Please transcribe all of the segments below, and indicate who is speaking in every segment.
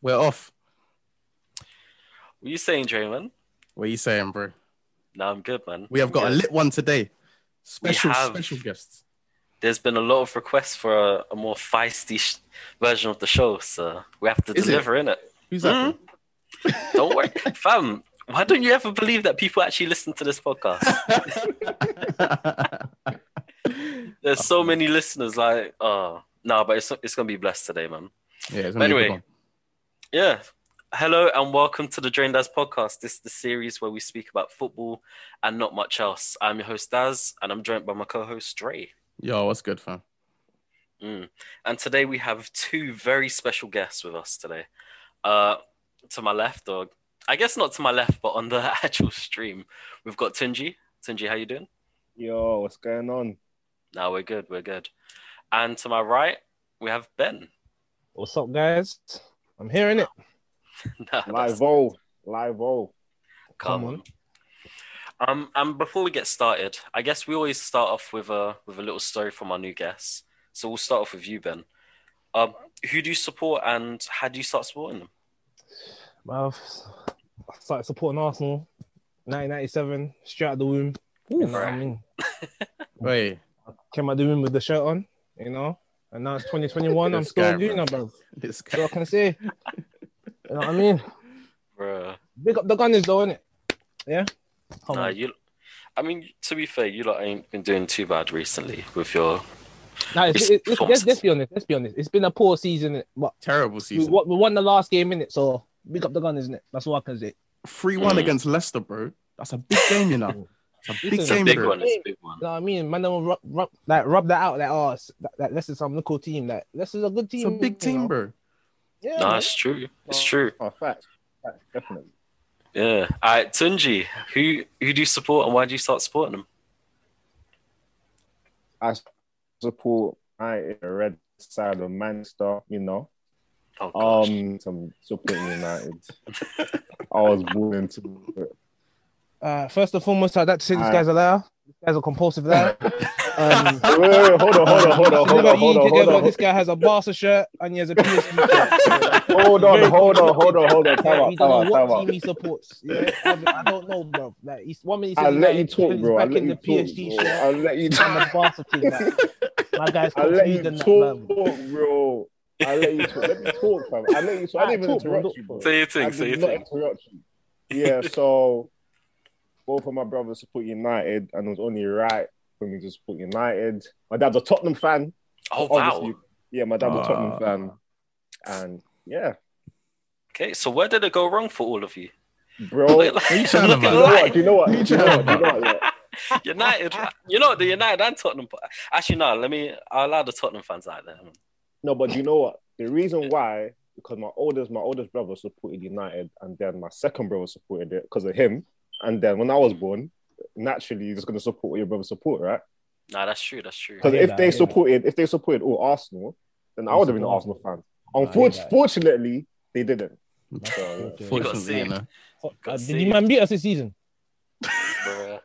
Speaker 1: We're off.
Speaker 2: What are you saying, Draymond?
Speaker 1: What are you saying, bro?
Speaker 2: No, I'm good, man.
Speaker 1: We have got
Speaker 2: Good.
Speaker 1: a lit one today. Special,
Speaker 2: have.
Speaker 1: special guests.
Speaker 2: There's been a lot of requests for a, a more feisty sh- version of the show, so we have to
Speaker 1: Is it?
Speaker 2: deliver in it.
Speaker 1: Who's that?
Speaker 2: Mhm.
Speaker 1: bro?
Speaker 2: Don't worry, fam. Why don't you ever believe that people actually listen to this podcast? There's so many listeners. Like, oh no, but it's it's gonna be blessed today, man.
Speaker 1: yeah, it's gonna be a
Speaker 2: Anyway.
Speaker 1: good one.
Speaker 2: Yeah. Hello and welcome to the Drain Daz podcast. This is the series where we speak about football and not much else. I'm your host Daz, and I'm joined by my co-host Dre.
Speaker 1: Yo, what's good, fam?
Speaker 2: Mm. And today we have two very special guests with us today. Uh, to my left, or I guess not to my left, but on the actual stream, we've got Tunji. Tunji, how you doing?
Speaker 3: Yo, what's going on?
Speaker 2: No, we're good. We're good. And to my right, we have Ben.
Speaker 3: What's up, guys? I'm hearing it.
Speaker 2: No,
Speaker 3: Live
Speaker 2: that's-
Speaker 3: o, live o.
Speaker 2: Come on. Um, and before we get started, I guess we always start off with a with a little story from our new guests. So we'll start off with you, Ben. Um, who do you support, and how do you start supporting them?
Speaker 3: Well, I started supporting Arsenal. 1997, straight out the womb. You know what I
Speaker 2: Right.
Speaker 3: mean?
Speaker 1: Wait,
Speaker 3: Came out the womb with the shirt on, you know. And now it's 2021. I'm
Speaker 1: This
Speaker 3: still
Speaker 1: guy,
Speaker 3: a junior,
Speaker 1: bro.
Speaker 3: bro.
Speaker 1: this guy.
Speaker 3: So I can say, you know what I mean?
Speaker 2: Bruh.
Speaker 3: Big up the gunners, though, innit? Yeah. Come
Speaker 2: Nah,
Speaker 3: on.
Speaker 2: you. I mean, to be fair, you lot ain't been doing too bad recently with your.
Speaker 3: Nah, it's, it, it,
Speaker 2: Response.
Speaker 3: let's, let's be honest. Let's be honest. It's been a poor season, innit? but
Speaker 1: Terrible
Speaker 3: we,
Speaker 1: season.
Speaker 3: won- we won the last game, innit? So big up the gunners, innit? That's all I can say.
Speaker 1: 3 1
Speaker 2: Mhm.
Speaker 1: against Leicester, bro. That's a big game, you know. That's a big
Speaker 2: It's
Speaker 3: It's
Speaker 2: a
Speaker 1: game,
Speaker 2: big
Speaker 1: bro.
Speaker 2: one. It's a big one.
Speaker 3: You know what I mean? Man, them rub, rub, like, rub that out. Like, oh, s- that, that, this is some local team. That this is a good
Speaker 1: It's
Speaker 3: team.
Speaker 1: a big
Speaker 3: you
Speaker 1: team,
Speaker 3: know?
Speaker 1: bro.
Speaker 3: Yeah,
Speaker 2: Nah,
Speaker 3: man.
Speaker 2: it's true. It's true.
Speaker 4: Oh, facts. Facts, definitely.
Speaker 2: Yeah. All right, Tunji, who who do you support, and why do you start supporting them?
Speaker 4: I support United, the red side of Manchester, you know.
Speaker 2: Oh gosh.
Speaker 4: Um, some supporting United. I was born into it.
Speaker 3: Uh, first and foremost, I'd like to say this
Speaker 4: Alright.
Speaker 3: guy's a liar. This guy's a compulsive liar. um,
Speaker 4: Wait, wait, wait, hold on, hold on, hold on,
Speaker 3: look at
Speaker 4: hold on,
Speaker 3: you
Speaker 4: hold on, hold
Speaker 3: together.
Speaker 4: on,
Speaker 3: This guy has a Barca shirt and he has a PSG shirt.
Speaker 4: hold on, hold on, hold on, hold on, time out,
Speaker 3: he
Speaker 4: time
Speaker 3: don't
Speaker 4: out,
Speaker 3: know
Speaker 4: time
Speaker 3: what team
Speaker 4: out.
Speaker 3: he supports. Yeah, I don't know, bro. Like, he's one minute he's
Speaker 4: I'll
Speaker 3: in
Speaker 4: let you
Speaker 3: United,
Speaker 4: talk,
Speaker 3: he's
Speaker 4: bro. I'll
Speaker 3: Back
Speaker 4: let
Speaker 3: in
Speaker 4: you
Speaker 3: the PSG
Speaker 4: talk, bro.
Speaker 3: shirt
Speaker 4: I'll let you
Speaker 3: and the Barca team.
Speaker 4: talk.
Speaker 3: Like, my guy's
Speaker 4: I'll let you
Speaker 3: confused in that,
Speaker 4: talk,
Speaker 3: man.
Speaker 4: bro. I'll let you talk. Let me talk, fam. I'll let you talk. I didn't even
Speaker 3: Alright, talk, bro,
Speaker 4: interrupt
Speaker 3: talk,
Speaker 4: you,
Speaker 3: bro.
Speaker 4: bro.
Speaker 2: say your
Speaker 4: I
Speaker 2: thing. Say your
Speaker 4: did not
Speaker 2: thing.
Speaker 4: interrupt you. Yeah, so both of my brothers support United, and it was only right for me to support United. My dad's a Tottenham fan.
Speaker 2: Oh
Speaker 4: obviously.
Speaker 2: wow.
Speaker 4: Yeah, my dad's
Speaker 1: Ah.
Speaker 4: a Tottenham fan, and yeah,
Speaker 2: Okay, so where did it go wrong for all of you?
Speaker 4: bro.
Speaker 2: Look
Speaker 4: You
Speaker 2: at-
Speaker 1: What are you trying
Speaker 2: look at
Speaker 4: know
Speaker 1: about?
Speaker 4: what? Do you know what? Do you know what? Do you know what? yeah.
Speaker 2: United, you know the United and Tottenham. but- Actually, no. Let me. I allow the Tottenham fans out there.
Speaker 4: No, but do you know what? The reason why because my oldest, my oldest brother supported United, and then my second brother supported it because of him, and then when I was born, naturally you're just gonna support what your brother support, right?
Speaker 2: No, that's true. That's true.
Speaker 4: Because
Speaker 3: I hear
Speaker 4: if
Speaker 3: that, I
Speaker 4: they
Speaker 3: hear that.
Speaker 4: supported, if they supported all Arsenal, then I would have been an Arsenal
Speaker 3: Support.
Speaker 4: fan.
Speaker 3: I hear
Speaker 4: Unfortunately,
Speaker 3: that.
Speaker 4: fortunately, they didn't. So,
Speaker 3: Unfortunately.
Speaker 2: You got
Speaker 1: Fortunately, you
Speaker 2: saved.
Speaker 1: know.
Speaker 3: Uh, Did
Speaker 2: see.
Speaker 3: you man beat us this season?
Speaker 2: Bruh.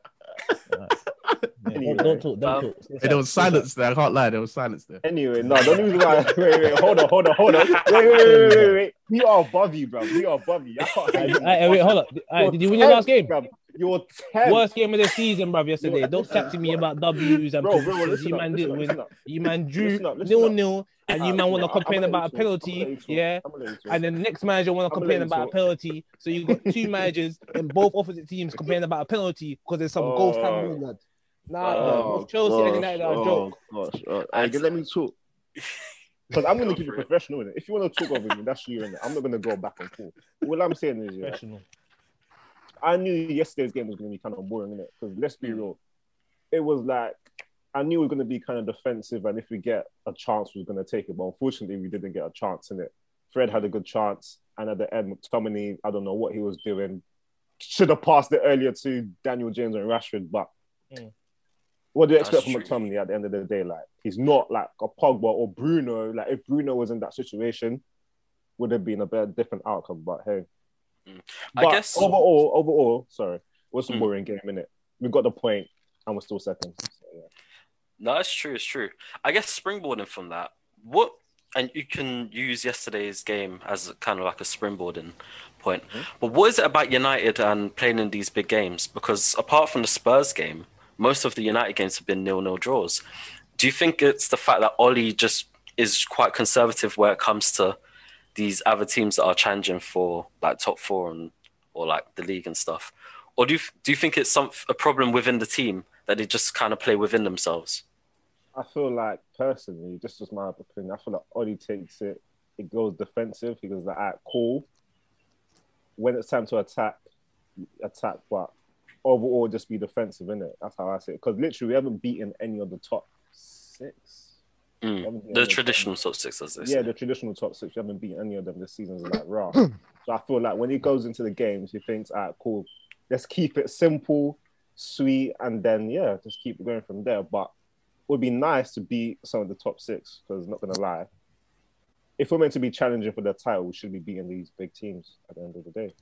Speaker 3: Yeah,
Speaker 4: Anyway.
Speaker 3: don't, don't talk. Don't
Speaker 2: Um,
Speaker 3: talk.
Speaker 1: Hey, there was silence there. I can't lie. There was silence there.
Speaker 4: anyway, no, the reason why. Wait, wait, hold on, hold on, hold on. Wait, wait, wait, wait, wait, wait. We are above you, bro. We are above you. I can't-
Speaker 3: Hey, hey, wait, hold up. Hey, did you win your last game?
Speaker 4: Bruv. You're 10.
Speaker 3: Worst game of the season, bruv. Yesterday,
Speaker 4: Yo,
Speaker 3: don't chat to me about W's and
Speaker 4: Bro, bro, bro,
Speaker 3: positions.
Speaker 4: listen
Speaker 3: You
Speaker 4: up,
Speaker 3: man
Speaker 4: listen
Speaker 3: didn't
Speaker 4: up,
Speaker 3: win.
Speaker 4: listen up.
Speaker 3: You man drew
Speaker 4: Listen up, listen
Speaker 3: nil
Speaker 4: up.
Speaker 3: nil, and you man want to
Speaker 4: Listen up,
Speaker 3: complain
Speaker 4: I'm gonna
Speaker 3: about a
Speaker 4: let you talk. I'm
Speaker 3: penalty,
Speaker 4: gonna let you
Speaker 3: yeah.
Speaker 4: talk. I'm gonna let you talk.
Speaker 3: And then the next manager want to
Speaker 4: I'm gonna
Speaker 3: complain
Speaker 4: let you
Speaker 3: about a
Speaker 4: talk.
Speaker 3: penalty. So you got two managers in both opposite teams complaining about a penalty because there's some
Speaker 4: Oh.
Speaker 3: goal standing lad. Nah,
Speaker 2: Oh,
Speaker 3: oh, Chelsea and United are a joke.
Speaker 4: gosh, oh, hey, just let me talk. Because I'm going
Speaker 2: Go
Speaker 4: to keep
Speaker 2: for
Speaker 4: it
Speaker 2: it.
Speaker 4: professional. innit? If you want to talk over me, that's you. innit? I'm not going to go back and forth. All I'm saying is, yeah,
Speaker 3: Professional.
Speaker 4: I knew yesterday's game was going to be kind of boring, innit? Because let's be
Speaker 2: Mm.
Speaker 4: real, it was like I knew we were going to be kind of defensive, and if we get a chance, we were going to take it. But unfortunately, we didn't get a chance in it. Fred had a good chance, and at the end, McTominay, I don't know what he was doing, should have passed it earlier to Daniel James and Rashford. But
Speaker 3: Mm.
Speaker 4: what do you
Speaker 2: That's
Speaker 4: expect from
Speaker 2: true.
Speaker 4: McTominay at the end of the day? Like he's not like a Pogba or Bruno. Like if Bruno was in that situation, would have been a better, different outcome. But hey.
Speaker 2: Mm. I
Speaker 4: But
Speaker 2: guess.
Speaker 4: overall, overall, sorry, was a
Speaker 2: Mm.
Speaker 4: boring game in it. We got the point, and we're still second. So, yeah.
Speaker 2: No, it's true. It's true. I guess springboarding from that, what and you can use yesterday's game as kind of like a springboarding point. But what is it about United and playing in these big games? Because apart from the Spurs game, most of the United games have been nil-nil draws. Do you think it's the fact that Oli just is quite conservative where it comes to these other teams that are challenging for like top four and or like the league and stuff? Or do you, do you think it's some a problem within the team that they just kind of play within themselves?
Speaker 4: I feel like personally, this was my opinion. I feel like Oli takes it. It goes defensive. He goes like, "All right, cool." When it's time to attack, attack. But overall, just be defensive in it. That's how I see it. Because literally, we haven't beaten any of the top six. We
Speaker 2: Mm.
Speaker 4: haven't beaten any
Speaker 2: The
Speaker 4: of them.
Speaker 2: traditional top six, as they
Speaker 4: Yeah,
Speaker 2: say.
Speaker 4: the traditional top six. We haven't beaten any of them this season. Is like raw. so I feel like when he goes into the games, he thinks, "All right, cool. Let's keep it simple, sweet, and then yeah, just keep going from there." But it would be nice to beat some of the top six because not gonna lie, if we're meant to be challenging for the title, we should be beating these big teams at the end of the day.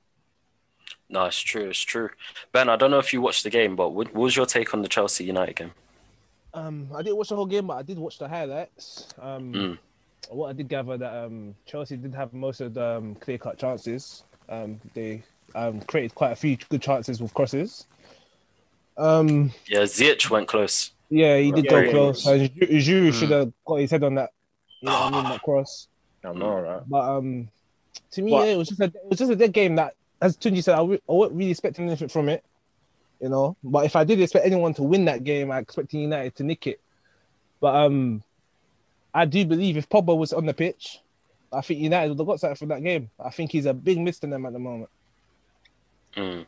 Speaker 2: No, it's true. It's true. Ben, I don't know if you watched the game, but what, what was your take on the Chelsea United game?
Speaker 3: Um, I didn't watch the whole game, but I did watch the highlights. Um,
Speaker 2: Mm.
Speaker 3: what I did gather that um Chelsea did have most of the um, clear cut chances. Um, they um created quite a few good chances with crosses. Um,
Speaker 2: Yeah, Ziyech went close.
Speaker 3: yeah, he did
Speaker 4: Yeah,
Speaker 3: go
Speaker 4: yeah,
Speaker 3: close. And Ju- Giroud
Speaker 2: Mm.
Speaker 3: should have got his head on that. You know what I mean, that
Speaker 2: Mm.
Speaker 3: cross.
Speaker 4: I'm all right.
Speaker 3: But um, to me,
Speaker 4: But-
Speaker 3: yeah, it was just a it was just a dead game that, as Tunji said, I, w- I wasn't really expecting anything from it, you know. But if I did expect anyone to win that game, I expected United to nick it. But um, I do believe if Pogba was on the pitch, I think United would have got something from that game. I think he's a big miss to them at the moment.
Speaker 2: Mm.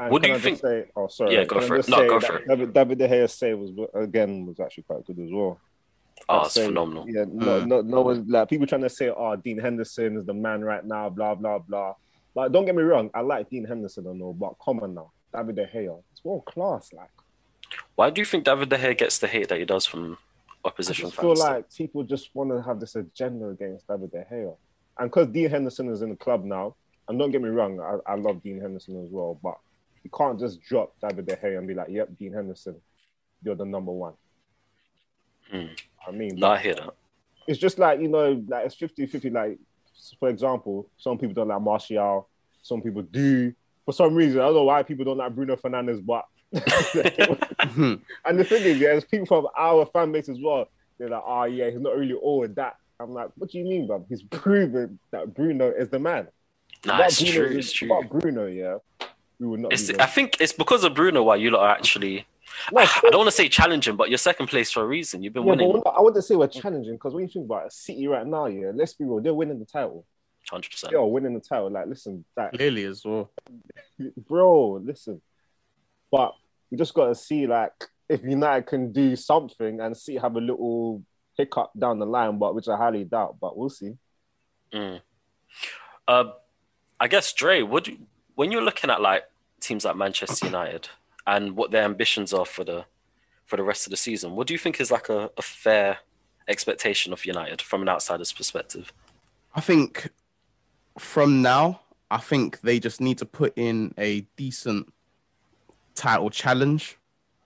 Speaker 4: And
Speaker 2: What do you
Speaker 4: can I just Say, oh, sorry.
Speaker 2: Yeah, go
Speaker 4: Can I
Speaker 2: for it.
Speaker 4: just
Speaker 2: No,
Speaker 4: say
Speaker 2: go
Speaker 4: that
Speaker 2: for it.
Speaker 4: David, David De Gea's save was again was actually quite good as well.
Speaker 2: Oh,
Speaker 4: I'd
Speaker 2: it's
Speaker 4: say,
Speaker 2: phenomenal.
Speaker 4: Yeah, no,
Speaker 1: Mm.
Speaker 4: no, no one like people trying to say, "Oh, Dean Henderson is the man right now." Blah blah blah. Like, don't get me wrong, I like Dean Henderson and all, but come on now, David De Gea, it's world class. Like,
Speaker 2: Why do you think David De Gea gets the hate that he does from
Speaker 4: I
Speaker 2: opposition
Speaker 4: just feel
Speaker 2: fans?
Speaker 4: like people just want to have this agenda against David De Gea, and because Dean Henderson is in the club now, and don't get me wrong, I, I love Dean Henderson as well, but you can't just drop David De Gea and be like, "Yep, Dean Henderson, you're the number one."
Speaker 2: Mm.
Speaker 4: I mean,
Speaker 2: no, I hear that.
Speaker 4: it's just like you know like it's 50 50 like for example some people don't like martial some people do for some reason i don't know why people don't like bruno fernandez but
Speaker 2: Hmm.
Speaker 1: Mhm.
Speaker 4: and the thing is yeah there's people from our fan base as well they're like oh yeah he's not really all of that i'm like what do you mean bro he's proven that bruno is the man
Speaker 2: Nah,
Speaker 4: Without
Speaker 2: it's
Speaker 4: Bruno-
Speaker 2: true. It's true.
Speaker 4: without bruno yeah we would not
Speaker 2: It's,
Speaker 4: be
Speaker 2: I
Speaker 4: there.
Speaker 2: think it's because of Bruno why you lot are actually.
Speaker 4: No,
Speaker 2: I don't want to say challenging, but you're second place for a reason. You've been
Speaker 4: yeah, but
Speaker 2: winning
Speaker 4: we're not- I wouldn't say we're challenging because when you think about it, City right now, yeah, let's be real, they're winning the title.
Speaker 2: 100%.
Speaker 4: They are winning the title. Like, listen, that
Speaker 1: Clearly as well.
Speaker 4: bro, listen. But we just got to see like if United can do something and see have a little hiccup down the line, but which I highly doubt. But we'll see.
Speaker 2: Mm. Uh, I guess Dre, would you, when you're looking at like teams like Manchester United and what their ambitions are for the for the rest of the season, what do you think is like a, a fair expectation of United from an outsider's perspective?
Speaker 1: I think from now, I think they just need to put in a decent title challenge,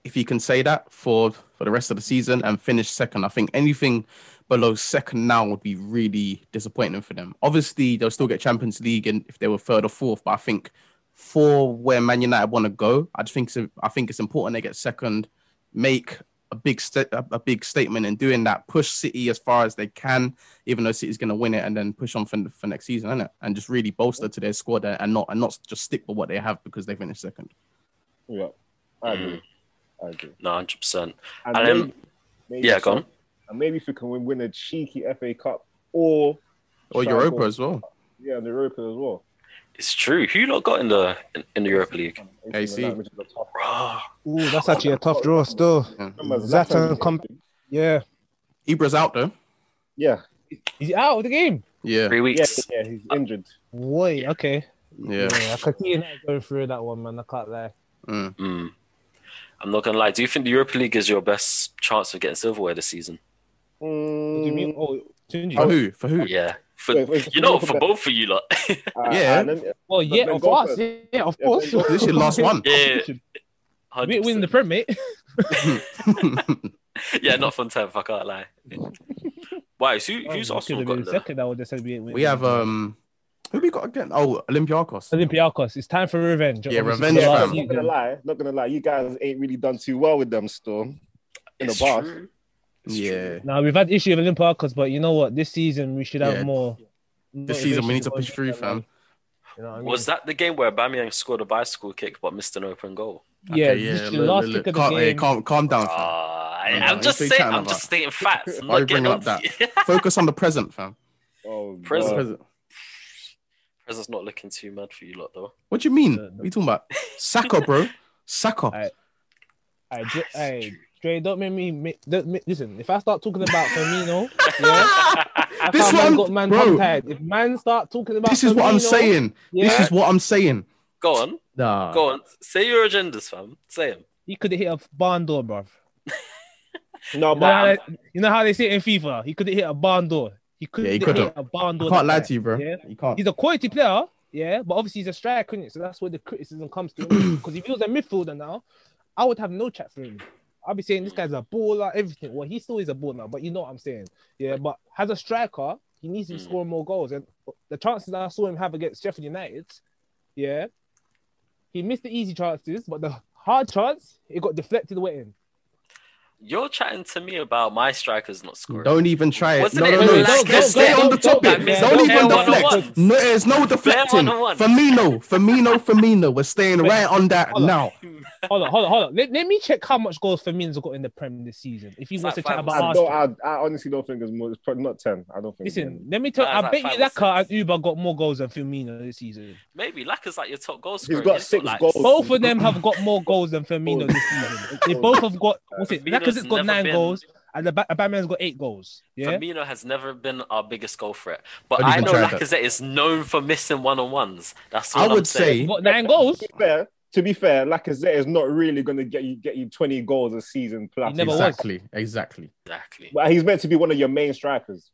Speaker 1: if you can say that, for for the rest of the season and finish second. I think anything below second now would be really disappointing for them. Obviously, they'll still get Champions League and if they were third or fourth, but I think for where Man United want to go, I just think it's, I think it's important they get second, make a big sta- a a big statement in doing that, push City as far as they can even though City's going to win it and then push on for, for next season, innit? And just really bolster to their squad and and not and not just stick with what they have because they finished second.
Speaker 4: Yeah, I agree. I agree.
Speaker 2: No, hundred percent.
Speaker 4: And,
Speaker 2: And, um,
Speaker 4: maybe, maybe
Speaker 2: Yeah, go on.
Speaker 4: And maybe if we can win, win a cheeky FA Cup or
Speaker 1: Or
Speaker 4: Sure,
Speaker 1: Europa
Speaker 4: cool.
Speaker 1: as well.
Speaker 4: yeah, and Europa as well.
Speaker 2: It's true. Who lot got in the in, in the Europa League?
Speaker 1: I see.
Speaker 4: Um, Which is a tough
Speaker 2: Bro,
Speaker 3: Ooh, that's actually a tough draw still.
Speaker 4: Remember,
Speaker 3: Zlatan come- Yeah,
Speaker 1: Ibra's out though.
Speaker 4: Yeah,
Speaker 3: is he out of the game?
Speaker 1: Yeah,
Speaker 2: three
Speaker 4: yeah,
Speaker 2: weeks.
Speaker 4: yeah. He's injured.
Speaker 3: Wait, okay.
Speaker 1: yeah.
Speaker 3: I could see United going through that one, man. I can't lie.
Speaker 1: Mm.
Speaker 2: Mm. I'm not gonna lie. Do you think the Europa League is your best chance of getting silverware this season?
Speaker 3: What do you mean?
Speaker 4: Mm,
Speaker 3: Oh, Tunji.
Speaker 1: For who? For who?
Speaker 2: Hmm. Yeah. For,
Speaker 4: wait, wait,
Speaker 2: you know,
Speaker 4: wait,
Speaker 2: for
Speaker 4: wait.
Speaker 2: both of you lot.
Speaker 4: Uh,
Speaker 1: Yeah.
Speaker 4: and then-
Speaker 3: Well,
Speaker 4: But
Speaker 3: yeah,
Speaker 4: then
Speaker 3: of
Speaker 4: go
Speaker 3: us.
Speaker 4: first.
Speaker 3: Yeah, of
Speaker 4: Yeah,
Speaker 3: course.
Speaker 4: then go
Speaker 1: This your last one.
Speaker 2: yeah.
Speaker 3: We ain't winning the
Speaker 2: 100%.
Speaker 3: Prem, mate.
Speaker 2: yeah, not fun time. I can't lie. Why? Who, who's
Speaker 3: Oh, we
Speaker 2: Arsenal
Speaker 3: could've
Speaker 2: got
Speaker 3: been
Speaker 2: there?
Speaker 3: second. I would have said we,
Speaker 1: We have um, who we got again? Oh, Olympiacos.
Speaker 3: Olympiacos. It's time for revenge.
Speaker 1: Yeah,
Speaker 3: Obviously,
Speaker 1: revenge,
Speaker 3: it's the
Speaker 1: fam.
Speaker 3: last
Speaker 4: Yeah, I'm not
Speaker 3: season.
Speaker 4: gonna lie, not gonna lie, you guys ain't really done too well with them still. In the
Speaker 2: It's
Speaker 4: box.
Speaker 2: true. It's
Speaker 1: Yeah,
Speaker 2: true.
Speaker 3: Now we've had issue with Olympiacos, but you know what? This season we should have
Speaker 1: Yeah.
Speaker 3: more.
Speaker 1: this season we need to
Speaker 3: motivation
Speaker 1: push through,
Speaker 3: go and
Speaker 1: fam.
Speaker 3: get that, man. You know what I mean?
Speaker 2: Was that the game where Bamiang scored a bicycle kick but missed an open goal?
Speaker 3: Yeah,
Speaker 1: Okay,
Speaker 3: this- the
Speaker 1: look,
Speaker 3: last
Speaker 1: look,
Speaker 3: kick of the
Speaker 1: calm, hey,
Speaker 3: game.
Speaker 1: calm, calm down, fam.
Speaker 2: Ah, I,
Speaker 1: No,
Speaker 2: I'm
Speaker 1: no, what
Speaker 2: just
Speaker 1: are you
Speaker 2: saying.
Speaker 1: chatting
Speaker 2: I'm just
Speaker 1: about?
Speaker 2: stating facts. I'm
Speaker 1: Why are you
Speaker 2: not getting
Speaker 1: bringing
Speaker 2: up
Speaker 1: up Focus on the present, fam.
Speaker 4: Oh,
Speaker 2: Present.
Speaker 4: God.
Speaker 1: Present.
Speaker 2: Prezza's not looking too mad for you lot though.
Speaker 1: What do you mean?
Speaker 3: Uh,
Speaker 1: What are you talking about? Saka, bro. Saka.
Speaker 3: Alright. Hey, Dre,
Speaker 2: That's
Speaker 3: hey,
Speaker 2: true.
Speaker 3: Dre, don't make me, make, don't make- listen. If I start talking about Firmino, yeah, I
Speaker 1: This
Speaker 3: this
Speaker 1: one-
Speaker 3: one got man
Speaker 1: bro.
Speaker 3: tongue-tied. If man start talking about
Speaker 1: This is what I'm
Speaker 3: Firmino,
Speaker 1: saying.
Speaker 3: Yeah,
Speaker 1: This is what I'm saying.
Speaker 2: Go on,
Speaker 1: Nah.
Speaker 2: go on. Say your agendas, fam. Say them.
Speaker 3: he could have hit a barn door, bruv.
Speaker 4: No,
Speaker 3: You know, how
Speaker 4: but
Speaker 3: they, you know how they say it in FIFA, he could have hit a barn door. He could
Speaker 1: Yeah, he
Speaker 3: have
Speaker 1: could've.
Speaker 3: hit a barn
Speaker 1: I
Speaker 3: door.
Speaker 1: can't
Speaker 3: that
Speaker 1: lie
Speaker 3: time.
Speaker 1: to you, bro.
Speaker 3: Yeah.
Speaker 1: You can't.
Speaker 3: He's a quality player, yeah, but obviously he's a striker, is so that's where the criticism comes to. Because if he was a midfielder now, I would have no chat for him. I'd be saying this guy's a baller, everything. Well, he still is a baller, but you know what I'm saying. Yeah, but as a striker, he needs
Speaker 1: Hmm.
Speaker 3: to be
Speaker 2: Mm.
Speaker 3: scoring more goals. And the chances that I saw him have against Sheffield United, yeah, he missed the easy chances, but the hard chance, it got deflected away in.
Speaker 2: You're chatting to me about my strikers not scoring.
Speaker 1: Don't even try it.
Speaker 2: Wasn't
Speaker 1: No,
Speaker 2: it
Speaker 1: no, no.
Speaker 2: like-
Speaker 1: Just stay
Speaker 3: don't-
Speaker 1: on the
Speaker 3: don't- don't-
Speaker 1: topic.
Speaker 2: don't- don't-
Speaker 1: Don't even
Speaker 2: don't- don't-
Speaker 1: deflect.
Speaker 2: don't-
Speaker 1: No, there's no deflecting.
Speaker 2: one-on-ones.
Speaker 1: Firmino, Firmino, Firmino. We're staying right on that
Speaker 3: Hold on.
Speaker 1: now.
Speaker 3: Hold on, hold on, hold on. Let, let me check how much goals Firmino's got in the Prem this season. If you
Speaker 2: It's
Speaker 3: want
Speaker 2: like
Speaker 3: to chat
Speaker 2: five or
Speaker 3: about
Speaker 4: I, I,
Speaker 3: Arsenal.
Speaker 4: don't, I, I honestly don't think it's more. It's probably not ten. I don't think. it's
Speaker 3: Listen,
Speaker 4: 10.
Speaker 3: let me tell
Speaker 2: Nah,
Speaker 3: I
Speaker 2: it's like
Speaker 3: bet you
Speaker 2: five or
Speaker 3: Laka and
Speaker 2: six.
Speaker 3: Uber got more goals than Firmino this season.
Speaker 2: Maybe Laka's like your top goal
Speaker 4: he's
Speaker 2: scorer.
Speaker 4: got six
Speaker 2: like,
Speaker 4: goals.
Speaker 3: Both of them have got more goals than Firmino
Speaker 4: Goals.
Speaker 3: this season. They both have got what's it?
Speaker 2: Firmino's
Speaker 3: Lakazette's got
Speaker 2: never
Speaker 3: nine
Speaker 2: been-
Speaker 3: goals and the Aubameyang's got eight goals. Yeah,
Speaker 2: Firmino has never been our biggest goal threat, but
Speaker 1: Don't
Speaker 2: I
Speaker 1: even
Speaker 2: know
Speaker 1: try that.
Speaker 2: Lacazette is known for missing one on ones. That's
Speaker 1: I
Speaker 2: all I'm
Speaker 1: would
Speaker 2: saying.
Speaker 1: say
Speaker 3: He's got nine goals.
Speaker 4: To be fair, to be fair, Lacazette is not really going to get you get you twenty goals a season plus.
Speaker 3: He never was.
Speaker 1: exactly, exactly.
Speaker 2: exactly.
Speaker 4: But he's meant to be one of your main strikers.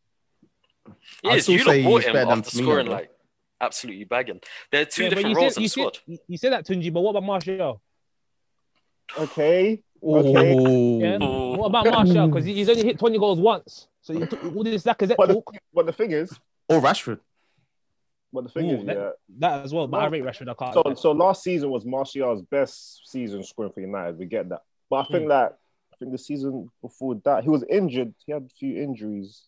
Speaker 1: I'd
Speaker 2: Yes,
Speaker 1: still
Speaker 2: you lot
Speaker 1: say
Speaker 2: bought
Speaker 1: he's
Speaker 2: him
Speaker 1: better than
Speaker 2: after scoring
Speaker 1: Firmino,
Speaker 2: like absolutely bagging. There are two
Speaker 3: Yeah, but
Speaker 2: different
Speaker 3: you
Speaker 2: roles
Speaker 3: said,
Speaker 2: in the
Speaker 3: you,
Speaker 2: squad.
Speaker 3: said, you- you said that Tunji, but what about Martial?
Speaker 4: Okay. Okay.
Speaker 3: Yeah?
Speaker 1: Ooh.
Speaker 2: Ooh.
Speaker 3: What about Martial? Because he's only hit 20 goals once. So you took all this Lacazette
Speaker 4: But the,
Speaker 3: talk,
Speaker 4: but the thing is,
Speaker 1: Or Oh, Rashford.
Speaker 4: but the thing
Speaker 3: Ooh,
Speaker 4: is,
Speaker 3: that-
Speaker 4: yeah.
Speaker 3: that as well. But I rate Rashford. I can't.
Speaker 4: So, so last season was Martial's best season scoring for United. We get that, but I think
Speaker 3: Hmm.
Speaker 4: that I think the season before that he was injured. He had a few injuries.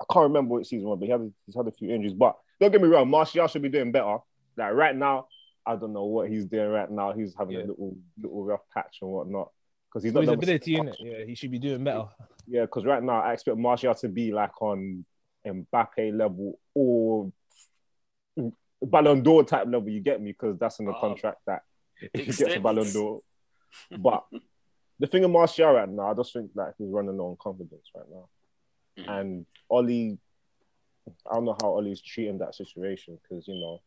Speaker 4: I can't remember which season one, but he had he's had a few injuries. But don't get me wrong, Martial should be doing better. Like right now, I don't know what he's doing right now. He's having
Speaker 3: Yeah.
Speaker 4: a little little rough patch and whatnot because he's
Speaker 3: It's
Speaker 4: not
Speaker 3: his
Speaker 4: number
Speaker 3: ability,
Speaker 4: six.
Speaker 3: innit? Yeah, he should be doing better.
Speaker 4: Yeah, because right now I expect Martial to be like on Mbappe level or Ballon d'Or type level. You get me? Because that's in the
Speaker 2: Oh.
Speaker 4: contract that he
Speaker 2: Big
Speaker 4: gets a Ballon
Speaker 2: statements.
Speaker 4: d'Or. But the thing of Martial right now, I just think that he's running low on confidence right now.
Speaker 2: Mm.
Speaker 4: And Oli, I don't know how Oli's treating that situation because you know,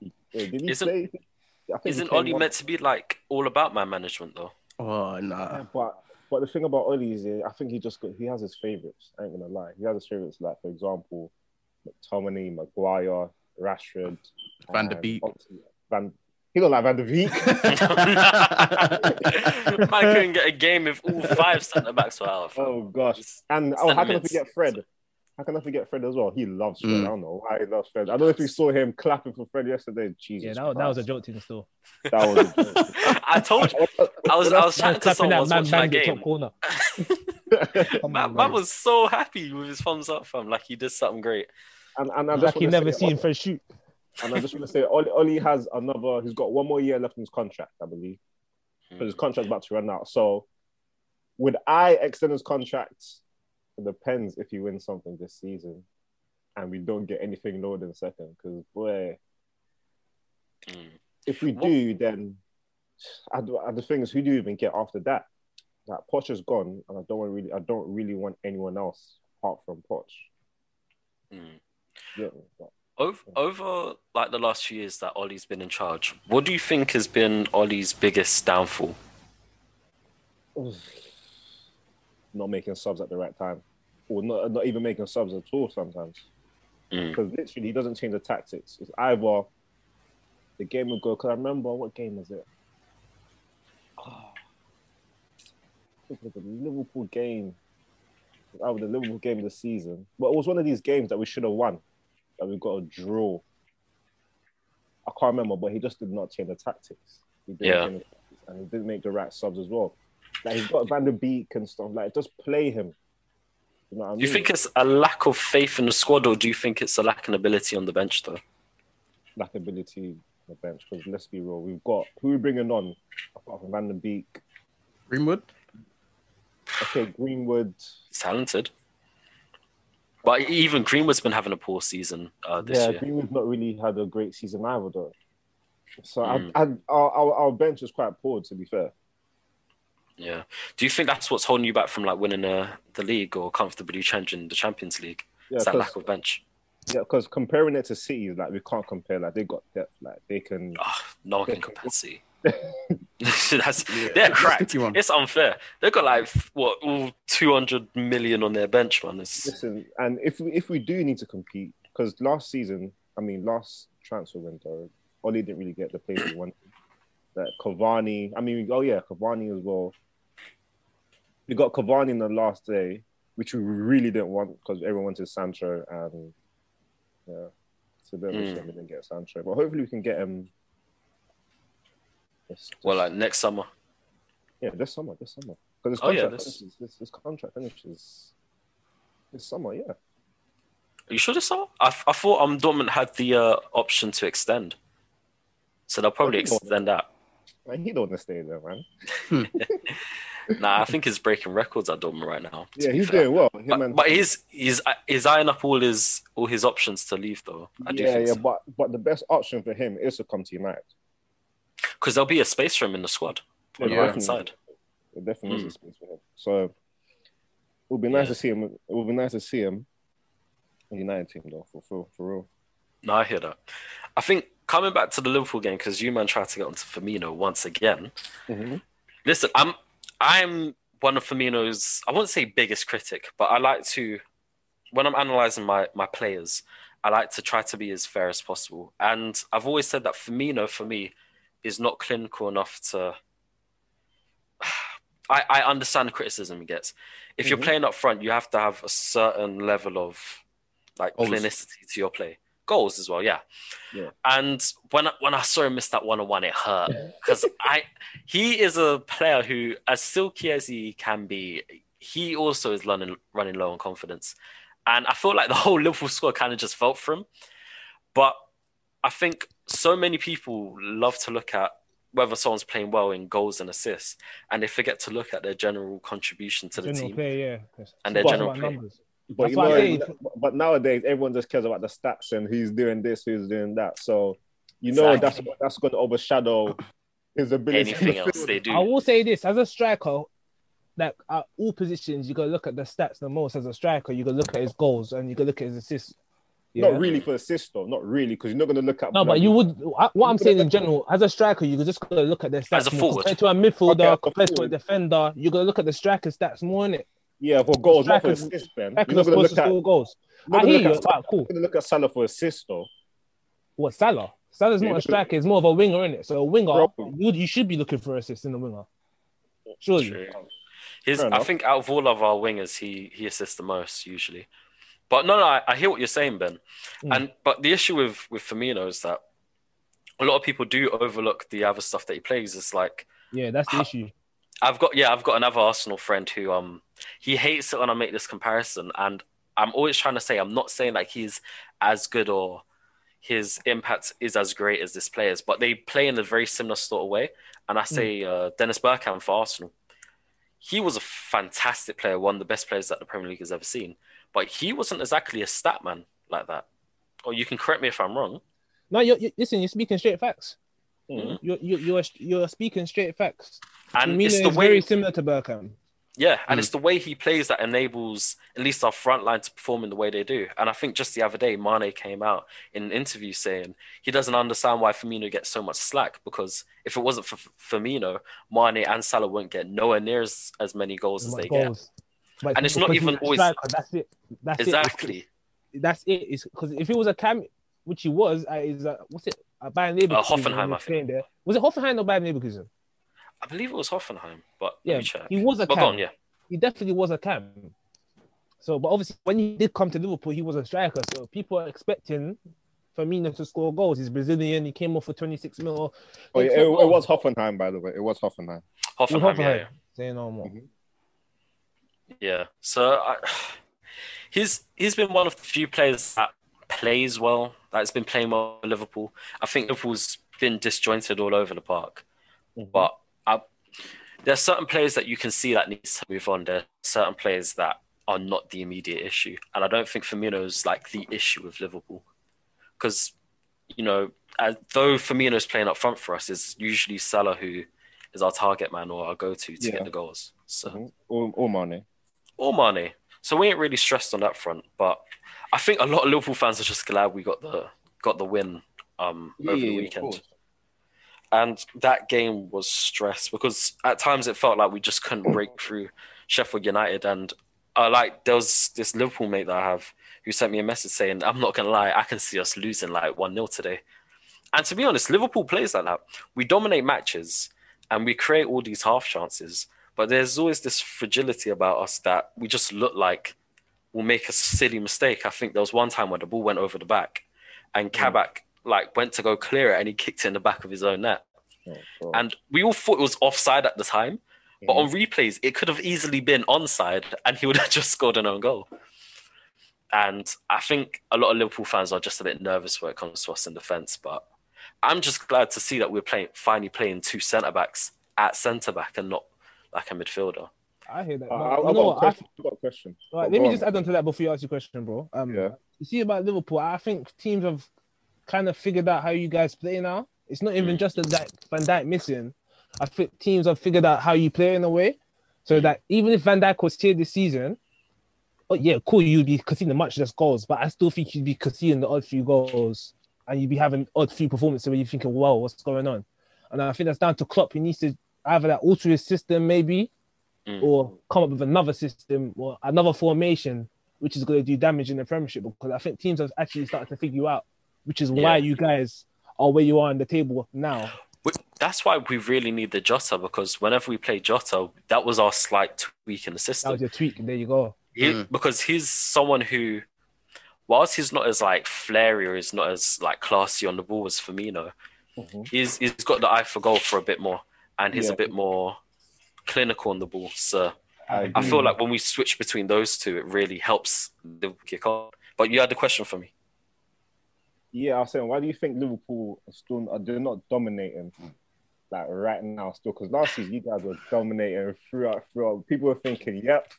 Speaker 4: he, wait, did he
Speaker 2: Isn't-
Speaker 4: say? I think he
Speaker 2: Isn't
Speaker 4: came
Speaker 2: Oli
Speaker 4: on-
Speaker 2: meant to be like all about man management though?
Speaker 1: Oh
Speaker 4: Yeah,
Speaker 1: nah.
Speaker 4: but but the thing about Oli is, eh, I think he just got, he has his favorites. I ain't gonna lie, he has his favorites. Like for example, McTominay, Maguire, Rashford,
Speaker 1: Van de
Speaker 4: and
Speaker 1: Beek.
Speaker 4: obviously Van, he don't like Van de Beek.
Speaker 2: Man couldn't get a game if all five centre backs were out.
Speaker 4: oh gosh,
Speaker 2: It's-
Speaker 4: and oh, how can I
Speaker 2: Sentiments.
Speaker 4: forget Fred? How can I forget Fred as well? He loves Fred.
Speaker 1: Mm.
Speaker 4: I don't know why he loves Fred. I don't know if you saw him clapping for Fred yesterday. Jesus,
Speaker 3: Yeah, that, that was a
Speaker 4: Christ.
Speaker 3: joke to the store.
Speaker 4: That was. A
Speaker 2: I told you, I was I was chatting to someone I was watching that game.
Speaker 3: corner. Come
Speaker 2: Man,
Speaker 3: on,
Speaker 2: man
Speaker 3: bro.
Speaker 2: was so happy with his thumbs up, fam. Like he did something great.
Speaker 4: and, and I just
Speaker 3: like he
Speaker 4: wanna
Speaker 3: never
Speaker 4: say-
Speaker 3: seen Fred shoot.
Speaker 4: And I just want to say, Oli, Oli has another. He's got one more year left in his contract, I believe. because his contract's about to run out. So, would I extend his contract? It depends if he wins something this season, and we don't get anything lower than second. Because boy,
Speaker 2: Mm.
Speaker 4: if we do, then I, do- I, the thing is, who do you even get after that? That Poch is gone, and I don't want really, I don't really want anyone else apart from Poch.
Speaker 2: Mm.
Speaker 4: Yeah, but
Speaker 2: Over, over like the last few years that Ollie's been in charge, what do you think has been Ollie's biggest downfall?
Speaker 4: not making subs at the right time, or not, not even making subs at all sometimes.
Speaker 2: Mm.
Speaker 4: because literally he doesn't change the tactics. It's either the game will go. Because I remember what game was it? Ah. Oh, I think it was the Liverpool game. out of the Liverpool game of the season. But it was one of these games that we should have won, that we got a draw. I can't remember, but he just did not change the tactics. He didn't
Speaker 2: Yeah.
Speaker 4: change the tactics, and he didn't make the right subs as well. Like he's got Van der Beek and stuff. Like just play him. You know what I mean?
Speaker 2: Do you think it's a lack of faith in the squad, or do you think it's a lack in ability on the bench, though?
Speaker 4: lack of ability on the bench? Because let's be real, we've got who we bringing on apart from Van der Beek.
Speaker 1: Greenwood.
Speaker 4: Okay, Greenwood.
Speaker 2: He's talented. But even Greenwood's been having a poor season uh, this
Speaker 4: yeah,
Speaker 2: year.
Speaker 4: Greenwood's not really had a great season either, though. So
Speaker 2: Mm.
Speaker 4: I, I, our, our our bench is quite poor, to be fair.
Speaker 2: Yeah. Do you think that's what's holding you back from like winning uh, the league or comfortably challenging the Champions League?
Speaker 4: Yeah,
Speaker 2: it's that
Speaker 4: because
Speaker 2: lack of bench.
Speaker 4: comparing it to City, like we can't compare. Like they got depth, like they can.
Speaker 2: Ah, no one can
Speaker 4: Yeah.
Speaker 2: compare City. that's
Speaker 1: Yeah.
Speaker 2: they're
Speaker 1: It's a
Speaker 2: cracked.
Speaker 1: sticky one.
Speaker 2: It's unfair. They've got like what ooh, 200 million on their bench, man. It's,
Speaker 4: Listen, and if we, if we do need to compete, because last season, I mean, last transfer window, Oli didn't really get the place he wanted. That Cavani, I mean, oh yeah, Cavani as well. We got Cavani in the last day, which we really didn't want because everyone wanted Sancho, and yeah, it's a bit of a
Speaker 2: Mm.
Speaker 4: shame we didn't get Sancho. But hopefully, we can get him. This,
Speaker 2: well, like next summer.
Speaker 4: yeah, this summer, this summer, because his
Speaker 2: Oh, yeah,
Speaker 4: contract
Speaker 2: this-
Speaker 4: finishes. This, this contract finishes this summer, yeah.
Speaker 2: Are you sure this summer? I, I thought um, Dortmund had the uh, option to extend. So they'll probably
Speaker 4: Dortmund.
Speaker 2: extend that.
Speaker 4: Man, he don't want to stay there, man.
Speaker 2: Nah, I think he's breaking records at Dortmund right now. to
Speaker 4: Yeah,
Speaker 2: be
Speaker 4: he's
Speaker 2: fair.
Speaker 4: doing well. Him
Speaker 2: But,
Speaker 4: and,
Speaker 2: but he's he's uh, he's eyeing up all his all his options to leave though. I do
Speaker 4: yeah,
Speaker 2: think
Speaker 4: yeah,
Speaker 2: so.
Speaker 4: but but the best option for him is to come to United.
Speaker 2: because there'll be a space for him in the squad on
Speaker 1: Yeah.
Speaker 2: the right hand side.
Speaker 4: There definitely
Speaker 2: Hmm.
Speaker 4: is a space for him. So it would be
Speaker 2: Yeah.
Speaker 4: nice to see him. It would be nice to see him in the United team though, for for, for real.
Speaker 2: No, I hear that. I think coming back to the Liverpool game because you man tried to get onto Firmino once again. Mm-hmm. Listen, I'm I'm one of Firmino's I won't say biggest critic, but I like to when I'm analysing my, my players, I like to try to be as fair as possible. And I've always said that Firmino for me is not clinical enough to I, I understand the criticism he gets. If you're
Speaker 4: Mhm.
Speaker 2: playing up front, you have to have a certain level of like
Speaker 1: Goals.
Speaker 2: clinicity to your play. Goals as well, yeah.
Speaker 4: Yeah.
Speaker 2: And when I, when I saw him miss that one on one, it hurt because I he is a player who, as silky as he can be, he also is running running low on confidence, and I feel like the whole Liverpool squad kind of just felt for him. But I think so many people love to look at whether someone's playing well in goals and assists, and they forget to look at their general contribution to the
Speaker 3: general
Speaker 2: team.
Speaker 3: player, yeah.
Speaker 2: And their
Speaker 3: It's
Speaker 2: general
Speaker 3: about
Speaker 2: play.
Speaker 3: numbers.
Speaker 4: But
Speaker 3: That's
Speaker 4: you
Speaker 3: why I
Speaker 4: know,
Speaker 3: say-
Speaker 4: but- but nowadays everyone just cares about the stats and who's doing this, who's doing that. So you know
Speaker 2: Exactly.
Speaker 4: that's that's going to overshadow his ability.
Speaker 2: Anything else they do,
Speaker 3: I will say this as a striker, like at all positions, you gotta look at the stats the most. As a striker, you gotta look at his goals and you gotta look at his assists. Yeah.
Speaker 4: Not really for assist though, not really, because you're not going to look at.
Speaker 3: No, but you would. I- What I'm saying in general, as a striker, you just gotta look at their stats.
Speaker 2: As a
Speaker 3: more.
Speaker 2: forward.
Speaker 3: compared to a midfielder,
Speaker 4: Okay,
Speaker 3: compared to a
Speaker 4: forward.
Speaker 3: defender, you gotta look at the striker stats more in it.
Speaker 4: yeah for goals, not for
Speaker 3: Strikers-
Speaker 4: assists, Ben. You're
Speaker 3: Striker
Speaker 4: not going
Speaker 3: supposed
Speaker 4: to
Speaker 3: to
Speaker 4: look at.
Speaker 3: score goals.
Speaker 4: Not
Speaker 3: I
Speaker 4: gonna
Speaker 3: hear
Speaker 4: look
Speaker 3: you.
Speaker 4: at
Speaker 3: Alright, cool.
Speaker 4: I'm gonna look at Salah for assists though.
Speaker 3: What Salah? Salah's
Speaker 4: Yeah,
Speaker 3: not a
Speaker 4: look at-
Speaker 3: striker; he's more of a winger, in it. So a winger,
Speaker 4: Bro.
Speaker 3: you, you should be looking for assists in a winger. Surely.
Speaker 2: True. His,
Speaker 4: Fair
Speaker 2: I
Speaker 4: enough.
Speaker 2: think out of all of our wingers, he he assists the most usually. But no, no, I, I hear what you're saying, Ben.
Speaker 4: Hmm.
Speaker 3: Mm.
Speaker 2: And but the issue with with Firmino is that a lot of people do overlook the other stuff that he plays. It's like
Speaker 3: Yeah, that's the
Speaker 2: How-
Speaker 3: issue.
Speaker 2: I've got yeah, I've got another Arsenal friend who um he hates it when I make this comparison, and I'm always trying to say I'm not saying like he's as good or his impact is as great as this player's, but they play in a very similar sort of way. And I
Speaker 3: Mm.
Speaker 2: say uh, Dennis Bergkamp for Arsenal. He was a fantastic player, one of the best players that the Premier League has ever seen. But he wasn't exactly a stat man like that. Or you can correct me if I'm wrong.
Speaker 3: No, you're, you listen. You're speaking straight facts.
Speaker 2: Mhm.
Speaker 3: You're you're you're, you're speaking straight facts.
Speaker 2: And
Speaker 3: Firmino
Speaker 2: it's the
Speaker 3: is
Speaker 2: way
Speaker 3: very similar to Burkham.
Speaker 2: Yeah, and
Speaker 1: Mm.
Speaker 2: it's the way he plays that enables at least our front line to perform in the way they do. And I think just the other day, Mane came out in an interview saying he doesn't understand why Firmino gets so much slack because if it wasn't for F- Firmino, Mane and Salah wouldn't get nowhere near as, as many goals as they get.
Speaker 3: But
Speaker 2: And it's not
Speaker 3: because
Speaker 2: even
Speaker 3: he's a
Speaker 2: always-
Speaker 3: striker, that's it. That's
Speaker 2: Exactly.
Speaker 3: it. That's it. It's because if it was a cam, which he was, uh, is uh, what's it? Uh, Bayern Leverkusen.
Speaker 2: Uh, Hoffenheim,
Speaker 3: when he
Speaker 2: I
Speaker 3: was
Speaker 2: think.
Speaker 3: playing There. Was it Hoffenheim or Bayern Leverkusen?
Speaker 2: I believe it was Hoffenheim, but let
Speaker 3: Yeah,
Speaker 2: me check.
Speaker 3: he was a
Speaker 2: But
Speaker 3: cam.
Speaker 2: go on, yeah.
Speaker 3: He definitely was a cam. So, but obviously, when he did come to Liverpool, he was a striker. So people are expecting Firmino to score goals. He's Brazilian. He came off for 26 mil.
Speaker 4: Oh, yeah,
Speaker 3: They
Speaker 4: it,
Speaker 3: scored
Speaker 4: it was
Speaker 3: goals.
Speaker 4: Hoffenheim, by the way. It was Hoffenheim.
Speaker 3: With
Speaker 2: Hoffenheim, yeah,
Speaker 3: Hoffenheim.
Speaker 2: yeah.
Speaker 3: Say no more.
Speaker 2: Yeah. So I, he's he's been one of the few players that plays well, that's been playing well for Liverpool. I think Liverpool's been disjointed all over the park, but I, there are certain players that you can see that needs to move on. There are certain players that are not the immediate issue, and I don't think Firmino's like the issue with Liverpool because you know as, though Firmino's playing up front for us, it's usually Salah who is our target man or our go-to to
Speaker 4: Yeah.
Speaker 2: get the goals. So
Speaker 4: Mhm. All, all Mane.
Speaker 2: or Mane. So we ain't really stressed on that front. But I think a lot of Liverpool fans are just glad we got the got the win um, over the weekend. And that game was stress because at times it felt like we just couldn't break through Sheffield United. And I like there was this Liverpool mate that I have who sent me a message saying, "I'm not gonna lie, I can see us losing like one 0 today." And to be honest, Liverpool plays like that. We dominate matches and we create all these half chances, but there's always this fragility about us that we just look like we'll make a silly mistake. I think there was one time where the ball went over the back and Kabak like went to go clear it and he kicked it in the back of his own net.
Speaker 4: Oh, God.
Speaker 2: And we all thought it was offside at the time, but on replays, it could have easily been onside and he would have just scored an own goal. And I think a lot of Liverpool fans are just a bit nervous when it comes to us in defence. But I'm just glad to see that we're playing finally playing two centre backs at centre back and not like a midfielder.
Speaker 3: I hear that.
Speaker 4: I,
Speaker 3: No,
Speaker 4: Uh, I- I've
Speaker 3: you know
Speaker 4: got a
Speaker 3: what? I-
Speaker 4: question. I've got a question.
Speaker 3: Right,
Speaker 4: Go
Speaker 3: let me
Speaker 4: on.
Speaker 3: just add on to that before you ask your question, bro. Um,
Speaker 4: Yeah.
Speaker 3: You see about Liverpool, I think teams have kind of figured out how you guys play now. It's not
Speaker 4: Hmm.
Speaker 3: even just that Van Dijk missing. I think teams have figured out how you play in a way, so that even if Van Dijk was here this season, oh yeah, cool, you'd be conceding much less goals, but I still think you'd be conceding the odd few goals, and you'd be having odd few performances where you're thinking, "Wow, what's going on?" And I think that's down to Klopp. He needs to either that alter his system maybe,
Speaker 2: Mm.
Speaker 3: or come up with another system or another formation, which is going to do damage in the Premiership. Because I think teams have actually started to figure you out, which is why
Speaker 2: Yeah.
Speaker 3: you guys are where you are on the table now.
Speaker 2: But that's why we really need the Jota because whenever we play Jota, that was our slight tweak in the
Speaker 3: That
Speaker 2: system.
Speaker 3: was your tweak. There you go.
Speaker 2: He,
Speaker 1: Mm.
Speaker 2: Because he's someone who, whilst he's not as like flary or he's not as like classy on the ball as Firmino,
Speaker 4: Mhm.
Speaker 2: he's he's got the eye for goal for a bit more, and he's
Speaker 4: Yeah.
Speaker 2: a bit more clinical on the ball. So
Speaker 4: I
Speaker 2: I
Speaker 3: Mm.
Speaker 2: feel like when we switch between those two, it really helps the kick on. But you had a question for me.
Speaker 4: Yeah, I was saying, why do you think Liverpool are still are they're not dominating
Speaker 2: Hmm.
Speaker 4: like right now still? Because last season you guys were dominating throughout throughout. People were thinking, yep,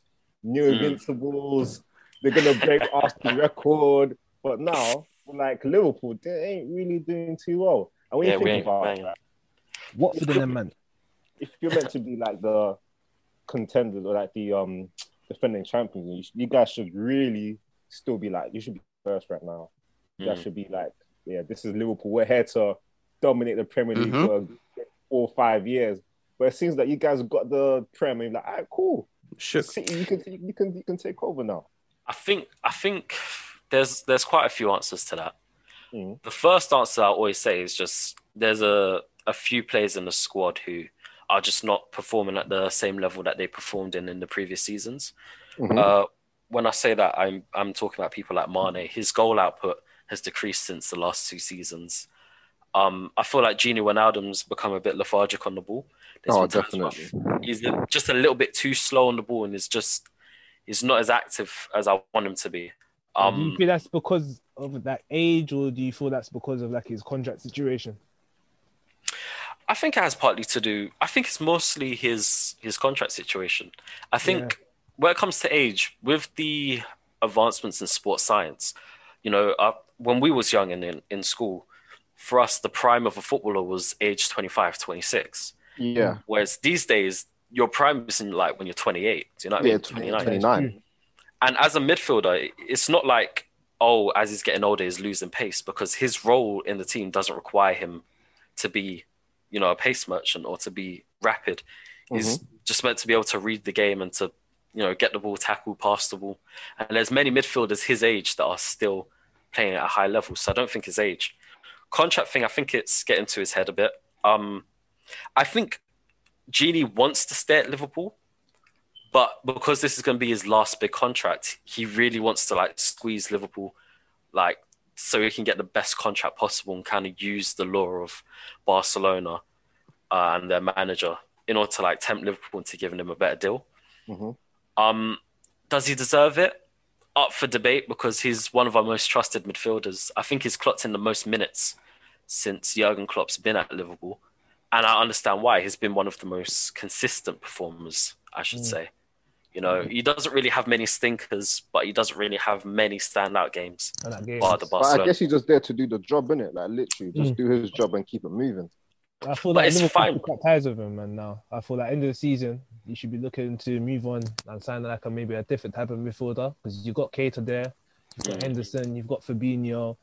Speaker 4: new
Speaker 2: Mm.
Speaker 4: invincibles, they're gonna break Arsenal record. But now, like Liverpool, they ain't really doing too well. And when
Speaker 2: Yeah,
Speaker 4: you
Speaker 2: we
Speaker 4: think
Speaker 2: ain't
Speaker 4: about
Speaker 2: banging.
Speaker 4: it, like,
Speaker 3: What for them, man?
Speaker 4: if you're meant to be like the contenders or like the um defending champions, you, sh- you guys should really still be like you should be first right now. that
Speaker 2: Mm.
Speaker 4: should be like, yeah, this is Liverpool. We're here to dominate the Premier League
Speaker 2: Mm-hmm.
Speaker 4: for four or five years. But it seems like you guys have got the Prem, and you're like, all right, cool.
Speaker 1: Shook.
Speaker 4: City, you can you can you can take over now.
Speaker 2: I think I think there's there's quite a few answers to that.
Speaker 4: Mm.
Speaker 2: The first answer I always say is just there's a a few players in the squad who are just not performing at the same level that they performed in in the previous seasons.
Speaker 4: Mm-hmm.
Speaker 2: Uh, when I say that, I'm I'm talking about people like Mane. His goal output has decreased since the last two seasons. Um, I feel like Genie Wijnaldum's become a bit lethargic on the ball. There's
Speaker 4: Oh,
Speaker 2: been times where I f- He's a- just a little bit too slow on the ball, and is just he's not as active as I want him to be.
Speaker 3: do you
Speaker 2: Um,
Speaker 3: feel that's because of that age, or do you feel that's because of like his contract situation?
Speaker 2: I think it has partly to do. I think it's mostly his his contract situation. I think when it comes to age, with the advancements in sports science, you know, uh, when we was young and in, in school, for us the prime of a footballer was age 25, 26.
Speaker 5: Yeah.
Speaker 2: Whereas these days, your prime isn't like when you're 28. Do you know what I
Speaker 5: Yeah,
Speaker 2: mean?
Speaker 5: 20,
Speaker 2: 29.
Speaker 5: 29.
Speaker 2: And as a midfielder, it's not like, oh, as he's getting older, he's losing pace because his role in the team doesn't require him to be, you know, a pace merchant or to be rapid. He's just meant to be able to read the game and to, you know, get the ball, tackle, pass the ball. And there's many midfielders his age that are still playing at a high level. So I don't think his age. Contract thing, I think it's getting to his head a bit. Um, I think Genie wants to stay at Liverpool, But because this is going to be his last big contract, he really wants to like squeeze Liverpool, like so he can get the best contract possible and kind of use the law of Barcelona uh, and their manager in order to like tempt Liverpool into giving him a better deal.
Speaker 4: Mhm.
Speaker 2: Um, does he deserve it? Up for debate because he's one of our most trusted midfielders. I think he's clocked in the most minutes since Jurgen Klopp's been at Liverpool, and I understand why. He's been one of the most consistent performers, I should say. You know, he doesn't really have many stinkers, but he doesn't really have many standout games.
Speaker 3: And that game.
Speaker 2: Bar the
Speaker 4: But I
Speaker 2: Barcelona.
Speaker 4: guess he's just there to do the job, innit? Like literally, just do his job and keep it moving.
Speaker 3: I feel
Speaker 2: But
Speaker 3: like
Speaker 2: it's
Speaker 3: Liverpool
Speaker 2: fine.
Speaker 3: should cut ties with him, man. Now I feel like end of the season you should be looking to move on and sign like a maybe a different type of midfielder because you've got Cater there, you've got
Speaker 2: Mm.
Speaker 3: Henderson, you've got Fabinho,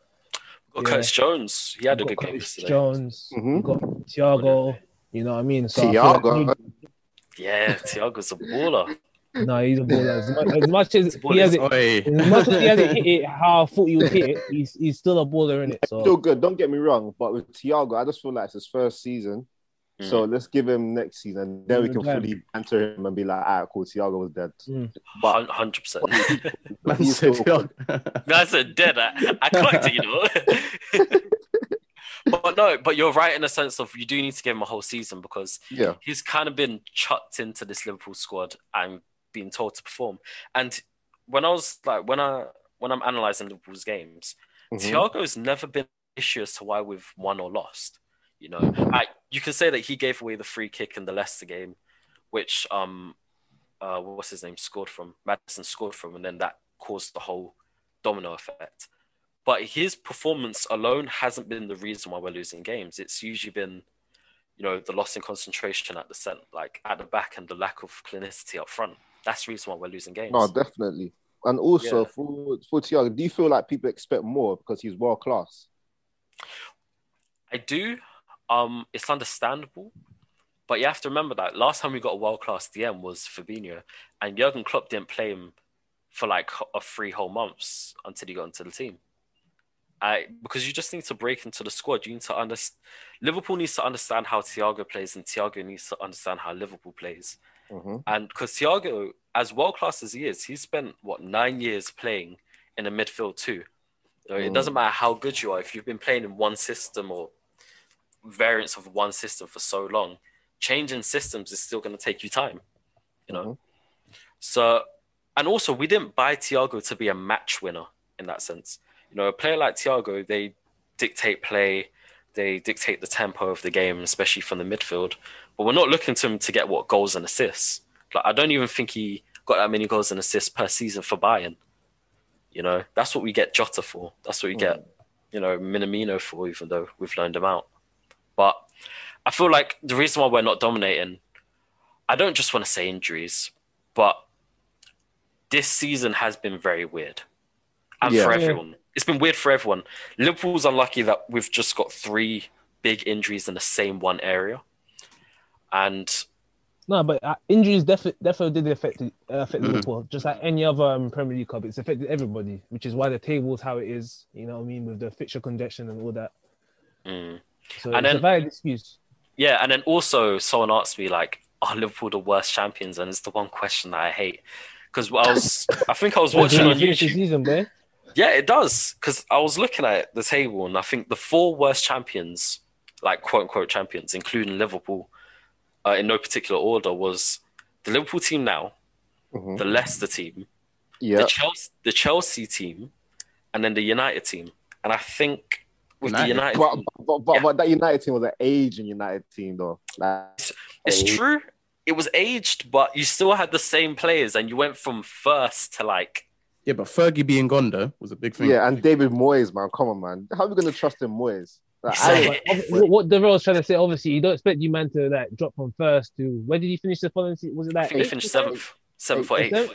Speaker 2: Or
Speaker 3: Yeah.
Speaker 2: Curtis Jones, he had a
Speaker 3: you've
Speaker 2: good
Speaker 3: got
Speaker 2: game
Speaker 3: Curtis
Speaker 2: yesterday.
Speaker 3: Jones,
Speaker 4: Mhm.
Speaker 3: you've got Thiago. You know what I mean? So I feel like
Speaker 4: Thiago,
Speaker 2: Yeah, Thiago's a baller.
Speaker 3: no, he's a baller. As much as, much as
Speaker 2: Baller.
Speaker 3: he has it,
Speaker 1: Oi.
Speaker 3: as much as he hasn't hit it how I thought he would hit it, he's he's still a baller in it.
Speaker 4: still
Speaker 3: So
Speaker 4: good. Don't get me wrong, but with Thiago, I just feel like it's his first season.
Speaker 2: Mm.
Speaker 4: So let's give him next season. Then we
Speaker 3: Mm,
Speaker 4: can
Speaker 3: yeah.
Speaker 4: fully banter him and be like, "Ah, cool, Thiago was dead."
Speaker 2: Mm, Hun- 100%.
Speaker 1: Man
Speaker 4: He's
Speaker 1: said,
Speaker 4: still-
Speaker 2: That's a dead. I, I clocked it, you know. but no, but you're right in the sense of you do need to give him a whole season because
Speaker 4: Yeah,
Speaker 2: he's kind of been chucked into this Liverpool squad and being told to perform. And when I was like, when I when I'm analysing Liverpool's games,
Speaker 4: Mhm.
Speaker 2: Thiago's never been an issue as to why we've won or lost. You know, I, you can say that he gave away the free kick in the Leicester game, which um, uh, what's his name scored from Madison scored from, and then that caused the whole domino effect. But his performance alone hasn't been the reason why we're losing games. It's usually been, you know, the loss in concentration at the cent, like at the back, and the lack of clinicity up front. That's the reason why we're losing games.
Speaker 4: no, definitely. And also
Speaker 2: Yeah.
Speaker 4: for for Thiago, do you feel like people expect more because he's world class?
Speaker 2: I do. Um, it's understandable, but you have to remember that last time we got a world class DM was Fabinho, and Jurgen Klopp didn't play him for like h- a three whole months until he got into the team. I because you just need to break into the squad. You need to understand. Liverpool needs to understand how Thiago plays, and Thiago needs to understand how Liverpool plays.
Speaker 4: Mm-hmm.
Speaker 2: And because Thiago, as world class as he is, he spent what nine years playing in the midfield too. You know, It
Speaker 4: Mm.
Speaker 2: doesn't matter how good you are if you've been playing in one system or variants of one system for so long. Changing systems is still going to take you time, you know.
Speaker 4: Mm-hmm.
Speaker 2: So, and also we didn't buy Thiago to be a match winner in that sense. You know, a player like Thiago, they dictate play, they dictate the tempo of the game, especially from the midfield. But we're not looking to him to get what goals and assists. Like I don't even think he got that many goals and assists per season for Bayern. You know, that's what we get Jota for. That's what we get, you know, Minamino for, even though we've loaned him out. But I feel like the reason why we're not dominating, I don't just want to say injuries, but this season has been very weird. And
Speaker 4: Yeah.
Speaker 2: for
Speaker 3: Yeah.
Speaker 2: everyone. It's been weird for everyone. Liverpool's unlucky that we've just got three big injuries in the same one area. And
Speaker 3: no, but uh, injuries definitely definitely did affect uh, affect
Speaker 1: Mm.
Speaker 3: Liverpool just like any other um, Premier League club. It's affected everybody, which is why the table's how it is. You know what I mean with the fixture congestion and all that.
Speaker 2: mm,
Speaker 3: So
Speaker 2: And
Speaker 3: it's
Speaker 2: then-
Speaker 3: a valid excuse.
Speaker 2: Yeah, and then also someone asked me like, "Are Liverpool the worst champions?" And it's the one question that I hate because I was, I think I was watching on
Speaker 3: Finish the
Speaker 2: YouTube.
Speaker 3: season, boy.
Speaker 2: Yeah, it does because I was looking at the table and I think the four worst champions, like quote unquote champions, including Liverpool, uh, in no particular order, was the Liverpool team now,
Speaker 4: Mm-hmm.
Speaker 2: the Leicester team,
Speaker 4: Yeah,
Speaker 2: the Chelsea, the Chelsea team, and then the United team. And I think with the
Speaker 1: United?
Speaker 2: United,
Speaker 4: but but, but,
Speaker 2: Yeah.
Speaker 4: but that United team was an aging United team though. Like,
Speaker 2: It's
Speaker 4: Oh.
Speaker 2: true. It was aged, but you still had the same players, and you went from first to like.
Speaker 1: Yeah, but Fergie being gone though was a big thing.
Speaker 4: yeah, and David Moyes, man, come on, man, how are we gonna trust in Moyes? Like, I-
Speaker 2: Exactly.
Speaker 3: But obvi- what- what Devel's trying to say, obviously, you don't expect you man to like drop from first to where did he finish the following season? Was it
Speaker 2: I
Speaker 3: like
Speaker 2: think they
Speaker 3: eighth?
Speaker 2: finished seventh, seventh or
Speaker 4: Eight.
Speaker 2: eighth.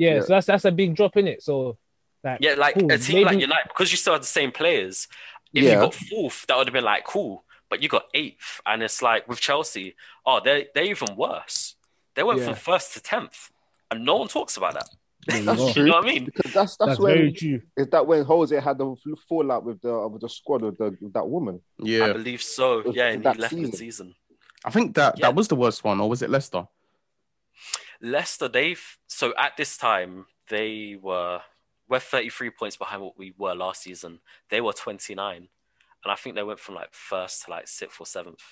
Speaker 3: Yeah, so that's that's a big drop in it. So like
Speaker 2: Yeah, like
Speaker 3: cool,
Speaker 2: a team like
Speaker 3: maybe-
Speaker 2: United, because you still had the same players. If you
Speaker 4: Yeah.
Speaker 2: got fourth, that would have been like cool, but you got eighth, and it's like with Chelsea, oh, they they're even worse. They went
Speaker 3: Yeah.
Speaker 2: from first to tenth, and no one talks about that.
Speaker 3: There you go.
Speaker 4: That's
Speaker 2: You
Speaker 4: true.
Speaker 2: know what I mean?
Speaker 4: Because that's that's,
Speaker 3: That's
Speaker 4: when
Speaker 3: very true.
Speaker 4: is that when Jose had the fallout with the with the squad with, the, with that woman.
Speaker 2: I
Speaker 1: yeah.
Speaker 2: believe so.
Speaker 4: was
Speaker 2: Yeah, and he
Speaker 4: that
Speaker 2: left
Speaker 4: season.
Speaker 2: mid season.
Speaker 1: I think that
Speaker 2: Yeah.
Speaker 1: that was the worst one, or was it Leicester?
Speaker 2: Leicester, they've so at this time they were we're 33 points behind what we were last season. They were 29, and I think they went from like first to like sixth or seventh.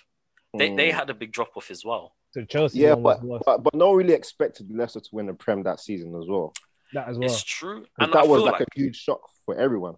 Speaker 2: They
Speaker 4: Mm.
Speaker 2: they had a big drop off as well.
Speaker 3: So Chelsea
Speaker 4: yeah,
Speaker 3: one was
Speaker 4: but,
Speaker 3: worse.
Speaker 4: but but no one really expected Leicester to win the Prem that season as well.
Speaker 3: that as
Speaker 2: It's
Speaker 3: well.
Speaker 2: true,
Speaker 4: 'Cause
Speaker 2: and I
Speaker 4: that was
Speaker 2: feel
Speaker 4: like,
Speaker 2: like
Speaker 4: a huge shock for everyone.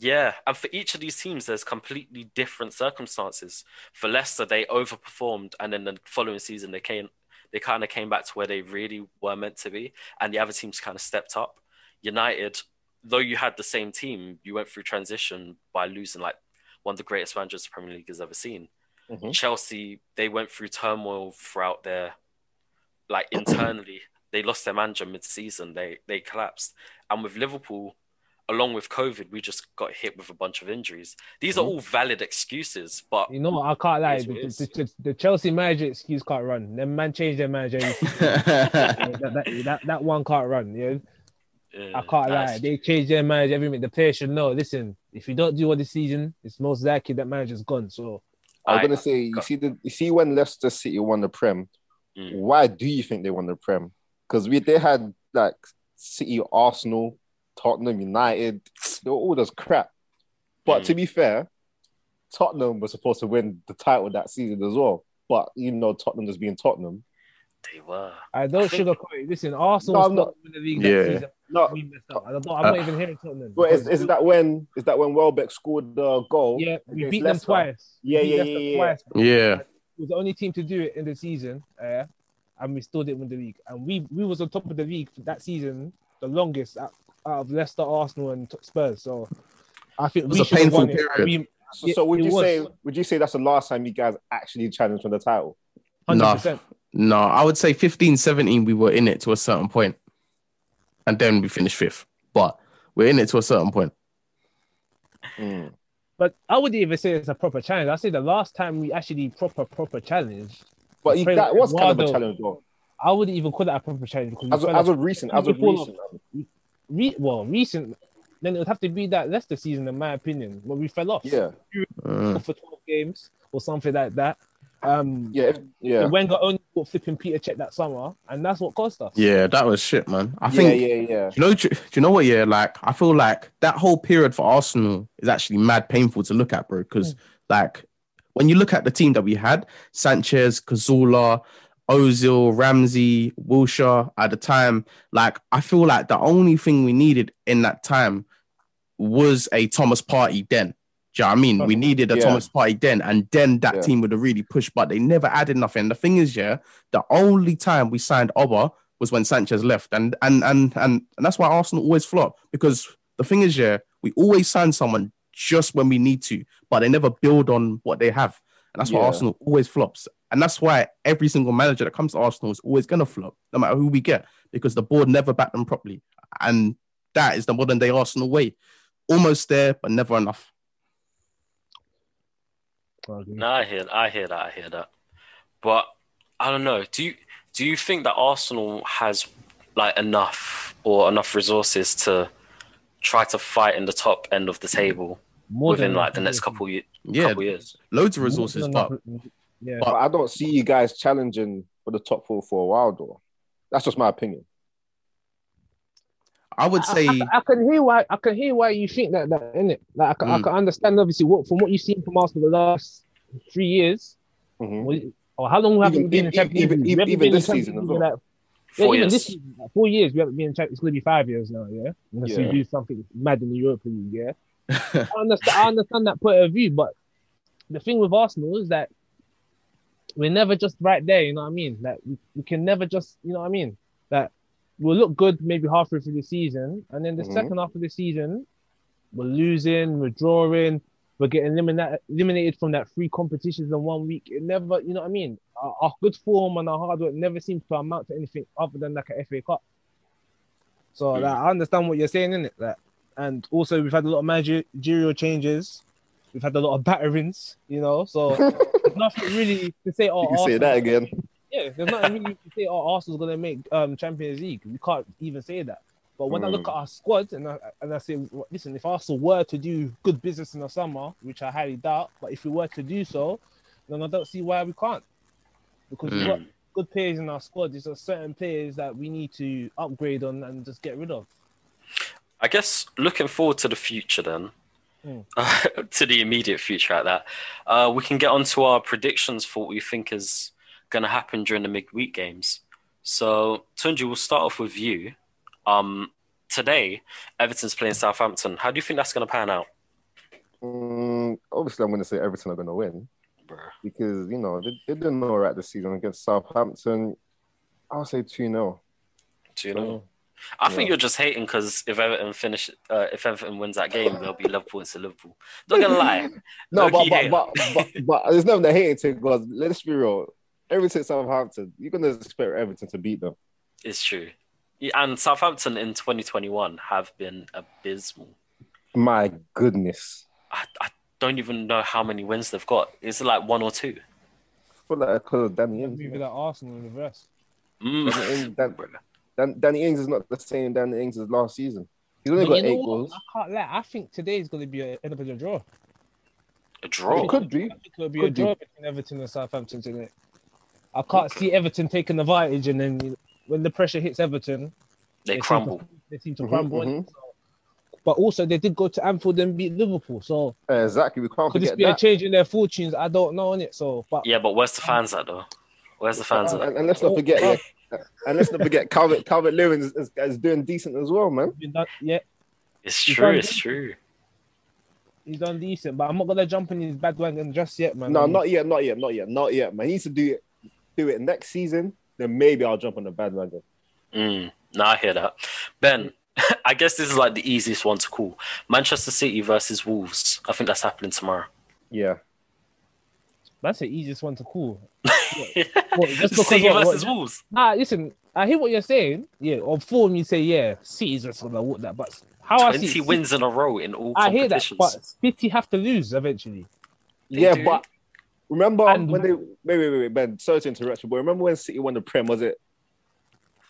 Speaker 2: Yeah, and for each of these teams, there's completely different circumstances. For Leicester, they overperformed, and then the following season, they came, they kind of came back to where they really were meant to be, and the other teams kind of stepped up. United, though you had the same team, you went through transition by losing like one of the greatest managers the Premier League has ever seen.
Speaker 3: Mm-hmm.
Speaker 4: Mhm.
Speaker 2: Chelsea, they went through turmoil throughout their, like internally, they lost their manager mid-season. They they collapsed, and with Liverpool, along with COVID, we just got hit with a bunch of injuries. These are all valid excuses, but
Speaker 3: Mm-hmm. You know what? I can't lie.
Speaker 2: Yes,
Speaker 3: The,
Speaker 2: it is.
Speaker 3: the, the, the Chelsea manager excuse can't run. The man changed their manager. every season.
Speaker 1: yeah,
Speaker 3: that, that, that, that one can't run. You know?
Speaker 2: uh,
Speaker 3: I can't lie.
Speaker 2: that's-
Speaker 3: They changed their manager every minute. The players should know. Listen, if you don't do what this season, it's most likely that manager's gone. So
Speaker 4: I was
Speaker 2: I-
Speaker 4: gonna say, you
Speaker 2: got-
Speaker 4: see the you see when Leicester City won the Prem,
Speaker 2: Mm.
Speaker 4: why do you think they won the Prem? Because we they had like City, Arsenal, Tottenham, United, they were all just crap. But
Speaker 2: Mm.
Speaker 4: to be fair, Tottenham was supposed to win the title that season as well. But even though Tottenham just being Tottenham,
Speaker 2: they were.
Speaker 3: I don't
Speaker 2: I think-
Speaker 3: sugarcoat it. Listen, Arsenal
Speaker 4: No,
Speaker 3: was
Speaker 4: I'm
Speaker 3: not winning the league that
Speaker 1: Yeah. Uh,
Speaker 3: season.
Speaker 4: no,
Speaker 3: We messed up. I don't, I'm not even hearing Tottenham.
Speaker 4: But is, is that when is that when Welbeck scored the goal?
Speaker 3: yeah, we
Speaker 4: against
Speaker 3: beat them
Speaker 4: Leicester?
Speaker 3: twice. We
Speaker 4: Yeah,
Speaker 3: beat
Speaker 4: yeah,
Speaker 3: Leicester
Speaker 4: yeah, yeah.
Speaker 3: Twice. It was the only team to do it in the season, uh, and we still didn't win the league. And we we was on top of the league for that season, the longest out, out of Leicester, Arsenal, and t- Spurs. So I think
Speaker 1: It was
Speaker 3: we
Speaker 1: a
Speaker 3: should have
Speaker 1: painful
Speaker 3: won it.
Speaker 1: period.
Speaker 3: We,
Speaker 4: So,
Speaker 3: Yeah,
Speaker 4: so would
Speaker 3: it
Speaker 4: you
Speaker 3: was.
Speaker 4: say would you say that's the last time you guys actually challenged for the title?
Speaker 3: 100%.
Speaker 1: no, I would say 15, 17, we were in it to a certain point, and then we finished fifth. But we're in it to a certain point.
Speaker 4: Hmm.
Speaker 3: But I wouldn't even say it's a proper challenge. I say the last time we actually proper proper challenge,
Speaker 4: But you,
Speaker 3: Friend,
Speaker 4: that was kind of a
Speaker 3: Eduardo.
Speaker 4: challenge, though.
Speaker 3: I wouldn't even call that a proper challenge because we
Speaker 4: As,
Speaker 3: fell
Speaker 4: as
Speaker 3: off
Speaker 4: of recent, as of
Speaker 3: Before-
Speaker 4: recent,
Speaker 3: re- well recent. Then it would have to be that Leicester season, in my opinion, when we fell off.
Speaker 4: yeah,
Speaker 1: Mm.
Speaker 3: for twelve games or something like that. Um,
Speaker 4: yeah, if- yeah,
Speaker 3: The Wenger only bought flipping Peter check that summer, and that's what cost us.
Speaker 1: Yeah, that was shit, man. I
Speaker 4: yeah,
Speaker 1: think
Speaker 4: yeah, yeah.
Speaker 1: Do you know? Do you know what? Yeah, like I feel like that whole period for Arsenal is actually mad painful to look at, bro. Because like when you look at the team that we had, Sanchez, Cazula, Ozil, Ramsey, Wilshire at the time, like I feel like the only thing we needed in that time was a Thomas Party. Then, do you know what I mean? We needed a
Speaker 4: Yeah.
Speaker 1: Thomas Party then, and then that
Speaker 4: Yeah.
Speaker 1: team would have really pushed. But they never added nothing. The thing is, yeah, the only time we signed Oba was when Sanchez left, and and and and, and that's why Arsenal always flop because the thing is, yeah, we always sign someone just when we need to, but they never build on what they have, and that's why
Speaker 4: Yeah.
Speaker 1: Arsenal always flops, and that's why every single manager that comes to Arsenal is always gonna flop, no matter who we get, because the board never back them properly, and that is the modern day Arsenal way, almost there but never enough.
Speaker 2: No, I hear, I hear that, I hear that. But I don't know. Do you do you think that Arsenal has like enough or enough resources to try to fight in the top end of the table
Speaker 3: More
Speaker 2: within
Speaker 3: than
Speaker 2: like the next couple years?
Speaker 1: Yeah,
Speaker 2: couple years.
Speaker 1: loads of
Speaker 3: more
Speaker 1: resources,
Speaker 3: than
Speaker 1: but
Speaker 3: enough- yeah,
Speaker 1: but-
Speaker 4: But I don't see you guys challenging for the top four for a while, though. That's just my opinion.
Speaker 1: I would say.
Speaker 3: I, I can hear why I can hear why you think that that in it. Like I can, I
Speaker 1: Mm.
Speaker 3: can understand obviously what from what you've seen from Arsenal the last three years.
Speaker 4: Mhm.
Speaker 3: Well, Or how long haven't we
Speaker 4: Even-
Speaker 3: been in
Speaker 4: even-
Speaker 3: Champions
Speaker 4: even-
Speaker 3: League? We
Speaker 4: even-
Speaker 3: haven't
Speaker 4: even
Speaker 3: been in
Speaker 4: this
Speaker 3: Champions
Speaker 4: season as
Speaker 3: League
Speaker 4: well.
Speaker 3: in, like, Yeah,
Speaker 2: Four
Speaker 3: even
Speaker 2: years.
Speaker 3: this season, like, four years we haven't been in Champions. It's gonna be five years now, yeah. Unless
Speaker 4: Yeah.
Speaker 3: we do something mad in the European League, yeah. I understand. I understand that point of view, but the thing with Arsenal is that we're never just right there. You know what I mean? Like we, we can never just, you know what I mean? That we'll look good maybe halfway through the season, and then the
Speaker 4: Mhm.
Speaker 3: second half of the season, we're losing, we're drawing, we're getting eliminated eliminated from that three competitions in one week. It never, you know what I mean? Our, our good form and our hard work never seems to amount to anything other than like an FA Cup. So
Speaker 4: Mm-hmm.
Speaker 3: like, I understand what you're saying, innit? Like, and also we've had a lot of managerial changes. We've had a lot of batterings, you know. So there's nothing really to say. Oh,
Speaker 4: You can say
Speaker 3: Arsenal-
Speaker 4: that again.
Speaker 3: yeah, there's nothing really to say. Oh, Arsenal's gonna make um, Champions League. We can't even say that. But when I look
Speaker 4: Hmm.
Speaker 3: at our squad and I, and I say, w- listen, if Arsenal were to do good business in the summer, which I highly doubt, but if we were to do so, then I don't see why we can't. Because we've
Speaker 2: Mm.
Speaker 3: got good players in our squad. There's just certain players that we need to upgrade on and just get rid of.
Speaker 2: I guess looking forward to the future then,
Speaker 3: Mm.
Speaker 2: to the immediate future at that, uh, we can get on to our predictions for what we think is going to happen during the midweek games. So, Tunji, we'll start off with you. Um, today, Everton's playing Southampton. How do you think that's going to pan out?
Speaker 4: Mm, obviously, I'm going to say Everton are going to win.
Speaker 2: Bro.
Speaker 4: because you know they, they didn't know right this season against Southampton. I'll say 2 0.
Speaker 2: Do you know? I think
Speaker 4: Oh, Yeah.
Speaker 2: you're just hating because if Everton finish, uh, if Everton wins that game, there'll be Liverpool to Liverpool. Not gonna lie,
Speaker 4: No, but
Speaker 2: Low-key
Speaker 4: but,
Speaker 2: hater.
Speaker 4: but but but there's nothing to hate it because let's be real. Everton Southampton, you're gonna expect Everton to beat them.
Speaker 2: it's true. Yeah, And Southampton in 2021 have been abysmal.
Speaker 4: My goodness.
Speaker 2: I, I don't even know how many wins they've got. It's like one or two.
Speaker 4: I feel like I could have Danny Ings.
Speaker 3: Maybe that Arsenal in reverse.
Speaker 2: Mm.
Speaker 4: Danny Ings, Dan, Dan, Danny Ings is not the same Danny Ings as last season. He's only
Speaker 3: But
Speaker 4: got
Speaker 3: you know
Speaker 4: eight
Speaker 3: what?
Speaker 4: goals.
Speaker 3: I can't lie. I think today is going to be a, end up as a draw.
Speaker 2: A draw.
Speaker 4: It could be.
Speaker 3: I think it'll be a
Speaker 4: Could be.
Speaker 3: draw between Everton and Southampton today. I can't see Everton taking advantage, and then you know, when the pressure hits Everton,
Speaker 2: They
Speaker 3: seem to-
Speaker 2: crumble.
Speaker 3: they seem to
Speaker 4: Mhm,
Speaker 3: crumble.
Speaker 4: mhm.
Speaker 3: So- But also, they did go to Anfield and beat Liverpool. So
Speaker 4: Exactly. We can't
Speaker 3: could this
Speaker 4: forget
Speaker 3: be a
Speaker 4: that.
Speaker 3: change in their fortunes? I don't know on it. So, but
Speaker 2: Yeah, but where's the fans at though? Where's the fans
Speaker 4: And,
Speaker 2: at?
Speaker 4: and- and let's
Speaker 3: Oh.
Speaker 4: not forget. yeah, and let's not forget Calvert Calvert Lewin is, is, is doing decent as well, man.
Speaker 3: he's done, yeah,
Speaker 2: It's true. It's true.
Speaker 3: he's done decent. But I'm not gonna jump in his bandwagon just yet, man.
Speaker 4: No,
Speaker 3: I'm-
Speaker 4: not yet, not yet, not yet, not yet, man. He needs to do it, do it next season. Then maybe I'll jump on the bandwagon.
Speaker 2: Mm. Now I hear that. Ben, I guess this is like the easiest one to call. Manchester City versus Wolves. I think that's happening tomorrow.
Speaker 4: Yeah,
Speaker 3: That's the easiest one to call.
Speaker 2: City
Speaker 3: What, just because
Speaker 2: versus
Speaker 3: what- what-
Speaker 2: Wolves.
Speaker 3: Ah, listen, I hear what you're saying. Yeah, on form you say yeah, City's just gonna walk that. But how Oh, I see,
Speaker 2: Twenty wins in a row in all
Speaker 3: I hear that,
Speaker 2: competitions.
Speaker 3: but City have to lose eventually.
Speaker 2: They
Speaker 4: yeah,
Speaker 2: do.
Speaker 4: but remember
Speaker 3: And-
Speaker 4: when they wait, wait, wait, wait, Ben. Sorry to interrupt you, but remember when City won the Prem? Was it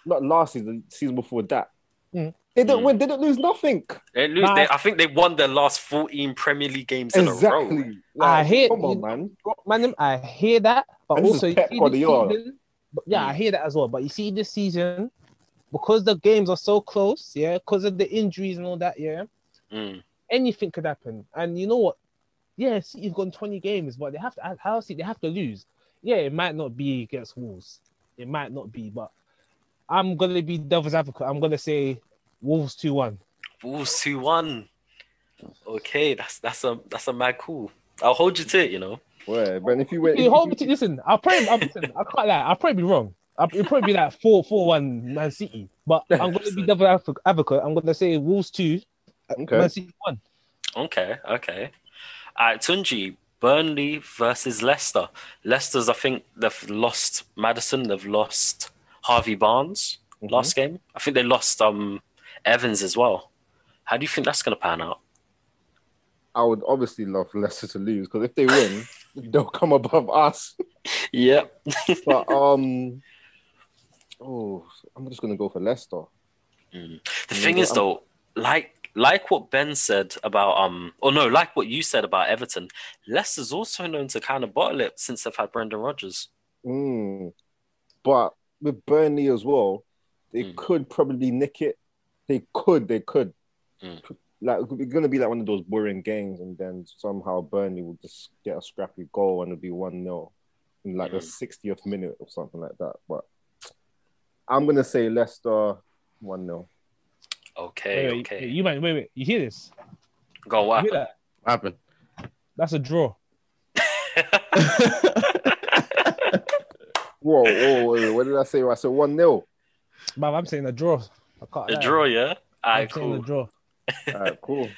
Speaker 4: not last season? the Season before that,
Speaker 3: Mm.
Speaker 4: they didn't
Speaker 2: Mm.
Speaker 4: win. They didn't lose nothing.
Speaker 2: They lose.
Speaker 3: Nah.
Speaker 2: They, I think they won their last fourteen Premier League games in a row.
Speaker 4: Exactly.
Speaker 3: I hear-
Speaker 4: Come on, man.
Speaker 3: Man, I hear that, but
Speaker 4: And this
Speaker 3: also
Speaker 4: is
Speaker 3: you
Speaker 4: Pep
Speaker 3: see this
Speaker 4: Guardiola.
Speaker 3: season- but yeah,
Speaker 2: Mm.
Speaker 3: I hear that as well. But you see this season, because the games are so close, yeah, because of the injuries and all that, yeah,
Speaker 2: Mm.
Speaker 3: anything could happen. And you know what? Yeah, City've gone 20 games, but they have to how City they have to lose. Yeah, it might not be against Wolves. It might not be, but I'm gonna be devil's advocate. I'm gonna say Wolves 2 1.
Speaker 2: Wolves two one. Okay, that's that's a that's a mad cool. I'll hold you to it. You know.
Speaker 4: Well, Ben, if you win,
Speaker 3: You hold me to listen. I'll probably I'm, listen, I can't lie, I'll probably be wrong. I'll, it'll probably be like 4 4 1 Man City. But I'm gonna be devil's advo- advocate. I'm gonna say Wolves 2, Man
Speaker 4: okay.
Speaker 3: City 1.
Speaker 2: Okay. Okay. All right, Tunji. Burnley versus Leicester. Leicester's, I think, they've lost Madison. They've lost Harvey Barnes last game. I think they lost um Evans as well. How do you think that's going to pan out?
Speaker 4: I would obviously love Leicester to lose because if they win, they'll come above us.
Speaker 2: Yep.
Speaker 4: But um, oh, I'm just gonna go for Leicester.
Speaker 2: The
Speaker 4: Mm,
Speaker 2: thing is,
Speaker 4: I'm-
Speaker 2: though, like like what Ben said about um, or no, like what you said about Everton, Leicester's also known to kind of bottle it since they've had Brendan Rodgers.
Speaker 4: Mm. But with Burnley as well, they
Speaker 2: Mm.
Speaker 4: could probably nick it. They could, they could.
Speaker 2: Mm.
Speaker 4: Like it's gonna be like one of those boring games, and then somehow Burnley will just get a scrappy goal and it'll be one 0 in like the
Speaker 2: Mm.
Speaker 4: 60th minute or something like that. But I'm gonna say Leicester one 0
Speaker 2: Okay,
Speaker 3: wait,
Speaker 2: okay,
Speaker 3: wait, you might wait, wait, you hear this?
Speaker 2: go on,
Speaker 3: You
Speaker 2: what
Speaker 3: hear
Speaker 2: happened?
Speaker 1: What
Speaker 3: that?
Speaker 1: happened?
Speaker 3: That's a draw.
Speaker 4: Whoa, whoa, whoa, what did I say? I said one 0
Speaker 3: Man, I'm saying a draw. I can't
Speaker 2: A
Speaker 3: lie.
Speaker 2: draw, yeah.
Speaker 3: I'm
Speaker 2: Alright,
Speaker 3: saying a
Speaker 2: cool.
Speaker 3: draw.
Speaker 4: All right, cool.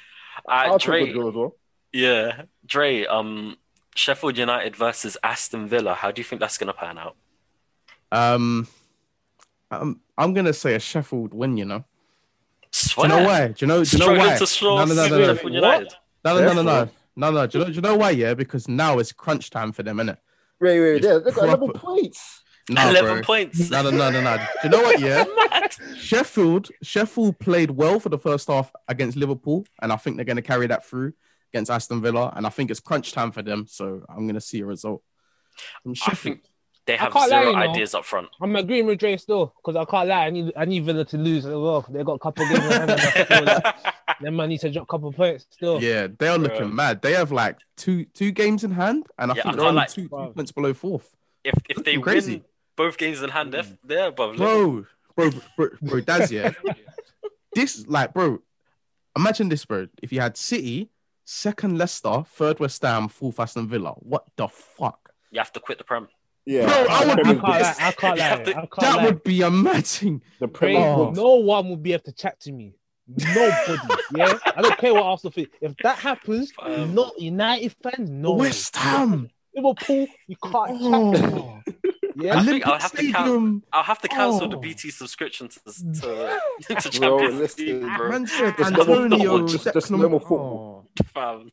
Speaker 4: I'll
Speaker 2: Alright,
Speaker 4: take
Speaker 2: Dre,
Speaker 4: the draw as well.
Speaker 2: yeah, Dre. Um, Sheffield United versus Aston Villa. How do you think that's gonna pan out?
Speaker 1: Um, I'm, I'm gonna say a Sheffield win. You know. Do
Speaker 2: Swear.
Speaker 1: you know why? Do you know? Do you know
Speaker 2: Struggling
Speaker 1: why?
Speaker 2: to
Speaker 1: No,
Speaker 2: score
Speaker 1: no, no, no, no,
Speaker 2: Sheffield
Speaker 3: What?
Speaker 2: United.
Speaker 1: no, no, no, no, no,
Speaker 4: Sheffield?
Speaker 1: no, no. Do you know? Do you know why? Yeah, because now it's crunch time for them, innit?
Speaker 4: Wait, wait, wait.
Speaker 1: It's
Speaker 4: They've got 11
Speaker 1: proper.
Speaker 4: points.
Speaker 1: No,
Speaker 2: Eleven
Speaker 1: bro.
Speaker 2: points.
Speaker 1: No, no, no, no, no. Do you know what? Yeah, Sheffield. Sheffield played well for the first half against Liverpool, and I think they're going to carry that through against Aston Villa. And I think it's crunch time for them, so I'm going to see a result. from
Speaker 2: I
Speaker 1: Sheffield.
Speaker 2: think They
Speaker 3: I
Speaker 2: have
Speaker 3: can't lie,
Speaker 2: zero
Speaker 3: you know.
Speaker 2: ideas up front.
Speaker 3: I'm agreeing with Dre still because I can't lie. I need I need Villa to lose as well. They got a couple games. in hand and I feel like them man need to drop a couple points still.
Speaker 1: Yeah, they are looking
Speaker 2: Bruh.
Speaker 1: mad. They have like two two games in hand, and I
Speaker 2: Yeah,
Speaker 1: think
Speaker 2: I can't
Speaker 1: they're only
Speaker 2: like-
Speaker 1: two, two
Speaker 3: Bruh.
Speaker 1: points below fourth.
Speaker 2: if if they
Speaker 1: Looking crazy.
Speaker 2: win both games in hand,
Speaker 3: Mm.
Speaker 2: if they're above. Liverpool.
Speaker 1: Bro, bro, bro, bro, Daz, yeah. this like, bro, imagine this, bro. If you had City, second Leicester, third West Ham, fourth Aston Villa, what the fuck?
Speaker 2: You have to quit the prem.
Speaker 4: Yeah,
Speaker 1: Bro, I would
Speaker 3: I
Speaker 1: be
Speaker 4: Premier
Speaker 3: can't
Speaker 4: League-
Speaker 3: lie. I can't
Speaker 2: Yeah,
Speaker 3: lie.
Speaker 2: the-
Speaker 3: I can't
Speaker 1: that
Speaker 3: lie.
Speaker 1: would be amazing.
Speaker 4: the
Speaker 3: Crazy.
Speaker 4: Premier
Speaker 1: Oh.
Speaker 4: League-
Speaker 3: No one will be able to chat to me. Nobody. yeah, I don't care what Arsenal think. If that happens,
Speaker 2: Um,
Speaker 3: not United fans. No.
Speaker 1: West Ham,
Speaker 3: Liverpool. You can't chat to me.
Speaker 1: oh,
Speaker 3: Yeah.
Speaker 2: think
Speaker 1: Olympic
Speaker 2: I'll have to count-
Speaker 1: Stadium,
Speaker 2: I'll have to cancel the
Speaker 1: Oh.
Speaker 2: BT subscription to to, to Champions
Speaker 4: Bro,
Speaker 2: League,
Speaker 4: listen.
Speaker 2: bro.
Speaker 1: Man said
Speaker 2: It's not
Speaker 1: Antonio,
Speaker 2: football, just-
Speaker 1: Declan-
Speaker 4: just normal football.
Speaker 1: Oh.
Speaker 2: Fam.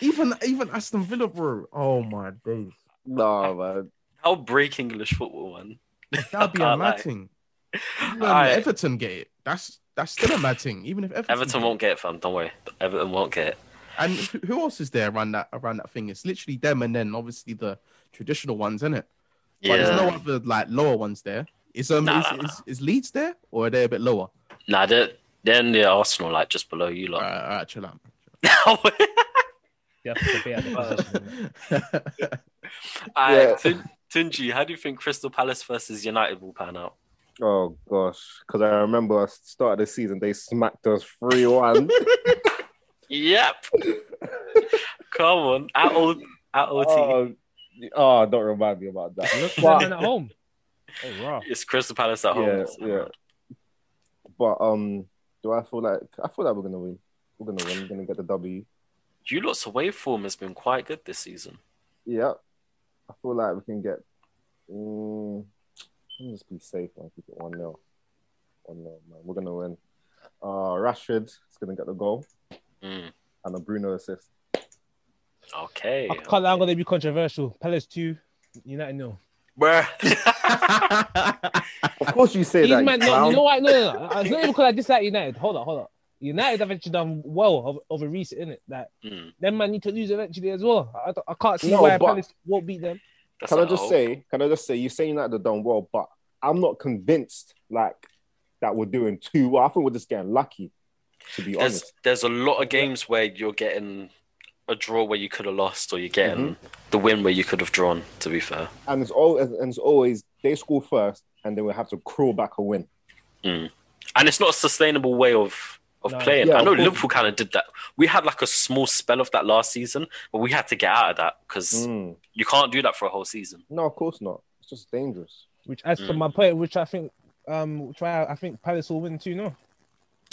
Speaker 1: Even even Aston Villa, bro. Oh my days.
Speaker 4: Nah, man.
Speaker 2: I'll break English football, man.
Speaker 1: That'd be a mad
Speaker 2: can't lie.
Speaker 1: thing. Even
Speaker 2: Aye.
Speaker 1: Everton get it. That's that's still a mad thing. Even if Everton,
Speaker 2: Everton won't get it, fam. Don't worry. Everton won't get it.
Speaker 1: And who who else is there around that around that thing? It's literally them, and then obviously the traditional ones, isn't it? But
Speaker 2: Yeah.
Speaker 1: there's no other like lower ones there. Is um
Speaker 2: Nah,
Speaker 1: is,
Speaker 2: nah, nah.
Speaker 1: is, is Leeds there or are they a bit lower?
Speaker 2: Nah, they're, they're in the Arsenal, like just below you
Speaker 1: All
Speaker 2: lot.
Speaker 1: right, all right, chill out.
Speaker 3: You have to debate at the position, man.
Speaker 2: Alright, Tun- Tunji, how do you think Crystal Palace versus United will pan out?
Speaker 4: Oh gosh, because I remember I started the season, they smacked us three one.
Speaker 2: Yep. Come on, at old, at OT.
Speaker 4: oh, oh, don't remind me about that.
Speaker 3: Them man
Speaker 4: but,
Speaker 3: at home. Oh, wow.
Speaker 2: It's Crystal Palace at home.
Speaker 4: Yeah,
Speaker 2: so-
Speaker 4: yeah. but um, do I feel like I feel like we're gonna win? We're gonna win. We're gonna get the W.
Speaker 2: You lot's away form has been quite good this season.
Speaker 4: Yeah, I feel like we can get. Mm, let me just be safe and keep it one 0 One 0 man. We're gonna win. Uh, Rashford is gonna get the goal
Speaker 2: Mm,
Speaker 4: and a Bruno assist.
Speaker 2: Okay.
Speaker 3: I can't lie, I'm gonna be controversial. Palace two, United no.
Speaker 2: Bruh.
Speaker 4: Of course, you say
Speaker 3: These
Speaker 4: that.
Speaker 3: man,
Speaker 4: you
Speaker 3: no,
Speaker 4: clown.
Speaker 3: you know what? No, no, no. It's not even because I dislike United. Hold on, hold on. United have actually done well over, over recent, innit? Like
Speaker 2: Mm,
Speaker 3: them man need to lose eventually as well. I, don't- I can't see
Speaker 4: No,
Speaker 3: why
Speaker 4: but-
Speaker 3: Palace won't beat them.
Speaker 2: that's
Speaker 4: Can I
Speaker 2: at
Speaker 4: just
Speaker 2: home.
Speaker 4: say? Can I just say? You're saying that they're done well, but I'm not convinced. Like that we're doing too well. I think we're just getting lucky. To be
Speaker 2: there's
Speaker 4: honest,
Speaker 2: there's a lot of games where you're getting a draw where you could have lost, or you're getting
Speaker 4: Mm-hmm.
Speaker 2: the win where you could have drawn. To be fair,
Speaker 4: and it's all and it's always they score first, and then we have to crawl back a win.
Speaker 2: and it's not a sustainable way of of
Speaker 3: No.
Speaker 2: playing.
Speaker 4: Yeah,
Speaker 2: I know
Speaker 4: of course.
Speaker 2: Liverpool kind of did that. We had like a small spell of that last season, but we had to get out of that because
Speaker 4: Mm.
Speaker 2: you can't do that for a whole season.
Speaker 4: No, of course not. It's just dangerous.
Speaker 3: Which adds to
Speaker 2: Mm.
Speaker 3: my point, which I think um which I, I think Palace will win two no.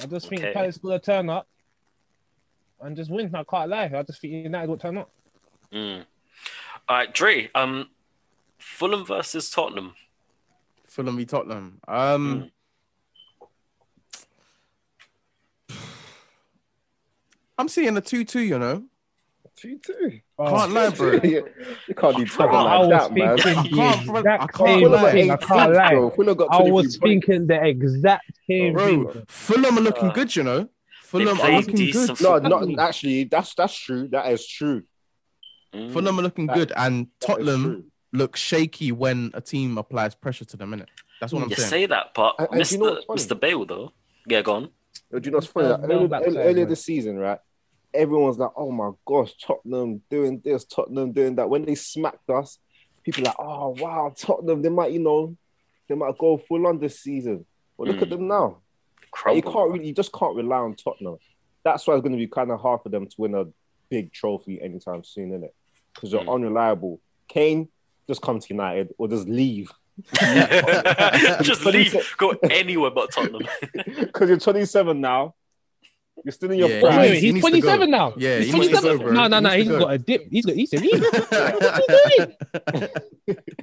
Speaker 3: I just think
Speaker 2: Okay.
Speaker 3: Palace will turn up and just win. I can't lie. I just think United will turn up.
Speaker 2: Mm. All right, Dre. Um, Fulham versus Tottenham.
Speaker 1: Fulham v Tottenham.
Speaker 2: Hmm.
Speaker 1: Um, I'm seeing a two-two. You know,
Speaker 4: Two two.
Speaker 3: Oh,
Speaker 1: can't lie, bro.
Speaker 4: you can't be talking
Speaker 2: I
Speaker 4: like that, man.
Speaker 1: I can't-
Speaker 3: the exact
Speaker 1: I can't
Speaker 3: same
Speaker 1: lie.
Speaker 3: thing. I can't lie.
Speaker 4: Fulham got
Speaker 3: I
Speaker 4: 23
Speaker 3: was
Speaker 4: points.
Speaker 3: thinking the exact same thing.
Speaker 1: bro. Fulham are looking
Speaker 2: Uh,
Speaker 1: good. You know,
Speaker 2: They
Speaker 1: Fulham are
Speaker 2: played
Speaker 1: looking good.
Speaker 2: decent
Speaker 4: No,
Speaker 2: football.
Speaker 4: not actually. That's that's true. That is true.
Speaker 2: Mm.
Speaker 1: Fulham are looking
Speaker 4: That-
Speaker 1: good, and
Speaker 4: That is
Speaker 1: Tottenham
Speaker 4: true.
Speaker 1: look shaky when a team applies pressure to them. Innit? That's what I'm
Speaker 2: You
Speaker 1: saying.
Speaker 2: say that, but
Speaker 4: And- and do
Speaker 2: Mr.
Speaker 4: you know what's funny?
Speaker 2: Mr. Bale though. Yeah, go on.
Speaker 4: Yo, do you know what's funny?
Speaker 3: Yeah,
Speaker 4: Like,
Speaker 3: no
Speaker 4: earlier,
Speaker 3: backside,
Speaker 4: earlier
Speaker 3: man.
Speaker 4: this season, right? Everyone's like, "Oh my gosh, Tottenham doing this, Tottenham doing that." When they smacked us, people like, "Oh wow, Tottenham, they might, you know, they might go full on this season." But look at
Speaker 2: Mm.
Speaker 4: them now. Like, you
Speaker 2: Crumble.
Speaker 4: can't really, you just can't rely on Tottenham. That's why it's going to be kind of hard for them to win a big trophy anytime soon, isn't it? Because they're
Speaker 2: Mm.
Speaker 4: unreliable. Kane, just come to United or just leave.
Speaker 2: just
Speaker 4: But he
Speaker 2: leave. Go anywhere but Tottenham.
Speaker 4: Because you're 27 now. You're still in your
Speaker 1: Yeah,
Speaker 3: Wait,
Speaker 4: prime.
Speaker 3: wait,
Speaker 1: needs- he
Speaker 3: he's
Speaker 1: needs to
Speaker 3: twenty seven now.
Speaker 1: Yeah,
Speaker 3: he's
Speaker 1: he needs
Speaker 3: twenty
Speaker 1: to go,
Speaker 3: seven.
Speaker 1: bro. He
Speaker 3: No, no, no.
Speaker 1: needs
Speaker 3: He's
Speaker 1: to go.
Speaker 3: got a dip. He's got. He's a leave.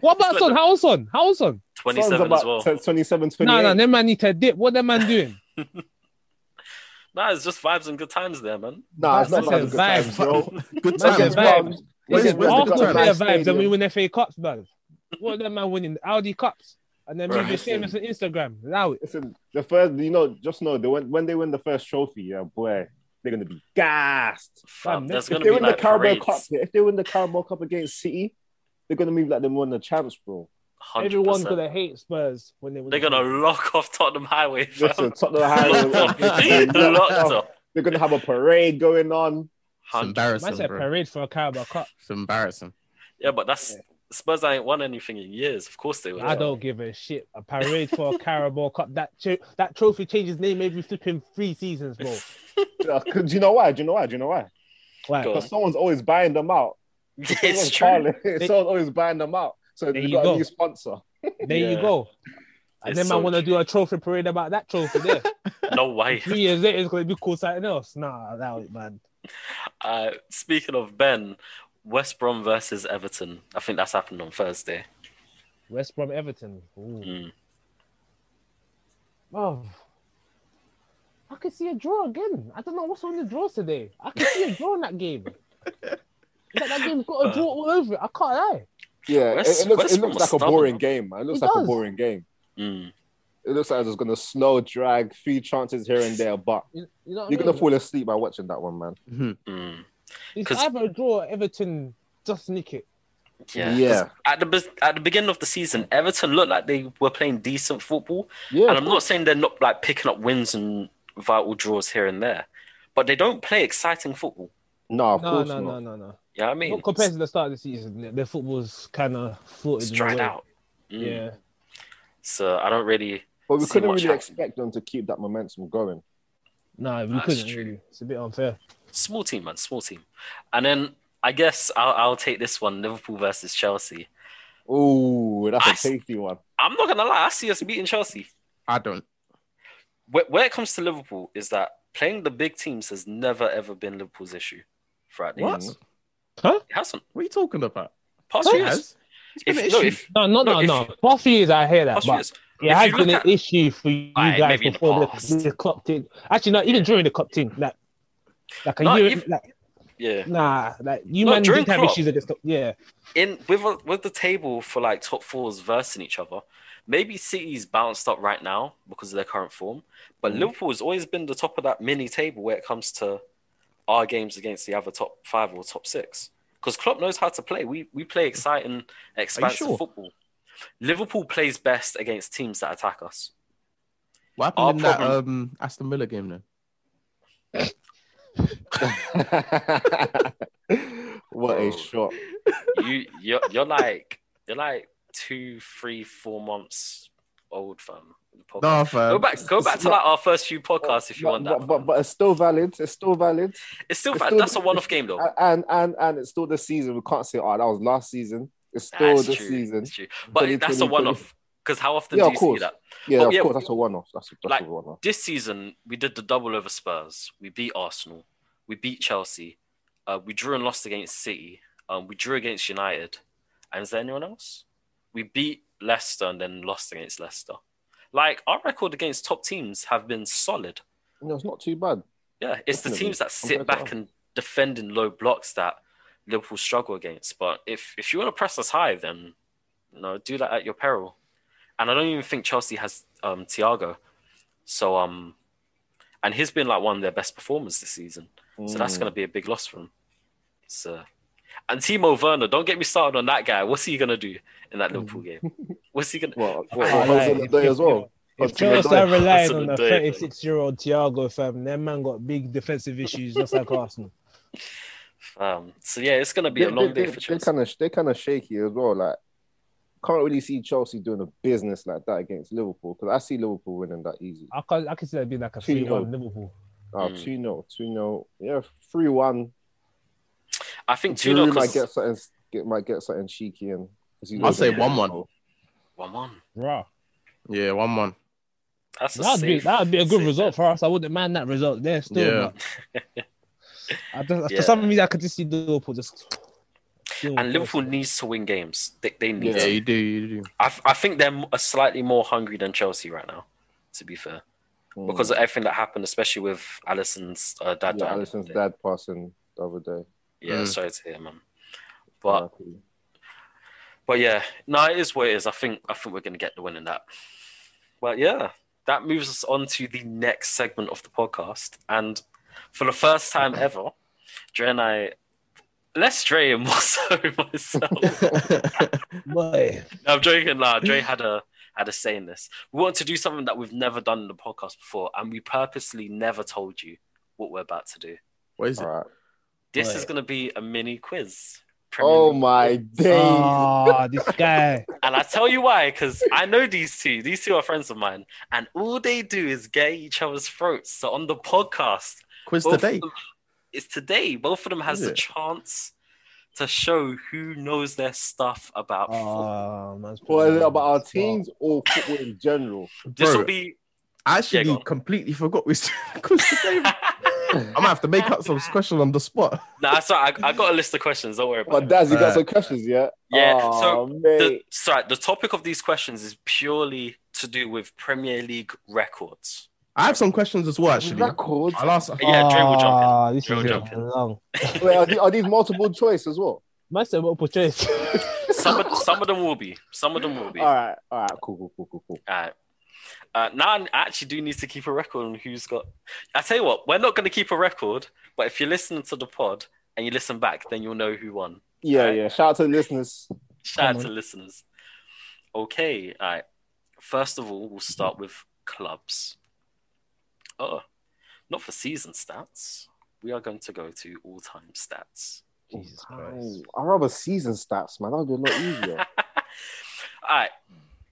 Speaker 3: What about Son? How's Son? How's Son?
Speaker 4: Son's
Speaker 2: 27
Speaker 4: about
Speaker 2: as well.
Speaker 4: 10 27, 28.
Speaker 3: No, no, them man need to dip. What them man doing?
Speaker 2: Nah, it's just vibes and good times there, man.
Speaker 4: Nah, it's
Speaker 3: That's
Speaker 4: not about
Speaker 3: a
Speaker 4: the good
Speaker 3: vibe.
Speaker 4: times, bro.
Speaker 1: good times.
Speaker 3: Man said
Speaker 1: bro.
Speaker 3: vibes.
Speaker 1: Where's-
Speaker 3: Listen,
Speaker 1: where's the
Speaker 3: Arsenal
Speaker 1: good
Speaker 3: play a
Speaker 4: times?
Speaker 3: vibes and we win FA Cups, man. What are them man winning? Audi Cups. And then
Speaker 2: Bro,
Speaker 3: maybe famous on Instagram. Allow it.
Speaker 4: Listen, the first, you know, just know they when, when they win the first trophy, yeah, boy, they're gonna be gassed.
Speaker 2: Fam,
Speaker 3: Fam,
Speaker 2: there's
Speaker 3: if
Speaker 2: gonna
Speaker 4: If they
Speaker 2: be
Speaker 4: win the
Speaker 2: like
Speaker 4: Carabao
Speaker 2: parades.
Speaker 4: Cup, if they win the Carabao Cup against City, They're gonna move like they won the champs, bro.
Speaker 2: 100%.
Speaker 3: Everyone's gonna hate Spurs when they win.
Speaker 2: They're
Speaker 3: the
Speaker 2: gonna
Speaker 3: league.
Speaker 2: lock off Tottenham Highway. fam.
Speaker 4: Listen, Tottenham
Speaker 2: locked
Speaker 4: Highway.
Speaker 2: up. locked up.
Speaker 4: They're gonna have a parade going on.
Speaker 1: It's
Speaker 2: 100%.
Speaker 1: embarrassing,
Speaker 3: Man said
Speaker 1: bro.
Speaker 3: parade for a Carabao Cup.
Speaker 1: It's embarrassing.
Speaker 2: Yeah, but that's Spurs ain't won anything in years. Of course they will.
Speaker 3: I don't give a shit. A parade for a Carabao Cup. That cho- that trophy changes name every flipping three seasons, bro.
Speaker 4: Uh, 'cause Do you know why? Do you know why? Do you know why?
Speaker 3: Like,
Speaker 2: Go on.
Speaker 4: Because someone's always buying them out.
Speaker 2: It's
Speaker 4: Someone's
Speaker 2: true.
Speaker 4: calling. Someone's always buying them out. So
Speaker 3: There
Speaker 4: you
Speaker 3: you
Speaker 4: got
Speaker 3: go.
Speaker 4: a new sponsor.
Speaker 3: there you
Speaker 2: Yeah.
Speaker 3: go. And
Speaker 2: It's
Speaker 3: then
Speaker 2: so
Speaker 3: I want to
Speaker 2: true.
Speaker 3: do a trophy parade about that trophy there.
Speaker 2: No way.
Speaker 3: Three years later, it's gonna be called something else. Nah, that was man.
Speaker 2: Uh, speaking of Ben, West Brom versus Everton. I think that's happened on Thursday.
Speaker 3: West Brom Everton. Ooh.
Speaker 2: Mm. Hmm.
Speaker 3: Oh, I could see a draw again. I don't know what's on the draws today. I could see a draw in that game. That, that game's got a draw all over it. I can't lie.
Speaker 4: Yeah, it-
Speaker 2: West-
Speaker 4: it, looks,
Speaker 2: West
Speaker 4: it
Speaker 2: Brom
Speaker 4: looks like a
Speaker 2: was
Speaker 4: boring
Speaker 2: stubborn.
Speaker 4: game, man. It looks
Speaker 3: It
Speaker 4: like a
Speaker 3: does.
Speaker 4: boring game.
Speaker 2: Mm.
Speaker 4: It looks like it's gonna slow drag, few chances here and there, but
Speaker 3: You, you know what
Speaker 4: you're
Speaker 3: I mean?
Speaker 4: gonna fall asleep by watching that one, man.
Speaker 1: Mhm.
Speaker 2: Mm.
Speaker 3: It's
Speaker 2: 'Cause-
Speaker 3: either a draw or Everton just nick it.
Speaker 2: Yeah.
Speaker 4: Yeah.
Speaker 2: 'Cause At the bes- at the beginning of the season, Everton looked like they were playing decent football,
Speaker 4: Yeah,
Speaker 2: and I'm not saying they're not like picking up wins and vital draws here and there, but they don't play exciting football.
Speaker 4: no, of
Speaker 3: No,
Speaker 4: course
Speaker 3: no,
Speaker 4: not.
Speaker 3: no, no, no.
Speaker 2: Yeah, I
Speaker 3: But
Speaker 2: mean,
Speaker 3: compared to the start of the season, their football's kind of floated.
Speaker 2: it's
Speaker 3: in a
Speaker 2: dried
Speaker 3: way.
Speaker 2: out. Mm.
Speaker 3: Yeah.
Speaker 2: So I don't really.
Speaker 4: But we
Speaker 2: See
Speaker 4: couldn't
Speaker 2: what
Speaker 4: really
Speaker 2: happens.
Speaker 4: expect them to keep that momentum going.
Speaker 3: No, we
Speaker 2: That's
Speaker 3: couldn't
Speaker 2: true.
Speaker 3: really. It's a bit unfair.
Speaker 2: Small team, man. Small team. And then I guess I'll, I'll take this one: Liverpool versus Chelsea.
Speaker 4: Oh, that's
Speaker 2: I
Speaker 4: a
Speaker 2: s-
Speaker 4: tasty one.
Speaker 2: I'm not gonna lie. I see us beating Chelsea.
Speaker 1: I don't.
Speaker 2: Where, where it comes to Liverpool is that playing the big teams has never ever been Liverpool's issue throughout the
Speaker 1: What?
Speaker 2: years.
Speaker 3: Huh?
Speaker 2: It hasn't.
Speaker 1: What are you talking about?
Speaker 2: Past
Speaker 1: It
Speaker 2: few years.
Speaker 1: has. It's been
Speaker 2: If-
Speaker 1: an
Speaker 2: no,
Speaker 1: issue.
Speaker 2: if-
Speaker 3: No, no,
Speaker 2: No,
Speaker 3: no,
Speaker 2: if-
Speaker 3: no. Past few years, I hear that.
Speaker 2: Past
Speaker 3: but
Speaker 2: few years.
Speaker 3: It
Speaker 2: If
Speaker 3: has
Speaker 2: you look
Speaker 3: been an
Speaker 2: at-
Speaker 3: issue for you
Speaker 2: Aye,
Speaker 3: guys
Speaker 2: maybe in the
Speaker 3: before the,
Speaker 2: past.
Speaker 3: the club thing. Actually, no, even during the club thing, like, like a
Speaker 2: No,
Speaker 3: year,
Speaker 2: if-
Speaker 3: like,
Speaker 2: Yeah.
Speaker 3: nah, like you
Speaker 2: No,
Speaker 3: man
Speaker 2: during
Speaker 3: did have
Speaker 2: Klopp.
Speaker 3: issues against. The, yeah,
Speaker 2: in with with the table for like top fours versing each other, maybe City's bounced up right now because of their current form, but
Speaker 4: Mm-hmm.
Speaker 2: Liverpool has always been the top of that mini table where it comes to our games against the other top five or top six. Because Klopp knows how to play. We we play exciting, expansive
Speaker 1: sure?
Speaker 2: football. Liverpool plays best against teams that attack us.
Speaker 1: What happened
Speaker 2: Our
Speaker 1: in that
Speaker 2: problem-
Speaker 1: um, Aston Villa game then?
Speaker 4: what
Speaker 2: Oh.
Speaker 4: a shot!
Speaker 2: You you're, you're like you're like two, three, four months old, fam.
Speaker 1: No, fam.
Speaker 2: go back, go back to like our first few podcasts if you
Speaker 4: um, but,
Speaker 2: want
Speaker 4: but,
Speaker 2: that.
Speaker 4: but but it's still valid. It's still valid,
Speaker 2: It's still
Speaker 4: It's
Speaker 2: fact.
Speaker 4: still-
Speaker 2: That's a one-off game, though.
Speaker 4: and and and, and it's still the season. We can't say, oh, that was last season. It's still
Speaker 2: That's
Speaker 4: the
Speaker 2: true.
Speaker 4: season.
Speaker 2: It's true. But that's a
Speaker 4: 2020.
Speaker 2: one-off. Because how often
Speaker 4: Yeah,
Speaker 2: do
Speaker 4: of
Speaker 2: you see
Speaker 4: course.
Speaker 2: that?
Speaker 4: Yeah,
Speaker 2: Oh,
Speaker 4: of
Speaker 2: yeah.
Speaker 4: course, that's a one-off. That's, that's
Speaker 2: Like-
Speaker 4: a one-off.
Speaker 2: This season, we did the double over Spurs. We beat Arsenal. We beat Chelsea. Uh, we drew and lost against City. Um, we drew against United. And is there anyone else? We beat Leicester and then lost against Leicester. Like our record against top teams have been solid.
Speaker 4: No, it's not too bad.
Speaker 2: Yeah, it's the
Speaker 4: Definitely.
Speaker 2: teams that sit
Speaker 4: Compared to
Speaker 2: back
Speaker 4: us.
Speaker 2: and defend in low blocks that Liverpool struggle against. But if if you want to press us high, then you know do that at your peril. And I don't even think Chelsea has um, Thiago, so um, and he's been like one of their best performers this season. So that's
Speaker 4: Mm.
Speaker 2: going to be a big loss for him. So, and Timo Werner, don't get me started on that guy. What's he going to do in that Liverpool
Speaker 4: Mm.
Speaker 2: game? What's he going to?
Speaker 4: Well,
Speaker 3: I
Speaker 4: well,
Speaker 3: can't
Speaker 4: well,
Speaker 3: lie.
Speaker 4: Oh, on the day as well.
Speaker 3: If
Speaker 4: Hudson and
Speaker 3: Chelsea are
Speaker 4: Odoi.
Speaker 3: relying
Speaker 2: Hudson
Speaker 3: on
Speaker 2: and
Speaker 3: a
Speaker 2: Odoi, fam.
Speaker 3: 36 year old Thiago, fam, their man got big defensive issues just like Arsenal.
Speaker 2: Um, so yeah, it's going to be a long
Speaker 4: they,
Speaker 2: day for
Speaker 4: they,
Speaker 2: Chelsea.
Speaker 4: kind of they kind of shaky as well. Like can't really see Chelsea doing a business like that against Liverpool because I see Liverpool winning that easy.
Speaker 3: I can I can see that being like a
Speaker 4: Two
Speaker 3: 3
Speaker 4: nil.
Speaker 3: 1 Liverpool.
Speaker 4: Uh,
Speaker 2: Mm.
Speaker 4: 2 0, 2 0, yeah, 3 1.
Speaker 2: I think two
Speaker 4: Giroud might
Speaker 2: knockers.
Speaker 4: get something, get, might get something cheeky in. 'cause he
Speaker 1: I'd
Speaker 4: knows
Speaker 1: say
Speaker 4: that-
Speaker 1: 1-1.
Speaker 2: One one.
Speaker 3: Rah.
Speaker 1: Yeah, one one.
Speaker 2: That's a
Speaker 3: That'd be
Speaker 2: safe-
Speaker 3: that'd be a good
Speaker 2: safe
Speaker 3: result for us. I wouldn't mind that result there still.
Speaker 1: Yeah.
Speaker 3: but I don't,
Speaker 2: Yeah.
Speaker 3: For some reason, I could just see Liverpool just.
Speaker 2: And Liverpool needs to win games. They, they need.
Speaker 1: Yeah,
Speaker 2: To.
Speaker 1: you do, you do.
Speaker 2: I, I think they're m- slightly more hungry than Chelsea right now. To be fair,
Speaker 4: Mm.
Speaker 2: because of everything that happened, especially with Allison's uh,
Speaker 4: yeah,
Speaker 2: dad. dying.
Speaker 4: Alisson's dad passing the other day.
Speaker 2: Yeah,
Speaker 1: Mm.
Speaker 2: sorry to hear, man. But
Speaker 4: Yeah, cool.
Speaker 2: but yeah, no, it is what it is. I think I think we're gonna get the win in that. But yeah, that moves us on to the next segment of the podcast, and for the first time ever, Dre and I less Dre and more so myself.
Speaker 3: Boy.
Speaker 2: No, I'm joking. Nah, Dre had a had a say in this. We want to do something that we've never done in the podcast before, and we purposely never told you what we're about to do.
Speaker 1: What is it?
Speaker 5: All right.
Speaker 2: This
Speaker 3: Right.
Speaker 2: is going to be a mini quiz. Premier
Speaker 5: Oh
Speaker 2: League.
Speaker 5: my days.
Speaker 3: Ah, this guy.
Speaker 2: And I tell you why, because I know these two. These two are friends of mine, and all they do is get each other's throats. So on the podcast,
Speaker 1: Quiz
Speaker 2: both of
Speaker 1: today.
Speaker 2: them- it's today. Both of them has
Speaker 1: Is
Speaker 2: the
Speaker 1: it?
Speaker 2: chance to show who knows their stuff about football.
Speaker 3: Oh, man's
Speaker 5: What is it
Speaker 3: playing
Speaker 5: about our
Speaker 3: well.
Speaker 5: teams or football in general?
Speaker 2: This will
Speaker 1: Bro.
Speaker 2: be.
Speaker 1: I
Speaker 2: Yeah,
Speaker 1: actually
Speaker 2: go on.
Speaker 1: completely forgot we was doing quiz today. I'm gonna have to make up some question on the spot.
Speaker 2: nah, sorry. I, I got a list of questions. Don't worry about
Speaker 5: But
Speaker 2: it.
Speaker 5: Daz, you got
Speaker 1: Uh,
Speaker 5: some questions, yeah?
Speaker 2: Yeah.
Speaker 5: Aw,
Speaker 2: so the,
Speaker 5: mate.
Speaker 2: sorry, the topic of these questions is purely to do with Premier League records.
Speaker 1: I have some questions as well, actually.
Speaker 5: records.
Speaker 1: I'll ask.
Speaker 2: Yeah, Dre will jump in.
Speaker 3: Ah, This
Speaker 2: Dre
Speaker 3: is
Speaker 2: will jump in.
Speaker 3: long.
Speaker 5: Wait, are, these, are these multiple choice as well?
Speaker 3: Master multiple choice.
Speaker 2: Some of, some of them will be. Some of them will be.
Speaker 5: All right, all right, cool, cool, cool, cool, cool.
Speaker 2: Alright. Uh, now I actually do need to keep a record on who's got. I tell you what, we're not going to keep a record, but if you listen to the pod and you listen back, then you'll know who won.
Speaker 5: Yeah,
Speaker 2: Alright.
Speaker 5: yeah. Shout out to the listeners.
Speaker 2: Shout out
Speaker 3: Come
Speaker 2: to listeners. Okay, all right. First of all, we'll start with clubs. Oh, not for season stats. We are going to go to all time stats.
Speaker 3: Jesus
Speaker 5: Oh,
Speaker 3: Christ.
Speaker 5: I rather season stats, man. That would be a lot easier.
Speaker 2: all right.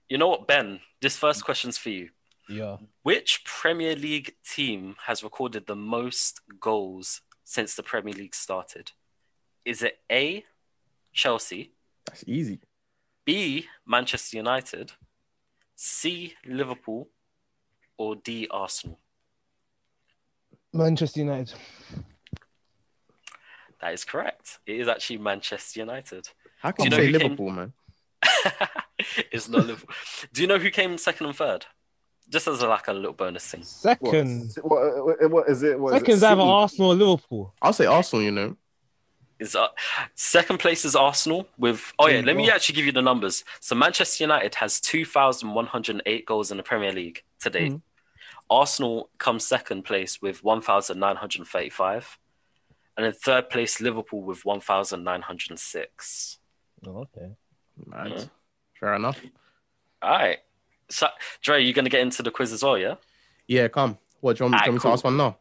Speaker 2: You know what, Ben? This first question's for you.
Speaker 3: Yeah.
Speaker 2: Which Premier League team has recorded the most goals since the Premier League started? Is it A, Chelsea,
Speaker 1: That's easy.
Speaker 2: B, Manchester United, C, Liverpool, or D, Arsenal?
Speaker 3: Manchester United.
Speaker 2: That is correct. It is actually Manchester United.
Speaker 1: How can
Speaker 2: Do you
Speaker 1: you,
Speaker 2: know
Speaker 1: say
Speaker 2: who came-
Speaker 1: Liverpool, man?
Speaker 2: it's not Liverpool. Do you know who came second and third? Just as a, like a little bonus thing.
Speaker 5: What,
Speaker 3: Second.
Speaker 5: what, what, what is it? What is it?
Speaker 3: Second's either
Speaker 5: City?
Speaker 3: Arsenal or Liverpool.
Speaker 1: I'll say Arsenal. You know,
Speaker 2: is uh, second place is Arsenal with oh yeah,
Speaker 3: Mm,
Speaker 2: let me
Speaker 3: wow.
Speaker 2: actually give you the numbers. So Manchester United has 2108 goals in the Premier League to date.
Speaker 1: Mm.
Speaker 2: Arsenal comes second place with 1935 and in third place Liverpool with 1906.
Speaker 3: Oh, okay.
Speaker 1: Right.
Speaker 2: Mhm.
Speaker 1: fair enough.
Speaker 2: All right. So Dre, you're going to get into the quiz as well, yeah?
Speaker 1: Yeah, come. What do you want me,
Speaker 2: Alright,
Speaker 1: do you want me
Speaker 2: cool.
Speaker 1: to ask one now?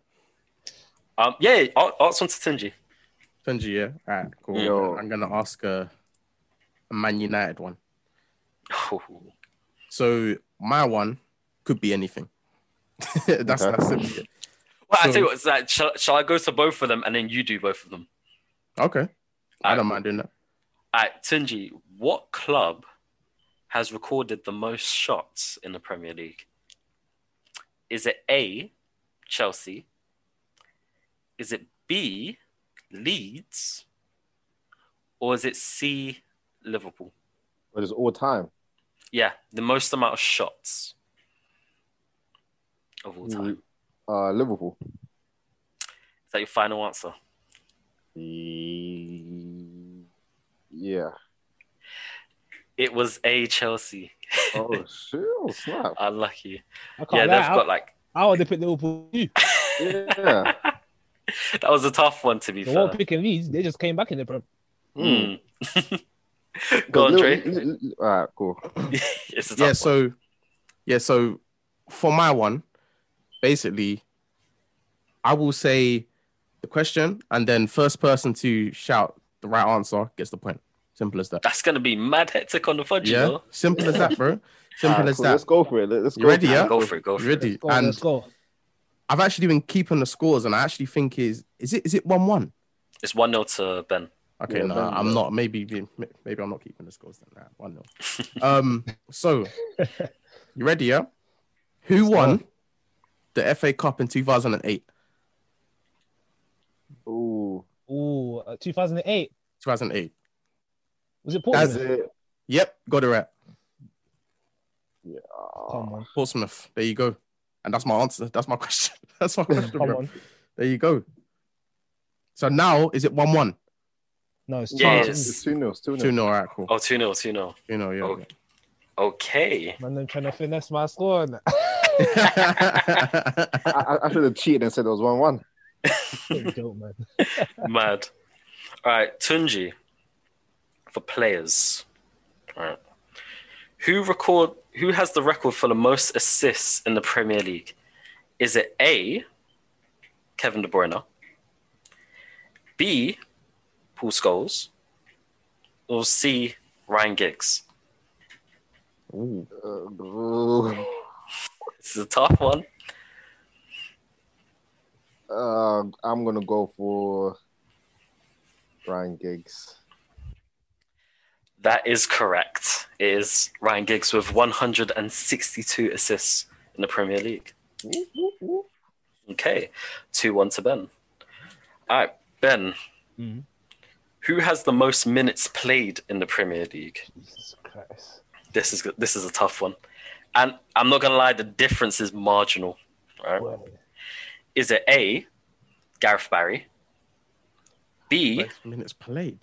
Speaker 2: Um yeah, Ar- Arsenal to Tingy.
Speaker 1: Tunji, yeah. All right, cool.
Speaker 5: Yo.
Speaker 1: I'm gonna ask a, a Man United one.
Speaker 2: Oh,
Speaker 1: So my one could be anything. that's
Speaker 5: Okay.
Speaker 1: that's simply it.
Speaker 2: Well, I
Speaker 1: So-
Speaker 2: tell you what, it's like, shall, shall I go to both of them and then you do both of them?
Speaker 1: Okay, I
Speaker 2: Alright,
Speaker 1: don't
Speaker 2: cool.
Speaker 1: mind doing that.
Speaker 2: At Tunji, what club has recorded the most shots in the Premier League? Is it A, Chelsea? Is it B, Leeds? Or is it C, Liverpool?
Speaker 5: But it's all time.
Speaker 2: Yeah, the most amount of shots of all
Speaker 5: Mm.
Speaker 2: time.
Speaker 5: Uh, Liverpool.
Speaker 2: Is that your final answer?
Speaker 5: Yeah.
Speaker 2: It was A, Chelsea.
Speaker 5: Oh shit! Oh, snap.
Speaker 2: Unlucky.
Speaker 3: I can't
Speaker 2: Yeah,
Speaker 3: lie.
Speaker 2: they've
Speaker 3: I,
Speaker 2: got like
Speaker 3: I would have picked Liverpool. too.
Speaker 5: Yeah.
Speaker 2: that was a tough one to be
Speaker 3: They
Speaker 2: fair.
Speaker 3: weren't picking these. They just came back in the Prem.
Speaker 5: Mm.
Speaker 2: Mm. Go on,
Speaker 5: Li-
Speaker 2: Dre.
Speaker 5: Li- Li- Li- Hmm. all right, cool.
Speaker 2: It's a tough
Speaker 1: yeah,
Speaker 2: one.
Speaker 1: so yeah, so for my one, basically, I will say the question, and then first person to shout the right answer gets the point. Simple as that.
Speaker 2: That's gonna be mad hectic on the fudge, you
Speaker 1: Yeah,
Speaker 2: know?
Speaker 1: simple as that, bro.
Speaker 5: All
Speaker 1: Simple
Speaker 5: right, Ah,
Speaker 1: as
Speaker 5: cool.
Speaker 1: that.
Speaker 5: Let's go for it. Let's
Speaker 1: You
Speaker 5: go.
Speaker 1: ready,
Speaker 5: for it.
Speaker 1: yeah?
Speaker 2: Go for it, go for
Speaker 1: You
Speaker 2: it.
Speaker 1: ready?
Speaker 3: Let's go.
Speaker 1: and
Speaker 3: let's go.
Speaker 1: I've actually been keeping the scores, and I actually think is is it is it one one?
Speaker 2: It's one 0 to Ben.
Speaker 1: Okay,
Speaker 5: Yeah,
Speaker 1: no,
Speaker 5: then,
Speaker 1: I'm
Speaker 5: yeah.
Speaker 1: not. Maybe maybe I'm not keeping the scores then. Nah, one nil. um, so you ready? Yeah. Who won the FA Cup in 2008?
Speaker 5: Ooh,
Speaker 3: Ooh, uh, 2008.
Speaker 1: 2008.
Speaker 3: Was it
Speaker 5: that's
Speaker 3: Portsmouth?
Speaker 5: it.
Speaker 1: Yep, got it right.
Speaker 5: Oh,
Speaker 3: Come on.
Speaker 1: Portsmouth. There you go. And that's my answer. That's my question. That's my question,
Speaker 3: Come
Speaker 1: bro.
Speaker 3: on.
Speaker 1: There you go. So now is it one one?
Speaker 3: No, it's
Speaker 2: Yeah,
Speaker 3: Chelsea.
Speaker 2: yes.
Speaker 5: Two nils. Two
Speaker 1: Two
Speaker 5: nils.
Speaker 1: nil. All right, cool.
Speaker 2: Oh, 2 0, 2 0.
Speaker 1: You know, yeah.
Speaker 2: Okay. Okay.
Speaker 3: Man, them trying to finesse my score. and-
Speaker 5: I, I, I should have cheated and said it was one one.
Speaker 3: Joke, man.
Speaker 2: Mad. All right, Tunji for players. All right. Who record who has the record for the most assists in the Premier League? Is it A Kevin De Bruyne? B Paul Scholes? Or C Ryan Giggs?
Speaker 1: Ooh.
Speaker 5: Uh,
Speaker 2: This is a tough one.
Speaker 5: uh, I'm gonna go for Ryan Giggs.
Speaker 2: That is correct. It is Ryan Giggs with 162 assists in the Premier League. Okay, 2 1 to Ben. All right, Ben,
Speaker 3: Mhm.
Speaker 2: who has the most minutes played in the Premier League?
Speaker 3: Jesus Christ.
Speaker 2: This is good- this is a tough one. And I'm not going to lie, the difference is marginal. All right.
Speaker 3: Well,
Speaker 2: Is it A, Gareth Barry? B,
Speaker 1: Best minutes played.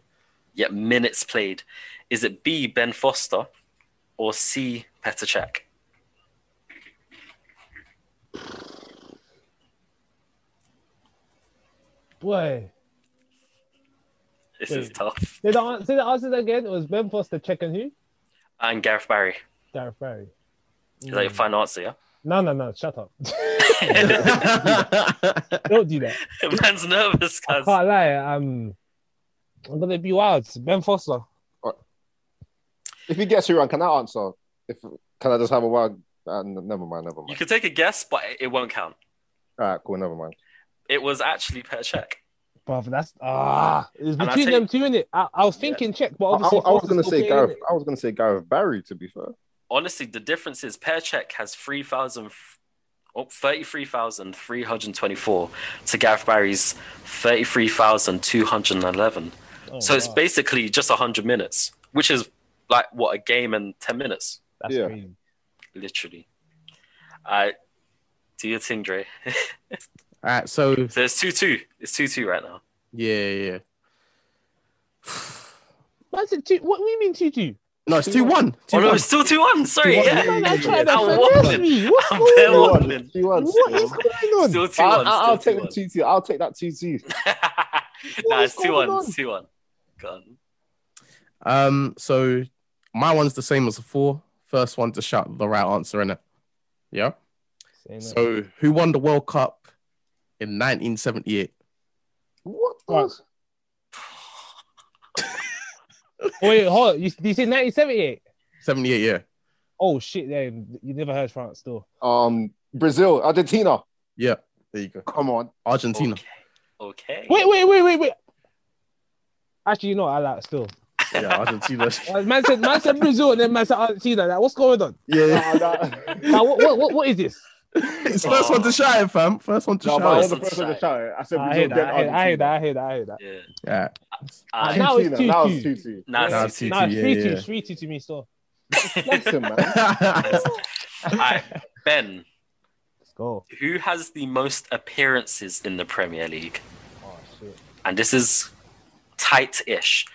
Speaker 2: yeah, minutes played. Is it B, Ben Foster? Or C, Petr Cech?
Speaker 3: Boy.
Speaker 2: This is
Speaker 3: Wait.
Speaker 2: tough.
Speaker 3: Say the, an- say the answers again. It was Ben Foster, check and who?
Speaker 2: And Gareth Barry.
Speaker 3: Gareth Barry.
Speaker 2: Is
Speaker 3: Hmm.
Speaker 2: that your final answer, yeah?
Speaker 3: No, no, no. Shut up. Don't do that.
Speaker 2: Man's nervous,
Speaker 3: I
Speaker 2: guys.
Speaker 3: can't lie. Um, I'm gonna be wild. Ben Foster.
Speaker 5: If he gets you wrong, can I answer? If can I just have a wild? Uh, n- never mind, never
Speaker 2: You
Speaker 5: mind.
Speaker 2: can take a guess, but it- it won't count.
Speaker 5: All right, cool, never mind.
Speaker 2: It was actually Petr Cech.
Speaker 3: Bruv, that's ah. It's
Speaker 2: I
Speaker 3: between
Speaker 2: take-
Speaker 3: them two, innit? I, I was thinking check, but
Speaker 5: I, I- I
Speaker 3: obviously
Speaker 5: was
Speaker 3: Foster's
Speaker 5: gonna
Speaker 3: still
Speaker 5: say
Speaker 3: playing,
Speaker 5: Gareth.
Speaker 3: innit?
Speaker 5: I was gonna say Gareth Barry. To be fair,
Speaker 2: Honestly, the difference is Petr Cech has 3,000. Oh, 33,324 to Gareth Barry's 33,211.
Speaker 3: Oh,
Speaker 2: so it's
Speaker 3: wow.
Speaker 2: basically just 100 minutes, which is like what a game and 10 minutes,
Speaker 3: That's
Speaker 5: yeah.
Speaker 3: crazy.
Speaker 2: literally. I do your thing, Dre.
Speaker 1: All right, so
Speaker 2: So it's 2 2. It's 2 2 right now.
Speaker 1: yeah, yeah.
Speaker 3: What's it two? What do you mean two two?
Speaker 1: No, it's two one.
Speaker 2: Oh no, it's still 2 1. Sorry.
Speaker 1: Two-one,
Speaker 2: Yeah.
Speaker 1: yeah,
Speaker 3: Man, I
Speaker 1: yeah,
Speaker 3: tried
Speaker 2: yeah.
Speaker 3: to
Speaker 2: I'm
Speaker 3: finesse
Speaker 2: waffling.
Speaker 3: me. What's
Speaker 2: I'm
Speaker 3: going
Speaker 2: barely
Speaker 3: on?
Speaker 2: One, then.
Speaker 5: He won.
Speaker 3: What is going on?
Speaker 2: Still
Speaker 5: I,
Speaker 2: 2 1.
Speaker 5: I, will
Speaker 2: still
Speaker 5: take
Speaker 2: 2-1.
Speaker 5: the two two. I'll take that two two.
Speaker 2: nah,
Speaker 3: What is
Speaker 2: it's two
Speaker 3: going
Speaker 2: one,
Speaker 3: on?
Speaker 2: two one. Gone.
Speaker 1: Um, so my one's the same as before. First one to shout the right answer in it. Yeah. So who won the World Cup in 1978?
Speaker 5: What?
Speaker 3: Right.
Speaker 5: the-
Speaker 3: Wait, hold. On. You, you said nineteen seventy eight.
Speaker 1: 78, yeah.
Speaker 3: Oh shit! Then you never heard France still.
Speaker 5: Um, Brazil, Argentina.
Speaker 1: Yeah. There you go.
Speaker 5: Come on.
Speaker 1: Argentina.
Speaker 2: Okay. okay.
Speaker 3: Wait, wait, wait, wait, wait. Actually, you know what I like still.
Speaker 1: Yeah, Argentina.
Speaker 3: Uh, Man said, man said Brazil, and then man said Argentina. Like, what's going on?
Speaker 1: yeah.
Speaker 5: Nah, nah.
Speaker 3: Like, what, what, what, what is this?
Speaker 1: It's first one to shout it, fam. First one to
Speaker 4: No,
Speaker 1: shout
Speaker 4: but I
Speaker 1: it.
Speaker 4: was
Speaker 2: Charles
Speaker 4: the first one to
Speaker 2: inside.
Speaker 4: shout it. I said
Speaker 3: I
Speaker 4: Brazil,
Speaker 3: hear that.
Speaker 4: then
Speaker 3: I hear that. I hear that. I
Speaker 4: Argentina.
Speaker 3: hear that. I hear that.
Speaker 2: Yeah.
Speaker 1: Yeah.
Speaker 2: I,
Speaker 3: Now it's
Speaker 5: Argentina, That was
Speaker 3: 2-2.
Speaker 5: two two.
Speaker 2: nah,
Speaker 1: Nah,
Speaker 2: it's
Speaker 1: it's
Speaker 2: two-
Speaker 3: Nah, it's
Speaker 1: Yeah,
Speaker 3: three
Speaker 1: yeah,
Speaker 3: two,
Speaker 1: yeah.
Speaker 3: three two to me still.
Speaker 5: Listen, man.
Speaker 2: Alright, Ben,
Speaker 3: Let's go.
Speaker 2: who has the most appearances in the Premier League?
Speaker 3: Oh shit.
Speaker 2: And this is tight ish.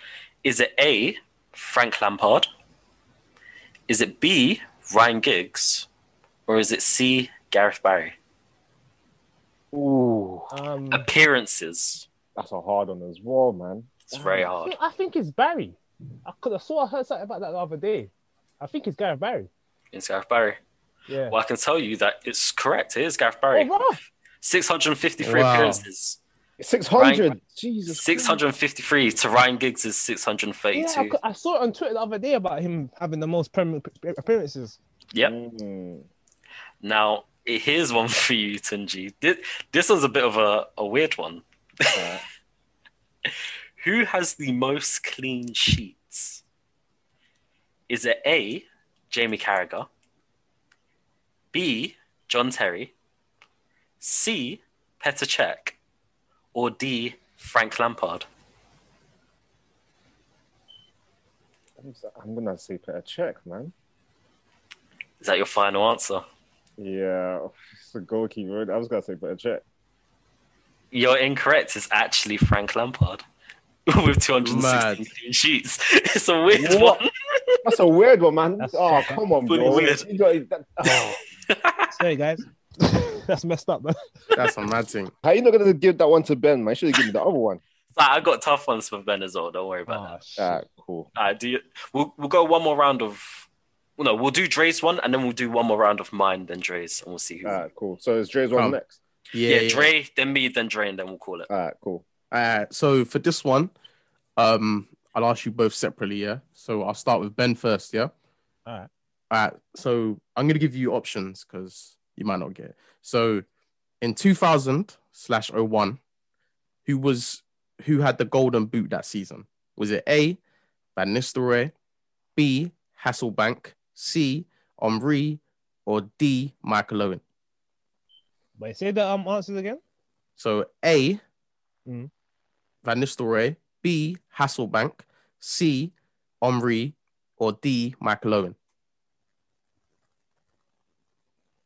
Speaker 2: Is it A, Frank Lampard? Is it B, Ryan Giggs? Or is it C, Gareth Barry?
Speaker 5: Ooh,
Speaker 3: Um,
Speaker 2: Appearances.
Speaker 5: that's a hard one as well, man.
Speaker 2: It's very
Speaker 3: I
Speaker 2: hard.
Speaker 3: think- I think it's Barry. I could have saw I heard something about that the other day. I think it's Gareth Barry.
Speaker 2: It's Gareth Barry.
Speaker 3: Yeah.
Speaker 2: Well, I can tell you that it's correct. It is Gareth Barry.
Speaker 3: Oh, wow.
Speaker 2: 653
Speaker 1: Wow.
Speaker 2: appearances.
Speaker 5: Six hundred.
Speaker 2: Right.
Speaker 5: Jesus.
Speaker 2: 653 to Ryan Giggs is
Speaker 3: Yeah,
Speaker 2: 632.
Speaker 3: I, cou- I saw it on Twitter the other day about him having the most Premier appearances.
Speaker 2: Yep.
Speaker 5: Mm.
Speaker 2: Now, eh, here's one for you, Tunji. This, this one's a bit of a, a weird one.
Speaker 5: Alright.
Speaker 2: Who has the most clean sheets? Is it A, Jamie Carragher? B, John Terry? C, Petr Cech? Or D, Frank Lampard?
Speaker 5: I'm gonna say put a check, man.
Speaker 2: Is that your final answer?
Speaker 5: Yeah, it's a goalkeeper. I was gonna say put a check.
Speaker 2: You're incorrect. It's actually Frank Lampard with 216
Speaker 1: Mad.
Speaker 2: clean sheets. It's a weird
Speaker 5: What?
Speaker 2: one.
Speaker 5: That's a weird one, man.
Speaker 3: That's
Speaker 5: oh,
Speaker 3: so
Speaker 5: come on,
Speaker 2: fucking
Speaker 5: bro.
Speaker 2: weird.
Speaker 5: You got that- oh.
Speaker 3: Sorry, guys. That's messed up, man.
Speaker 1: That's a mad thing.
Speaker 5: How you not gonna give that one to Ben, man? Should have given me the other one.
Speaker 2: I got tough ones for Ben as well. Don't worry about
Speaker 3: Oh,
Speaker 2: that.
Speaker 3: shit.
Speaker 5: Alright, cool.
Speaker 2: All right, do you, we'll we'll go one more round of. well, No, we'll do Dre's one, and then we'll do one more round of mine, then Dre's, and we'll see who.
Speaker 5: Alright, cool. So is Dre's one
Speaker 1: Um,
Speaker 5: next?
Speaker 2: yeah, Dre, then me, then Dre, and then we'll call it.
Speaker 5: Alright, cool.
Speaker 1: Uh, so for this one, um, I'll ask you both separately. Yeah. So I'll start with Ben first. Yeah.
Speaker 3: Alright.
Speaker 1: All right. So I'm gonna give you options because you might not get. It. So in 2000 slash 01, who was who had the golden boot that season? Was it A. Van Nistelrooy, B. Hasselbank, C. Omri, or D. Michael Owen?
Speaker 3: Wait, say the um answers again.
Speaker 1: So A,
Speaker 3: Mm.
Speaker 1: Van Nistelrooy, B, Hasselbank, C, Omri, or D, Michael Owen.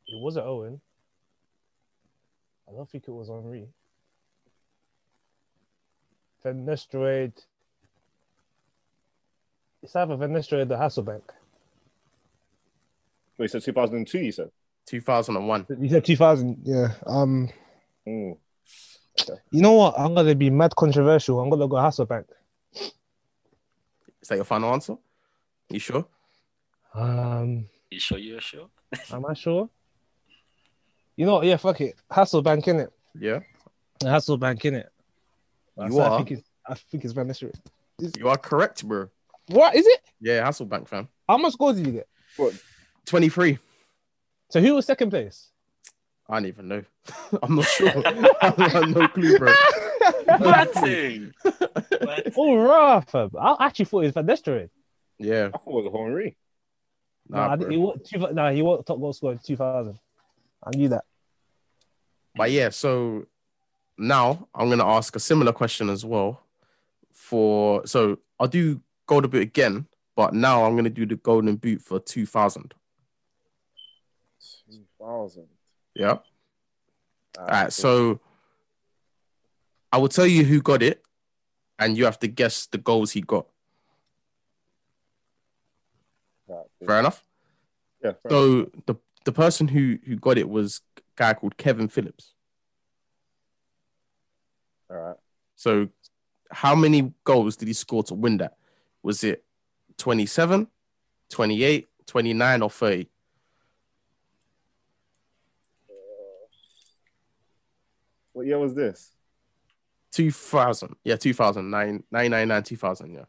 Speaker 3: It wasn't Owen. I don't think it was Henri. Van Nistelrooy. It's either Van Nistelrooy or the Hasselbank.
Speaker 5: Wait, so 2002 you said?
Speaker 1: 2001.
Speaker 3: You said 2000. Yeah. Um.
Speaker 5: Mm.
Speaker 3: You know what? I'm gonna be mad controversial. I'm gonna go Hasselbank.
Speaker 1: Is that your final answer? You sure?
Speaker 3: Um.
Speaker 2: You sure? You sure?
Speaker 3: Am I sure? You know, what? yeah, fuck it. Hasselbank in it.
Speaker 1: Yeah.
Speaker 3: Hasselbank in it.
Speaker 1: You
Speaker 3: I
Speaker 1: are.
Speaker 3: think it's I think it's Van Nistelrooy.
Speaker 1: You are correct, bro.
Speaker 3: What is it?
Speaker 1: Yeah, Hasselbank fan.
Speaker 3: How much score did you get?
Speaker 1: 23.
Speaker 3: So who was second place?
Speaker 1: I don't even know. I'm not sure. I have no clue, bro.
Speaker 2: Batting. Batting.
Speaker 3: Oh, rough. fam. I actually thought it was Van Nistelrooy.
Speaker 1: Yeah.
Speaker 5: I thought it was Henri.
Speaker 1: Nah,
Speaker 3: Nah, I
Speaker 1: bro.
Speaker 3: think he was two, nah, he was top goal scorer in 2000. I knew that.
Speaker 1: But yeah, so now I'm gonna ask a similar question as well. For so I'll do golden boot again, but now I'm gonna do the golden boot for 2000.
Speaker 5: 2000.
Speaker 1: Yeah. All right. So I will tell you who got it, and you have to guess the goals he got. Fair enough.
Speaker 5: yeah, fair enough.
Speaker 1: So the the person who who got it was a guy called Kevin Phillips.
Speaker 5: All right.
Speaker 1: So, how many goals did he score to win that? Was it 27, 28, 29, or 30?
Speaker 5: What year was this?
Speaker 1: 2000. Yeah, 2000. 9, 999, 2000. Yeah.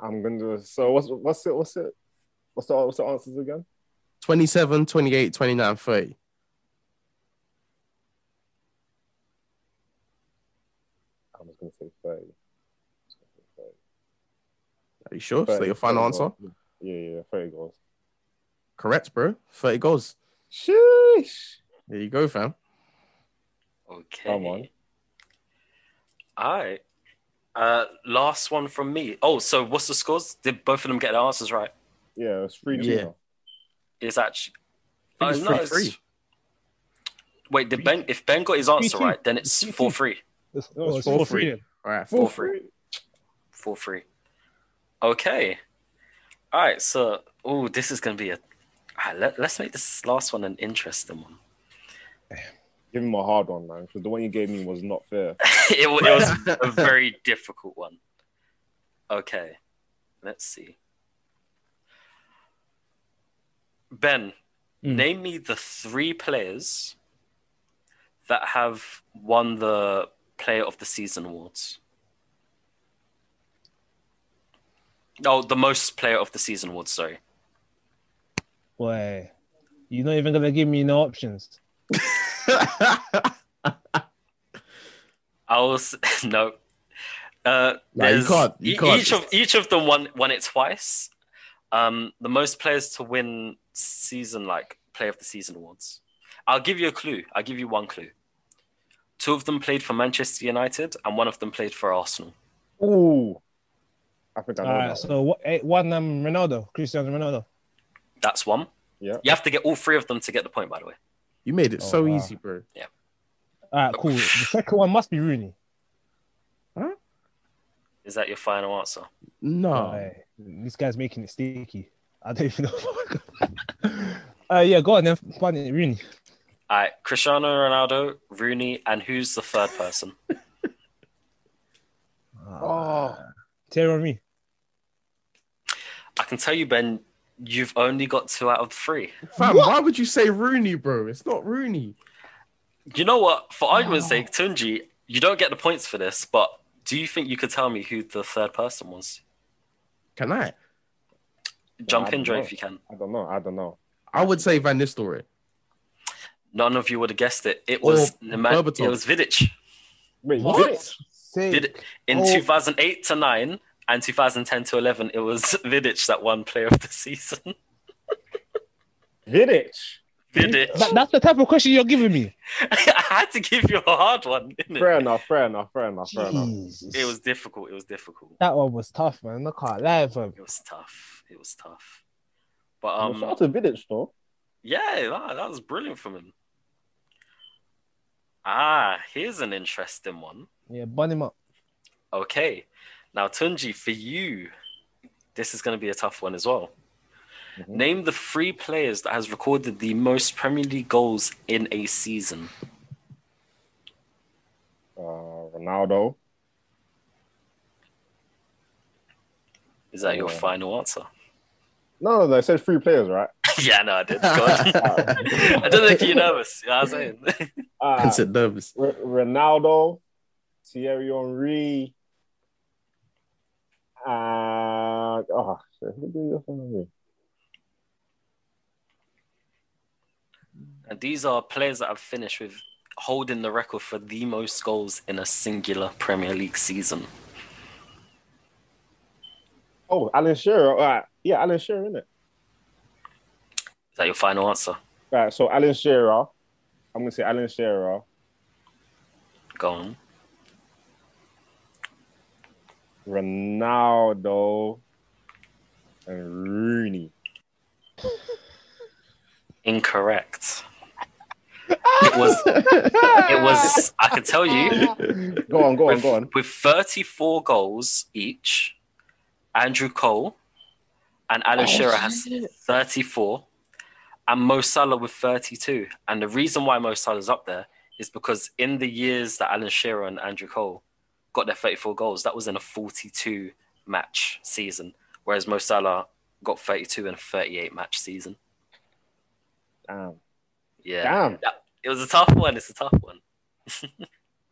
Speaker 5: I'm gonna do so what's what's it what's it what's the what's the answers again?
Speaker 1: 27, 28, 29, 30.
Speaker 5: I'm just gonna say 30.
Speaker 1: Are you sure? So,
Speaker 5: 30,
Speaker 1: your final
Speaker 5: 30
Speaker 1: answer?
Speaker 5: goals. Yeah, yeah, yeah, 30 goals.
Speaker 1: Correct, bro. 30 goals.
Speaker 5: Sheesh.
Speaker 1: There you go, fam.
Speaker 2: Okay.
Speaker 5: Come on.
Speaker 2: All right. Uh, last one from me. Oh, so what's the scores? Did both of them get their answers right?
Speaker 5: Yeah, it's free
Speaker 1: Yeah.
Speaker 5: Gino.
Speaker 2: It's actually.
Speaker 1: I think it's
Speaker 2: Oh, no,
Speaker 1: three,
Speaker 2: it's-
Speaker 1: three.
Speaker 2: Wait, did Ben? If Ben got his answer
Speaker 3: Three-two.
Speaker 2: right, then it's
Speaker 3: Three-two.
Speaker 2: four free.
Speaker 3: It's,
Speaker 5: No, it's
Speaker 3: Oh, it's
Speaker 1: four
Speaker 3: four
Speaker 1: three.
Speaker 3: three.
Speaker 1: All right.
Speaker 2: Four free. Four free. Okay. All right. So, oh, this is gonna be a. All right, let, let's make this last one an interesting one.
Speaker 5: Give him a hard one, man, because the one you gave me was not fair.
Speaker 2: it, wa- it was a very difficult one. Okay, let's see. Ben,
Speaker 3: Mm.
Speaker 2: name me the three players that have won the Player of the Season awards. Oh, the most Player of the Season awards. Sorry.
Speaker 3: Boy, you're not even gonna give me no options.
Speaker 2: I was no. Uh,
Speaker 1: Nah, you
Speaker 2: there's-
Speaker 1: can't- you
Speaker 2: e-
Speaker 1: can't
Speaker 2: Each
Speaker 1: just-
Speaker 2: of each of them won won it twice. Um, the most players to win season like Player of the Season awards. I'll give you a clue. I'll give you one clue. Two of them played for Manchester United, and one of them played for Arsenal.
Speaker 5: Ooh. I think I know
Speaker 3: Alright,
Speaker 5: that one.
Speaker 3: so what? eh, One um Ronaldo, Cristiano Ronaldo.
Speaker 2: That's one.
Speaker 5: Yeah.
Speaker 2: You have to get all three of them to get the point. By the way,
Speaker 1: You made it
Speaker 3: Oh,
Speaker 1: so
Speaker 3: wow.
Speaker 1: easy, bro.
Speaker 3: Alright, cool. The second one must be Rooney.
Speaker 2: is that your final answer?
Speaker 1: No.
Speaker 3: Aye, this guy's making it sticky. I don't even know. uh, yeah, go on then. Find it, Rooney.
Speaker 2: All right, Cristiano Ronaldo, Rooney, and who's the third person?
Speaker 5: Oh,
Speaker 3: Tear on me.
Speaker 2: I can tell you, Ben, you've only got two out of three.
Speaker 1: Fam, why would you say Rooney, bro? It's not Rooney.
Speaker 2: You know what? For argument's sake, Tunji, you don't get the points for this, but do you think you could tell me who the third person was?
Speaker 1: Can I?
Speaker 2: Jump
Speaker 4: I
Speaker 2: in, Dre,
Speaker 4: don't
Speaker 2: if you can.
Speaker 4: I don't know. I don't know.
Speaker 1: I would say Van Nistelrooy.
Speaker 2: None of you would have guessed it. It was
Speaker 1: Or
Speaker 2: Neman-
Speaker 1: Berbatov.
Speaker 2: it was Vidic.
Speaker 4: Wait,
Speaker 1: What?
Speaker 4: did it?
Speaker 3: Say
Speaker 2: Did it in
Speaker 3: Oh.
Speaker 2: 2008 to 9 and 2010 to 11? It was Vidic that won Player of the Season.
Speaker 4: Vidic.
Speaker 2: Vidic.
Speaker 3: That- that's the type of question you're giving me.
Speaker 2: I had to give you a hard one, didn't it?
Speaker 4: Fair enough. Fair enough. Fair enough. Oh, Fair enough.
Speaker 3: Jesus.
Speaker 2: It was difficult. It was difficult.
Speaker 3: that one was tough, man. I can't lie, fam.
Speaker 2: It was tough. It was tough. But
Speaker 4: Um,
Speaker 2: um,
Speaker 4: Shout out to Vidic though.
Speaker 2: Yeah, that, that was brilliant from him. Ah, here's an interesting one.
Speaker 3: Yeah, bun him up.
Speaker 2: Okay. Now, Tunji, for you, this is going to be a tough one as well.
Speaker 4: Mhm.
Speaker 2: Name the three players that has recorded the most Premier League goals in a season.
Speaker 4: Uh, Ronaldo.
Speaker 2: Is that your
Speaker 4: Yeah.
Speaker 2: final answer?
Speaker 4: No, no, no. I said three players, right?
Speaker 2: yeah, no, I did. Go on. I don't think you're nervous. Yeah, I was saying.
Speaker 4: Uh,
Speaker 1: Vincent Nervous.
Speaker 4: R- Ronaldo, Thierry Henry. Uh, oh, shit, who do you think it is?
Speaker 2: And these are players that have finished with holding the record for the most goals in a singular Premier League season.
Speaker 4: Oh, Alan Shearer. All right. Yeah, Alan Shearer, isn't it?
Speaker 2: Is that your final answer?
Speaker 4: All right, so Alan Shearer. I'm going to say Alan Shearer.
Speaker 2: Go on.
Speaker 4: Ronaldo and Rooney.
Speaker 2: Incorrect. It was. It was. I can tell you.
Speaker 4: Go on, go on, go on.
Speaker 2: With 34 goals each, Andrew Cole and
Speaker 4: Oh,
Speaker 2: Alan Shearer has 34, and Mo Salah with 32. And the reason why Mo Salah's up there is because in the years that Alan Shearer and Andrew Cole got their 34 goals, that was in a 42 match season, whereas Mo Salah got 32 in a 38 match season.
Speaker 4: Damn.
Speaker 2: Yeah.
Speaker 4: Damn.
Speaker 2: It was a tough one. It's a tough one.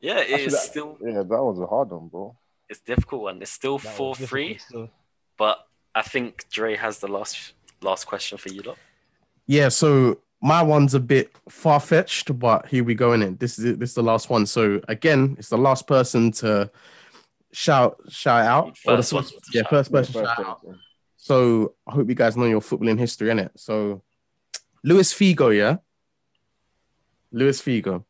Speaker 2: yeah,
Speaker 4: Actually,
Speaker 2: it's
Speaker 4: that-
Speaker 2: still
Speaker 5: yeah, that was a hard one, bro.
Speaker 2: it's a difficult one. It's still
Speaker 3: That
Speaker 2: four
Speaker 3: was
Speaker 2: three,
Speaker 3: difficult still.
Speaker 2: but I think Dre has the last last question for you lot.
Speaker 1: Yeah, so my one's a bit far fetched, but here we go in it. This is it. this is the last one. So again, it's the last person to shout shout out. Or the
Speaker 2: First one to
Speaker 1: yeah,
Speaker 2: shout.
Speaker 1: first person
Speaker 4: Yeah,
Speaker 1: shout
Speaker 4: first
Speaker 1: out.
Speaker 4: person.
Speaker 1: So I hope you guys know your footballing history, innit? So Luis Figo, yeah? Luis Figo.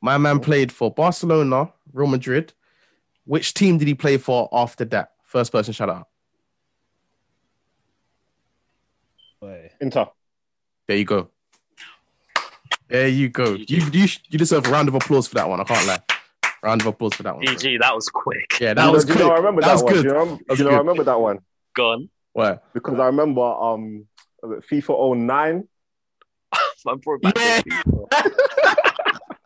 Speaker 1: My man played for Barcelona, Real Madrid. Which team did he play for after that? First person shout out.
Speaker 3: Boy.
Speaker 4: Inter.
Speaker 1: There you go. There you go. You, you, you deserve a round of applause for that one. I can't lie. Round of applause for that one. bro.
Speaker 2: that was quick.
Speaker 1: Yeah,
Speaker 4: You
Speaker 1: that
Speaker 4: know-
Speaker 1: was
Speaker 4: you know,
Speaker 1: good.
Speaker 4: I remember
Speaker 1: That
Speaker 4: that,
Speaker 1: was
Speaker 4: one.
Speaker 1: good.
Speaker 4: You know,
Speaker 1: was
Speaker 4: you know I
Speaker 1: good.
Speaker 4: remember that one
Speaker 2: Gone.
Speaker 1: What?
Speaker 4: because I remember um was it FIFA 09.
Speaker 2: I brought back
Speaker 1: Yeah.
Speaker 2: the-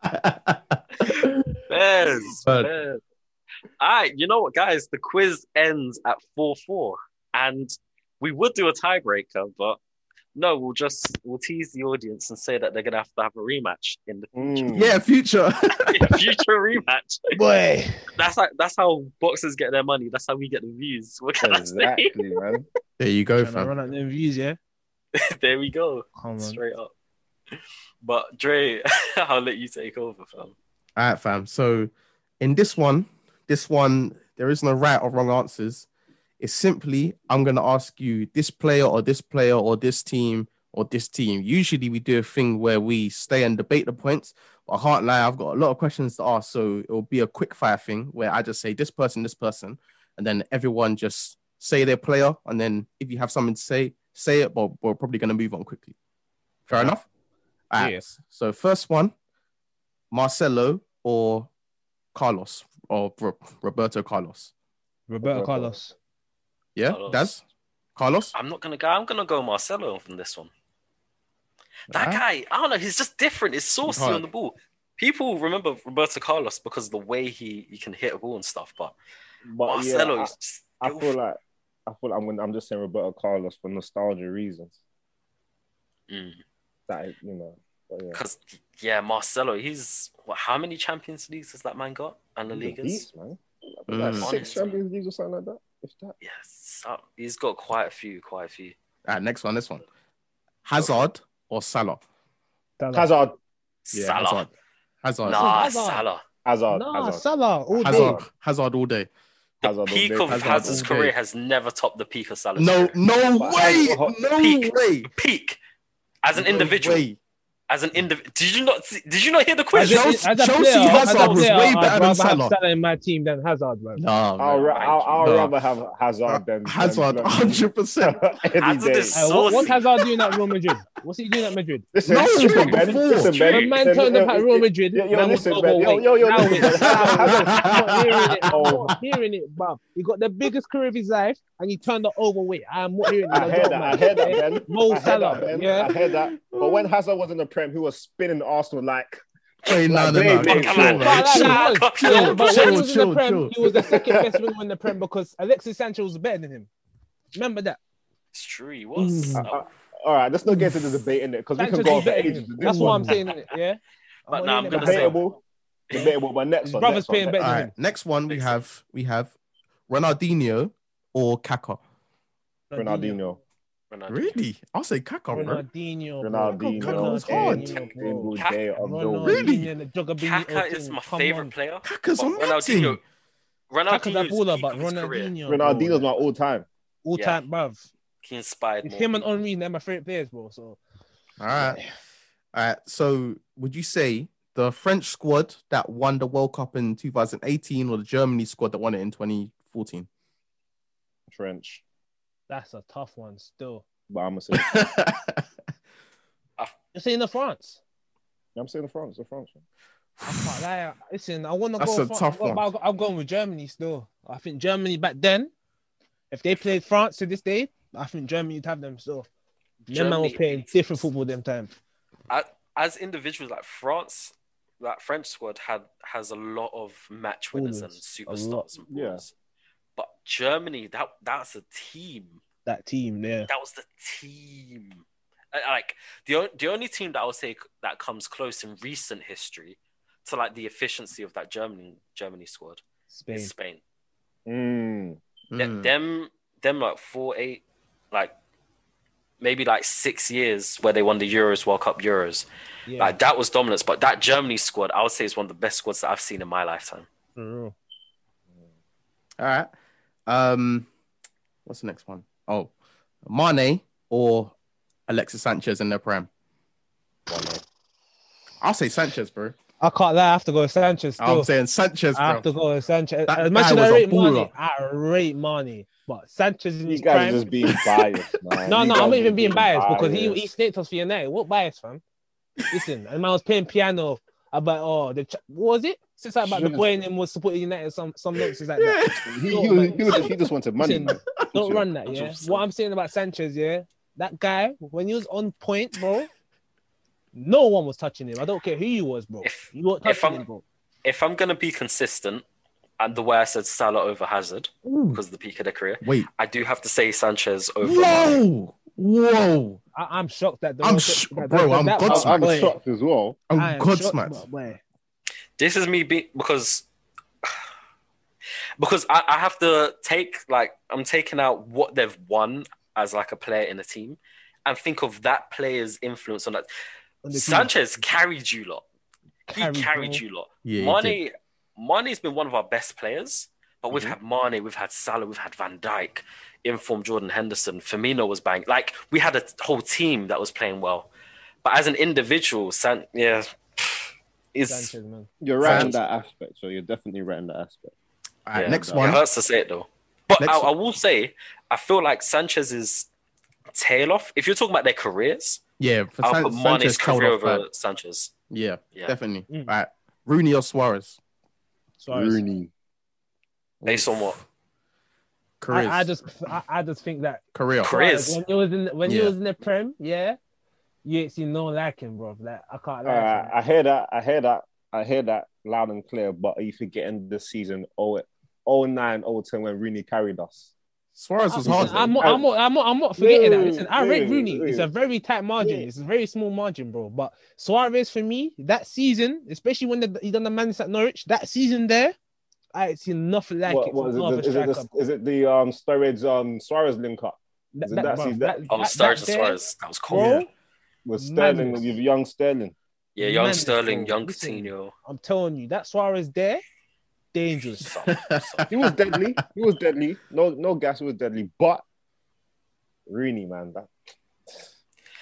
Speaker 2: Bears,
Speaker 1: But-
Speaker 2: bears. All right, you know what, guys? The quiz ends at 4 4. And we would do a tiebreaker, but no, we'll just we'll tease the audience and say that they're going to have to have a rematch in the
Speaker 4: Mm.
Speaker 1: yeah, future.
Speaker 2: future rematch.
Speaker 3: Boy.
Speaker 2: That's how, that's how boxers get their money. That's how we get the views. What can I say?
Speaker 4: Exactly, man.
Speaker 1: there you go,
Speaker 3: Trying to
Speaker 1: fam.
Speaker 3: run out them views, yeah?
Speaker 2: there we go.
Speaker 3: Come on.
Speaker 2: Straight up. But Dre, I'll let you take over, fam.
Speaker 1: All right, fam. So in this one, this one, there is no right or wrong answers. It's simply I'm gonna ask you this player or this player or this team or this team. Usually we do a thing where we stay and debate the points. But I can't lie, I've got a lot of questions to ask, so it will be a quick fire thing where I just say this person, this person, and then everyone just say their player, and then if you have something to say, say it. But we're probably gonna move on quickly. Fair enough. All right.
Speaker 3: Yeah.
Speaker 1: So first one, Marcelo or Carlos or Ro- Roberto Carlos.
Speaker 3: Roberto Carlos.
Speaker 1: Yeah,
Speaker 2: Carlos. Ah,
Speaker 1: Daz? Carlos.
Speaker 2: I'm not gonna go. I'm gonna go Marcelo from this one.
Speaker 1: Huh?
Speaker 2: That guy, I don't know, he's just different. He's saucy
Speaker 1: Hard.
Speaker 2: on the ball. People remember Roberto Carlos because of the way he, he can hit a ball and stuff, but
Speaker 4: But yeah,
Speaker 2: Marcelo
Speaker 4: I-
Speaker 2: is just
Speaker 4: I
Speaker 2: ill-
Speaker 4: feel like I feel like I'm gonna, I'm just saying Roberto Carlos for nostalgia reasons.
Speaker 2: Mm.
Speaker 4: That you know, but yeah,
Speaker 2: Because yeah, Marcelo, he's what, how many Champions Leagues has that man got? And La
Speaker 4: He's a
Speaker 2: Ligas?
Speaker 4: beast, man.
Speaker 1: Mm.
Speaker 4: Like six
Speaker 2: Honestly.
Speaker 4: Champions Leagues or something like that. If that,
Speaker 2: Yes, uh, he's got quite a few, quite a few.
Speaker 1: All right, next one. This one. Hazard or Salah?
Speaker 3: Salah.
Speaker 4: Hazard,
Speaker 2: Salah,
Speaker 1: Hazard. Hazard.
Speaker 2: nah,
Speaker 3: Hazard.
Speaker 2: Salah.
Speaker 4: Hazard,
Speaker 3: Nah,
Speaker 4: Hazard.
Speaker 3: Salah all day.
Speaker 1: Hazard. Hazard all day.
Speaker 2: The
Speaker 4: Hazard all
Speaker 2: peak
Speaker 4: day,
Speaker 2: of
Speaker 1: Hazard
Speaker 2: Hazard's
Speaker 1: all day.
Speaker 2: career has never topped the peak of Salah's
Speaker 1: No,
Speaker 2: career.
Speaker 1: no
Speaker 4: But
Speaker 1: way.
Speaker 4: Hazard-
Speaker 1: No
Speaker 2: Peak.
Speaker 1: way.
Speaker 2: peak as an
Speaker 1: No
Speaker 2: individual.
Speaker 1: way.
Speaker 2: As an individual, did you not see, did you not hear the
Speaker 1: As
Speaker 2: quiz?
Speaker 1: Chelsea-
Speaker 3: As a- as a
Speaker 1: Chelsea
Speaker 3: player- as a
Speaker 1: Hazard was
Speaker 3: player,
Speaker 1: way
Speaker 3: I'd
Speaker 1: better than
Speaker 3: rather have
Speaker 1: Salah.
Speaker 3: Salah in my team than Hazard, man.
Speaker 1: Nah,
Speaker 4: I'll,
Speaker 1: man.
Speaker 4: ra- I'll, I'll
Speaker 1: No.
Speaker 4: rather have Hazard than
Speaker 1: Hazard,
Speaker 4: than-
Speaker 1: hundred percent.
Speaker 4: any
Speaker 2: Hazard
Speaker 4: day.
Speaker 2: is
Speaker 3: Uh, what,
Speaker 2: Saucy.
Speaker 3: what's Hazard doing at Real Madrid? What's he doing at Madrid?
Speaker 4: Listen,
Speaker 1: No,
Speaker 4: listen,
Speaker 1: before.
Speaker 4: Ben, listen, Ben,
Speaker 3: When man turned up at Real Madrid,
Speaker 4: Yo, yo,
Speaker 3: man
Speaker 4: listen,
Speaker 3: was
Speaker 4: man. Yo,
Speaker 3: overweight.
Speaker 4: yo, yo,
Speaker 3: Now
Speaker 4: listen.
Speaker 3: it's- I'm not hearing it. I'm
Speaker 4: Oh.
Speaker 3: not hearing it, bruv. He got the biggest career of his life and he turned up overweight. I'm not hearing it.
Speaker 4: I heard that. I heard that, Ben.
Speaker 3: Mo
Speaker 4: I heard that,
Speaker 3: Salah.
Speaker 4: Ben.
Speaker 3: Yeah.
Speaker 4: I heard that. But
Speaker 3: Mm.
Speaker 4: when Hazard was in the Prem, he was spinning Arsenal like
Speaker 1: Wait, nah, nah, nah.
Speaker 4: Like,
Speaker 1: Chill,
Speaker 4: babe, come on.
Speaker 1: man.
Speaker 3: But like,
Speaker 1: Chill.
Speaker 2: Shut
Speaker 3: he was-
Speaker 2: up.
Speaker 3: yeah, but when he
Speaker 1: Chill,
Speaker 3: was in
Speaker 1: chill,
Speaker 3: the Prem,
Speaker 1: chill.
Speaker 3: he was the second best winger in the Prem because Alexis Sanchez was better than him. Remember that?
Speaker 2: It's true, he was.
Speaker 1: Mm.
Speaker 2: Oh,
Speaker 4: uh, All right, let's not get into the debate in it because we
Speaker 3: Sanchez
Speaker 4: can go
Speaker 3: was
Speaker 4: on for
Speaker 3: better than
Speaker 4: ages.
Speaker 3: him.
Speaker 4: with
Speaker 3: That's
Speaker 4: this
Speaker 3: what
Speaker 4: one.
Speaker 3: I'm saying, innit? Yeah.
Speaker 2: But
Speaker 3: not
Speaker 2: nah, I'm
Speaker 3: hearing it,
Speaker 2: gonna
Speaker 3: man.
Speaker 2: say-
Speaker 4: Debatable, debatable. But next one,
Speaker 3: Brothers
Speaker 4: next one,
Speaker 3: paying
Speaker 4: next
Speaker 3: better
Speaker 1: All
Speaker 3: than
Speaker 1: right,
Speaker 3: him.
Speaker 1: next one we
Speaker 2: Big
Speaker 1: have we have Ronaldinho or Kaká.
Speaker 4: one. Ronaldinho.
Speaker 2: Ronaldo.
Speaker 1: Really? I'll say Kaká, bro.
Speaker 3: Ronaldinho.
Speaker 4: Ronaldinho.
Speaker 1: Kaká was hard.
Speaker 3: Ronaldinho, bro.
Speaker 4: Single day of the
Speaker 3: Ronaldinho
Speaker 4: week.
Speaker 1: Really?
Speaker 3: and the Jogabinho
Speaker 2: Kaka is
Speaker 3: thing.
Speaker 2: my
Speaker 3: Come
Speaker 2: favorite
Speaker 3: on.
Speaker 2: player.
Speaker 1: Kaká's
Speaker 2: But
Speaker 1: on my
Speaker 2: Ronaldinho,
Speaker 1: team.
Speaker 3: Kaka's a
Speaker 2: Ronaldinho's
Speaker 3: baller,
Speaker 2: peak
Speaker 3: but
Speaker 2: of his career.
Speaker 3: Ronaldinho.
Speaker 4: Ronaldinho's
Speaker 3: bro,
Speaker 4: my all-time.
Speaker 3: all time, bruv.
Speaker 2: He inspired
Speaker 3: It's
Speaker 2: more
Speaker 3: him and
Speaker 2: people.
Speaker 3: Henri, they're my favorite players, bro. So
Speaker 1: All right, all right. So, would you say the French squad that won the World Cup in 2018 or the Germany squad that won it in 2014?
Speaker 4: French,
Speaker 3: that's a tough one still.
Speaker 4: but I'm gonna say
Speaker 1: Hmm.
Speaker 3: You're saying the France.
Speaker 4: I'm saying France, the France.
Speaker 3: I can't lie. Listen, I want to
Speaker 1: That's
Speaker 3: go.
Speaker 1: a
Speaker 3: France,
Speaker 1: tough
Speaker 3: but
Speaker 1: one.
Speaker 3: I'm- I'm going with Germany still. I think Germany back then, if they played France to this day, I think Germany would have them still. Them man was
Speaker 2: Germany-
Speaker 3: playing different football them time.
Speaker 2: As individuals, like France, that French squad had has a lot of match winners and
Speaker 3: Ballers. A lot.
Speaker 2: superstars. And
Speaker 4: Yeah.
Speaker 2: ballers. But Germany, that that's a team.
Speaker 3: That team, yeah.
Speaker 2: That was the team. I- I Like the on- the only team that I would say c- that comes close in recent history to like the efficiency of that Germany Germany squad
Speaker 3: Spain.
Speaker 2: is Spain.
Speaker 4: Mm.
Speaker 2: Th-
Speaker 1: Mm.
Speaker 2: them them like four eight like maybe like six years where they won the Euros World Cup Euros
Speaker 3: Yeah,
Speaker 2: like that was dominance but that Germany squad I would say is one of the best squads that I've seen in my lifetime
Speaker 3: for real.
Speaker 1: All right. Um, what's the next one? Oh, Mane or Alexis Sanchez in their prime. I'll say Sanchez, bro.
Speaker 3: I can't lie. I have to go with Sanchez still.
Speaker 1: I'm saying Sanchez,
Speaker 3: I have
Speaker 1: bro.
Speaker 3: to go with Sanchez.
Speaker 1: That
Speaker 3: as much as
Speaker 1: guy was
Speaker 3: I
Speaker 1: a
Speaker 3: rate money,
Speaker 1: baller.
Speaker 3: I rate money. But Sanchez in
Speaker 4: You
Speaker 3: his
Speaker 4: guys are
Speaker 3: prime.
Speaker 4: just being biased, man.
Speaker 3: No, no,
Speaker 4: You
Speaker 3: I'm
Speaker 4: guys
Speaker 3: not
Speaker 4: are
Speaker 3: even being biased because he,
Speaker 4: biased.
Speaker 3: he snaked us for United. What bias, fam? Listen, and I was playing piano about oh the ch- what was it? Since I about the
Speaker 4: Should've-
Speaker 3: boy and him was supporting United some some nonsense like that.
Speaker 1: Yeah.
Speaker 4: He,
Speaker 3: No,
Speaker 4: he,
Speaker 3: but-
Speaker 4: he was- he just wanted money.
Speaker 3: Listen,
Speaker 4: man.
Speaker 3: Don't run that, yeah.
Speaker 2: 100%.
Speaker 3: What I'm saying about Sanchez, yeah, that guy when he was on point, bro, no one was touching him. I don't care who he was, bro.
Speaker 2: If-
Speaker 3: You weren't
Speaker 2: if
Speaker 3: touching
Speaker 2: I'm-
Speaker 3: him, bro.
Speaker 2: if I'm gonna be consistent and the way I said Salah over Hazard because of the peak of their career
Speaker 1: Wait.
Speaker 2: I do have to say Sanchez over Mane.
Speaker 1: Whoa. Whoa.
Speaker 3: I, I'm shocked that the
Speaker 1: I'm
Speaker 3: World Cup-
Speaker 1: sh-
Speaker 3: that-
Speaker 1: bro,
Speaker 3: that-
Speaker 1: I'm
Speaker 3: that-
Speaker 4: I-
Speaker 1: God's
Speaker 3: that-
Speaker 4: I'm
Speaker 3: boy,
Speaker 4: shocked as well.
Speaker 1: I'm
Speaker 3: I am
Speaker 1: Godsmacked.
Speaker 3: shocked, boy.
Speaker 2: this is me be- because because I, I have to take like I'm taking out what they've won as like a player in a team and think of that player's influence on that.
Speaker 3: On the team.
Speaker 2: Sanchez carried you lot.
Speaker 3: Carried,
Speaker 2: he carried
Speaker 3: bro.
Speaker 2: you lot.
Speaker 1: Yeah. he did. Mm-hmm.
Speaker 2: Mane Mane's been one of our best players, but we've had Mane, we've had Salah, we've had Van Dijk, informed Jordan Henderson, Firmino was bang. Like we had a whole team that was playing well. But as an individual, San yeah is
Speaker 3: Sanchez, man.
Speaker 4: You're right in
Speaker 1: Sanchez.
Speaker 4: that aspect. So you're definitely right in that aspect.
Speaker 1: All right,
Speaker 2: Yeah,
Speaker 1: next
Speaker 2: it
Speaker 1: one.
Speaker 2: hurts to say it though. But
Speaker 1: Next
Speaker 2: I, I
Speaker 1: one.
Speaker 2: will say, I feel like Sanchez's tail off. If you're talking about their careers,
Speaker 1: Yeah, for
Speaker 2: I'll
Speaker 1: San-
Speaker 2: put Mane's
Speaker 1: Sanchez told
Speaker 2: career
Speaker 1: off.
Speaker 2: over
Speaker 1: bad.
Speaker 2: Sanchez.
Speaker 1: Yeah,
Speaker 2: Yeah.
Speaker 1: definitely.
Speaker 3: Mm.
Speaker 1: All right, Rooney or Suarez?
Speaker 3: Suarez.
Speaker 4: Rooney.
Speaker 2: Based on what?
Speaker 1: Careers.
Speaker 3: I, I just I, I just think that
Speaker 1: Career.
Speaker 2: Career. Chris.
Speaker 3: When he was in when he
Speaker 1: Yeah.
Speaker 3: was in the prem, yeah, you ain't seen no liking, bro. Like I can't lie.
Speaker 4: Uh,
Speaker 3: to you.
Speaker 4: I hear that. I hear that. I hear that loud and clear. But are you forgetting the season oh, 0- 09, 010 when Rooney carried us?
Speaker 1: Suarez was hard.
Speaker 3: Listen, I'm
Speaker 1: though.
Speaker 3: not, I'm, not, I'm, not, I'm not forgetting that.
Speaker 4: No,
Speaker 3: Listen, I rate
Speaker 4: no,
Speaker 3: Rooney. It's
Speaker 4: no.
Speaker 3: a very tight margin.
Speaker 4: Yeah.
Speaker 3: It's a very small margin, bro. But Suarez for me that season, especially when the, he done the man at Norwich, that season there, I ain't seen nothing like
Speaker 4: What-
Speaker 3: it.
Speaker 4: what
Speaker 3: From
Speaker 4: is,
Speaker 3: another
Speaker 4: it the, is, it
Speaker 3: striker.
Speaker 4: the, is it the um Sturridge um Suarez link up
Speaker 3: That-
Speaker 4: is it
Speaker 3: that-
Speaker 4: that
Speaker 3: bro,
Speaker 4: season?
Speaker 3: that-
Speaker 2: Oh,
Speaker 3: that-
Speaker 2: Sturridge and
Speaker 3: that there,
Speaker 2: Suarez. That was cool.
Speaker 3: bro.
Speaker 4: with Sterling
Speaker 3: Madness.
Speaker 4: with young Sterling?
Speaker 2: Yeah, young
Speaker 3: Madness,
Speaker 2: Sterling,
Speaker 3: bro.
Speaker 2: young
Speaker 3: Listen.
Speaker 2: Coutinho.
Speaker 3: I'm telling you, that Suarez there, dangerous.
Speaker 5: He was deadly. He was deadly. No, no gas. He was deadly. But
Speaker 4: Rooney, man, that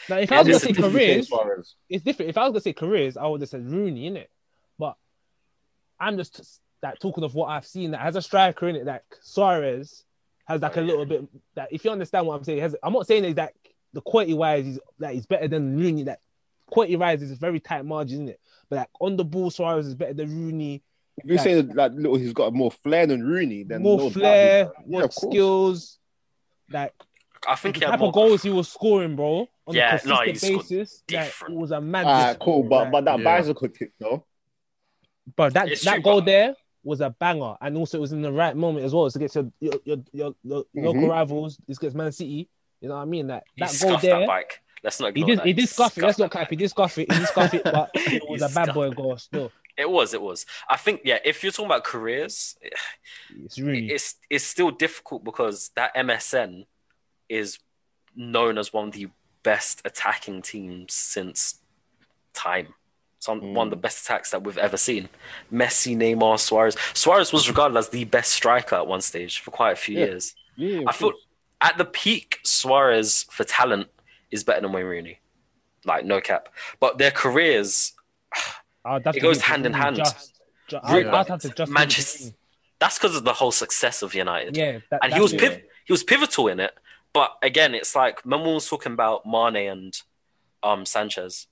Speaker 3: now, if I
Speaker 2: Yeah,
Speaker 3: was gonna
Speaker 2: listen,
Speaker 3: say
Speaker 2: this is
Speaker 3: careers,
Speaker 4: Suarez.
Speaker 3: it's different. If I was gonna say careers, I would have said Rooney, innit? But I'm just like talking of what I've seen that has a striker in it, like Suarez has
Speaker 2: Oh,
Speaker 3: like a little bit that if you understand what I'm saying, has, I'm not saying that like the quality wise is like he's better than Rooney. That quality wise is a very tight margin, is it? But like on the ball, Suarez is better than Rooney.
Speaker 5: if you
Speaker 3: Yeah.
Speaker 5: say like little, he's got more flair than Rooney. Then
Speaker 3: more
Speaker 5: no doubt
Speaker 3: flair,
Speaker 5: he's-
Speaker 3: more
Speaker 5: Yeah, of course.
Speaker 3: skills. Like
Speaker 2: I think
Speaker 3: the
Speaker 2: he had
Speaker 3: type
Speaker 2: more
Speaker 3: of goals he was scoring, bro, on
Speaker 2: Yeah,
Speaker 3: a
Speaker 2: no,
Speaker 3: consistent
Speaker 2: he scored
Speaker 3: basis, like, it
Speaker 2: different.
Speaker 3: was a madness.
Speaker 5: Ah, cool. But but that
Speaker 1: Yeah.
Speaker 5: bicycle kick though.
Speaker 3: But that
Speaker 2: It's
Speaker 3: that
Speaker 2: true,
Speaker 3: goal
Speaker 2: but-
Speaker 3: there was a banger, and also it was in the right moment as well. It's against your your your, your, your
Speaker 1: Mm-hmm.
Speaker 3: local rivals. It's against Man City. You know what I mean? That
Speaker 2: He
Speaker 3: that goal
Speaker 2: scuffed
Speaker 3: there.
Speaker 2: that bike. Let's not
Speaker 3: he
Speaker 2: ignore
Speaker 3: did
Speaker 2: that.
Speaker 3: he did scuff it. Let's not
Speaker 2: scuffed
Speaker 3: cap.
Speaker 2: that
Speaker 3: He did scuff it. He did scuff it, but it was
Speaker 2: He
Speaker 3: a bad
Speaker 2: scuffed
Speaker 3: boy goal. Still,
Speaker 2: back. It was, it was. I think, yeah, if you're talking about careers, it-
Speaker 3: it's really
Speaker 2: it's it's still difficult because that MSN is known as one of the best attacking teams since time. Some
Speaker 3: Mm.
Speaker 2: one of the best attacks that we've ever seen. Messi, Neymar, Suarez. Suarez was regarded as the best striker at one stage for quite a few
Speaker 5: Yeah.
Speaker 2: years.
Speaker 5: Yeah,
Speaker 2: I thought at the peak, Suarez for talent is better than Wayne Rooney. Like no cap, but their careers.
Speaker 3: I'd have
Speaker 2: it
Speaker 3: to
Speaker 2: goes
Speaker 3: give it to
Speaker 2: hand in
Speaker 3: Rooney
Speaker 2: hand.
Speaker 3: Just, ju-
Speaker 1: Rooney-
Speaker 3: I'd, I'd have to just give it to
Speaker 2: Manchester-
Speaker 3: Rooney.
Speaker 2: That's because of the whole success of United.
Speaker 3: Yeah, that,
Speaker 2: and he
Speaker 3: that's
Speaker 2: was
Speaker 3: it.
Speaker 2: piv- he was pivotal in it. But again, it's like when we was talking about Mane and um, Sanchez,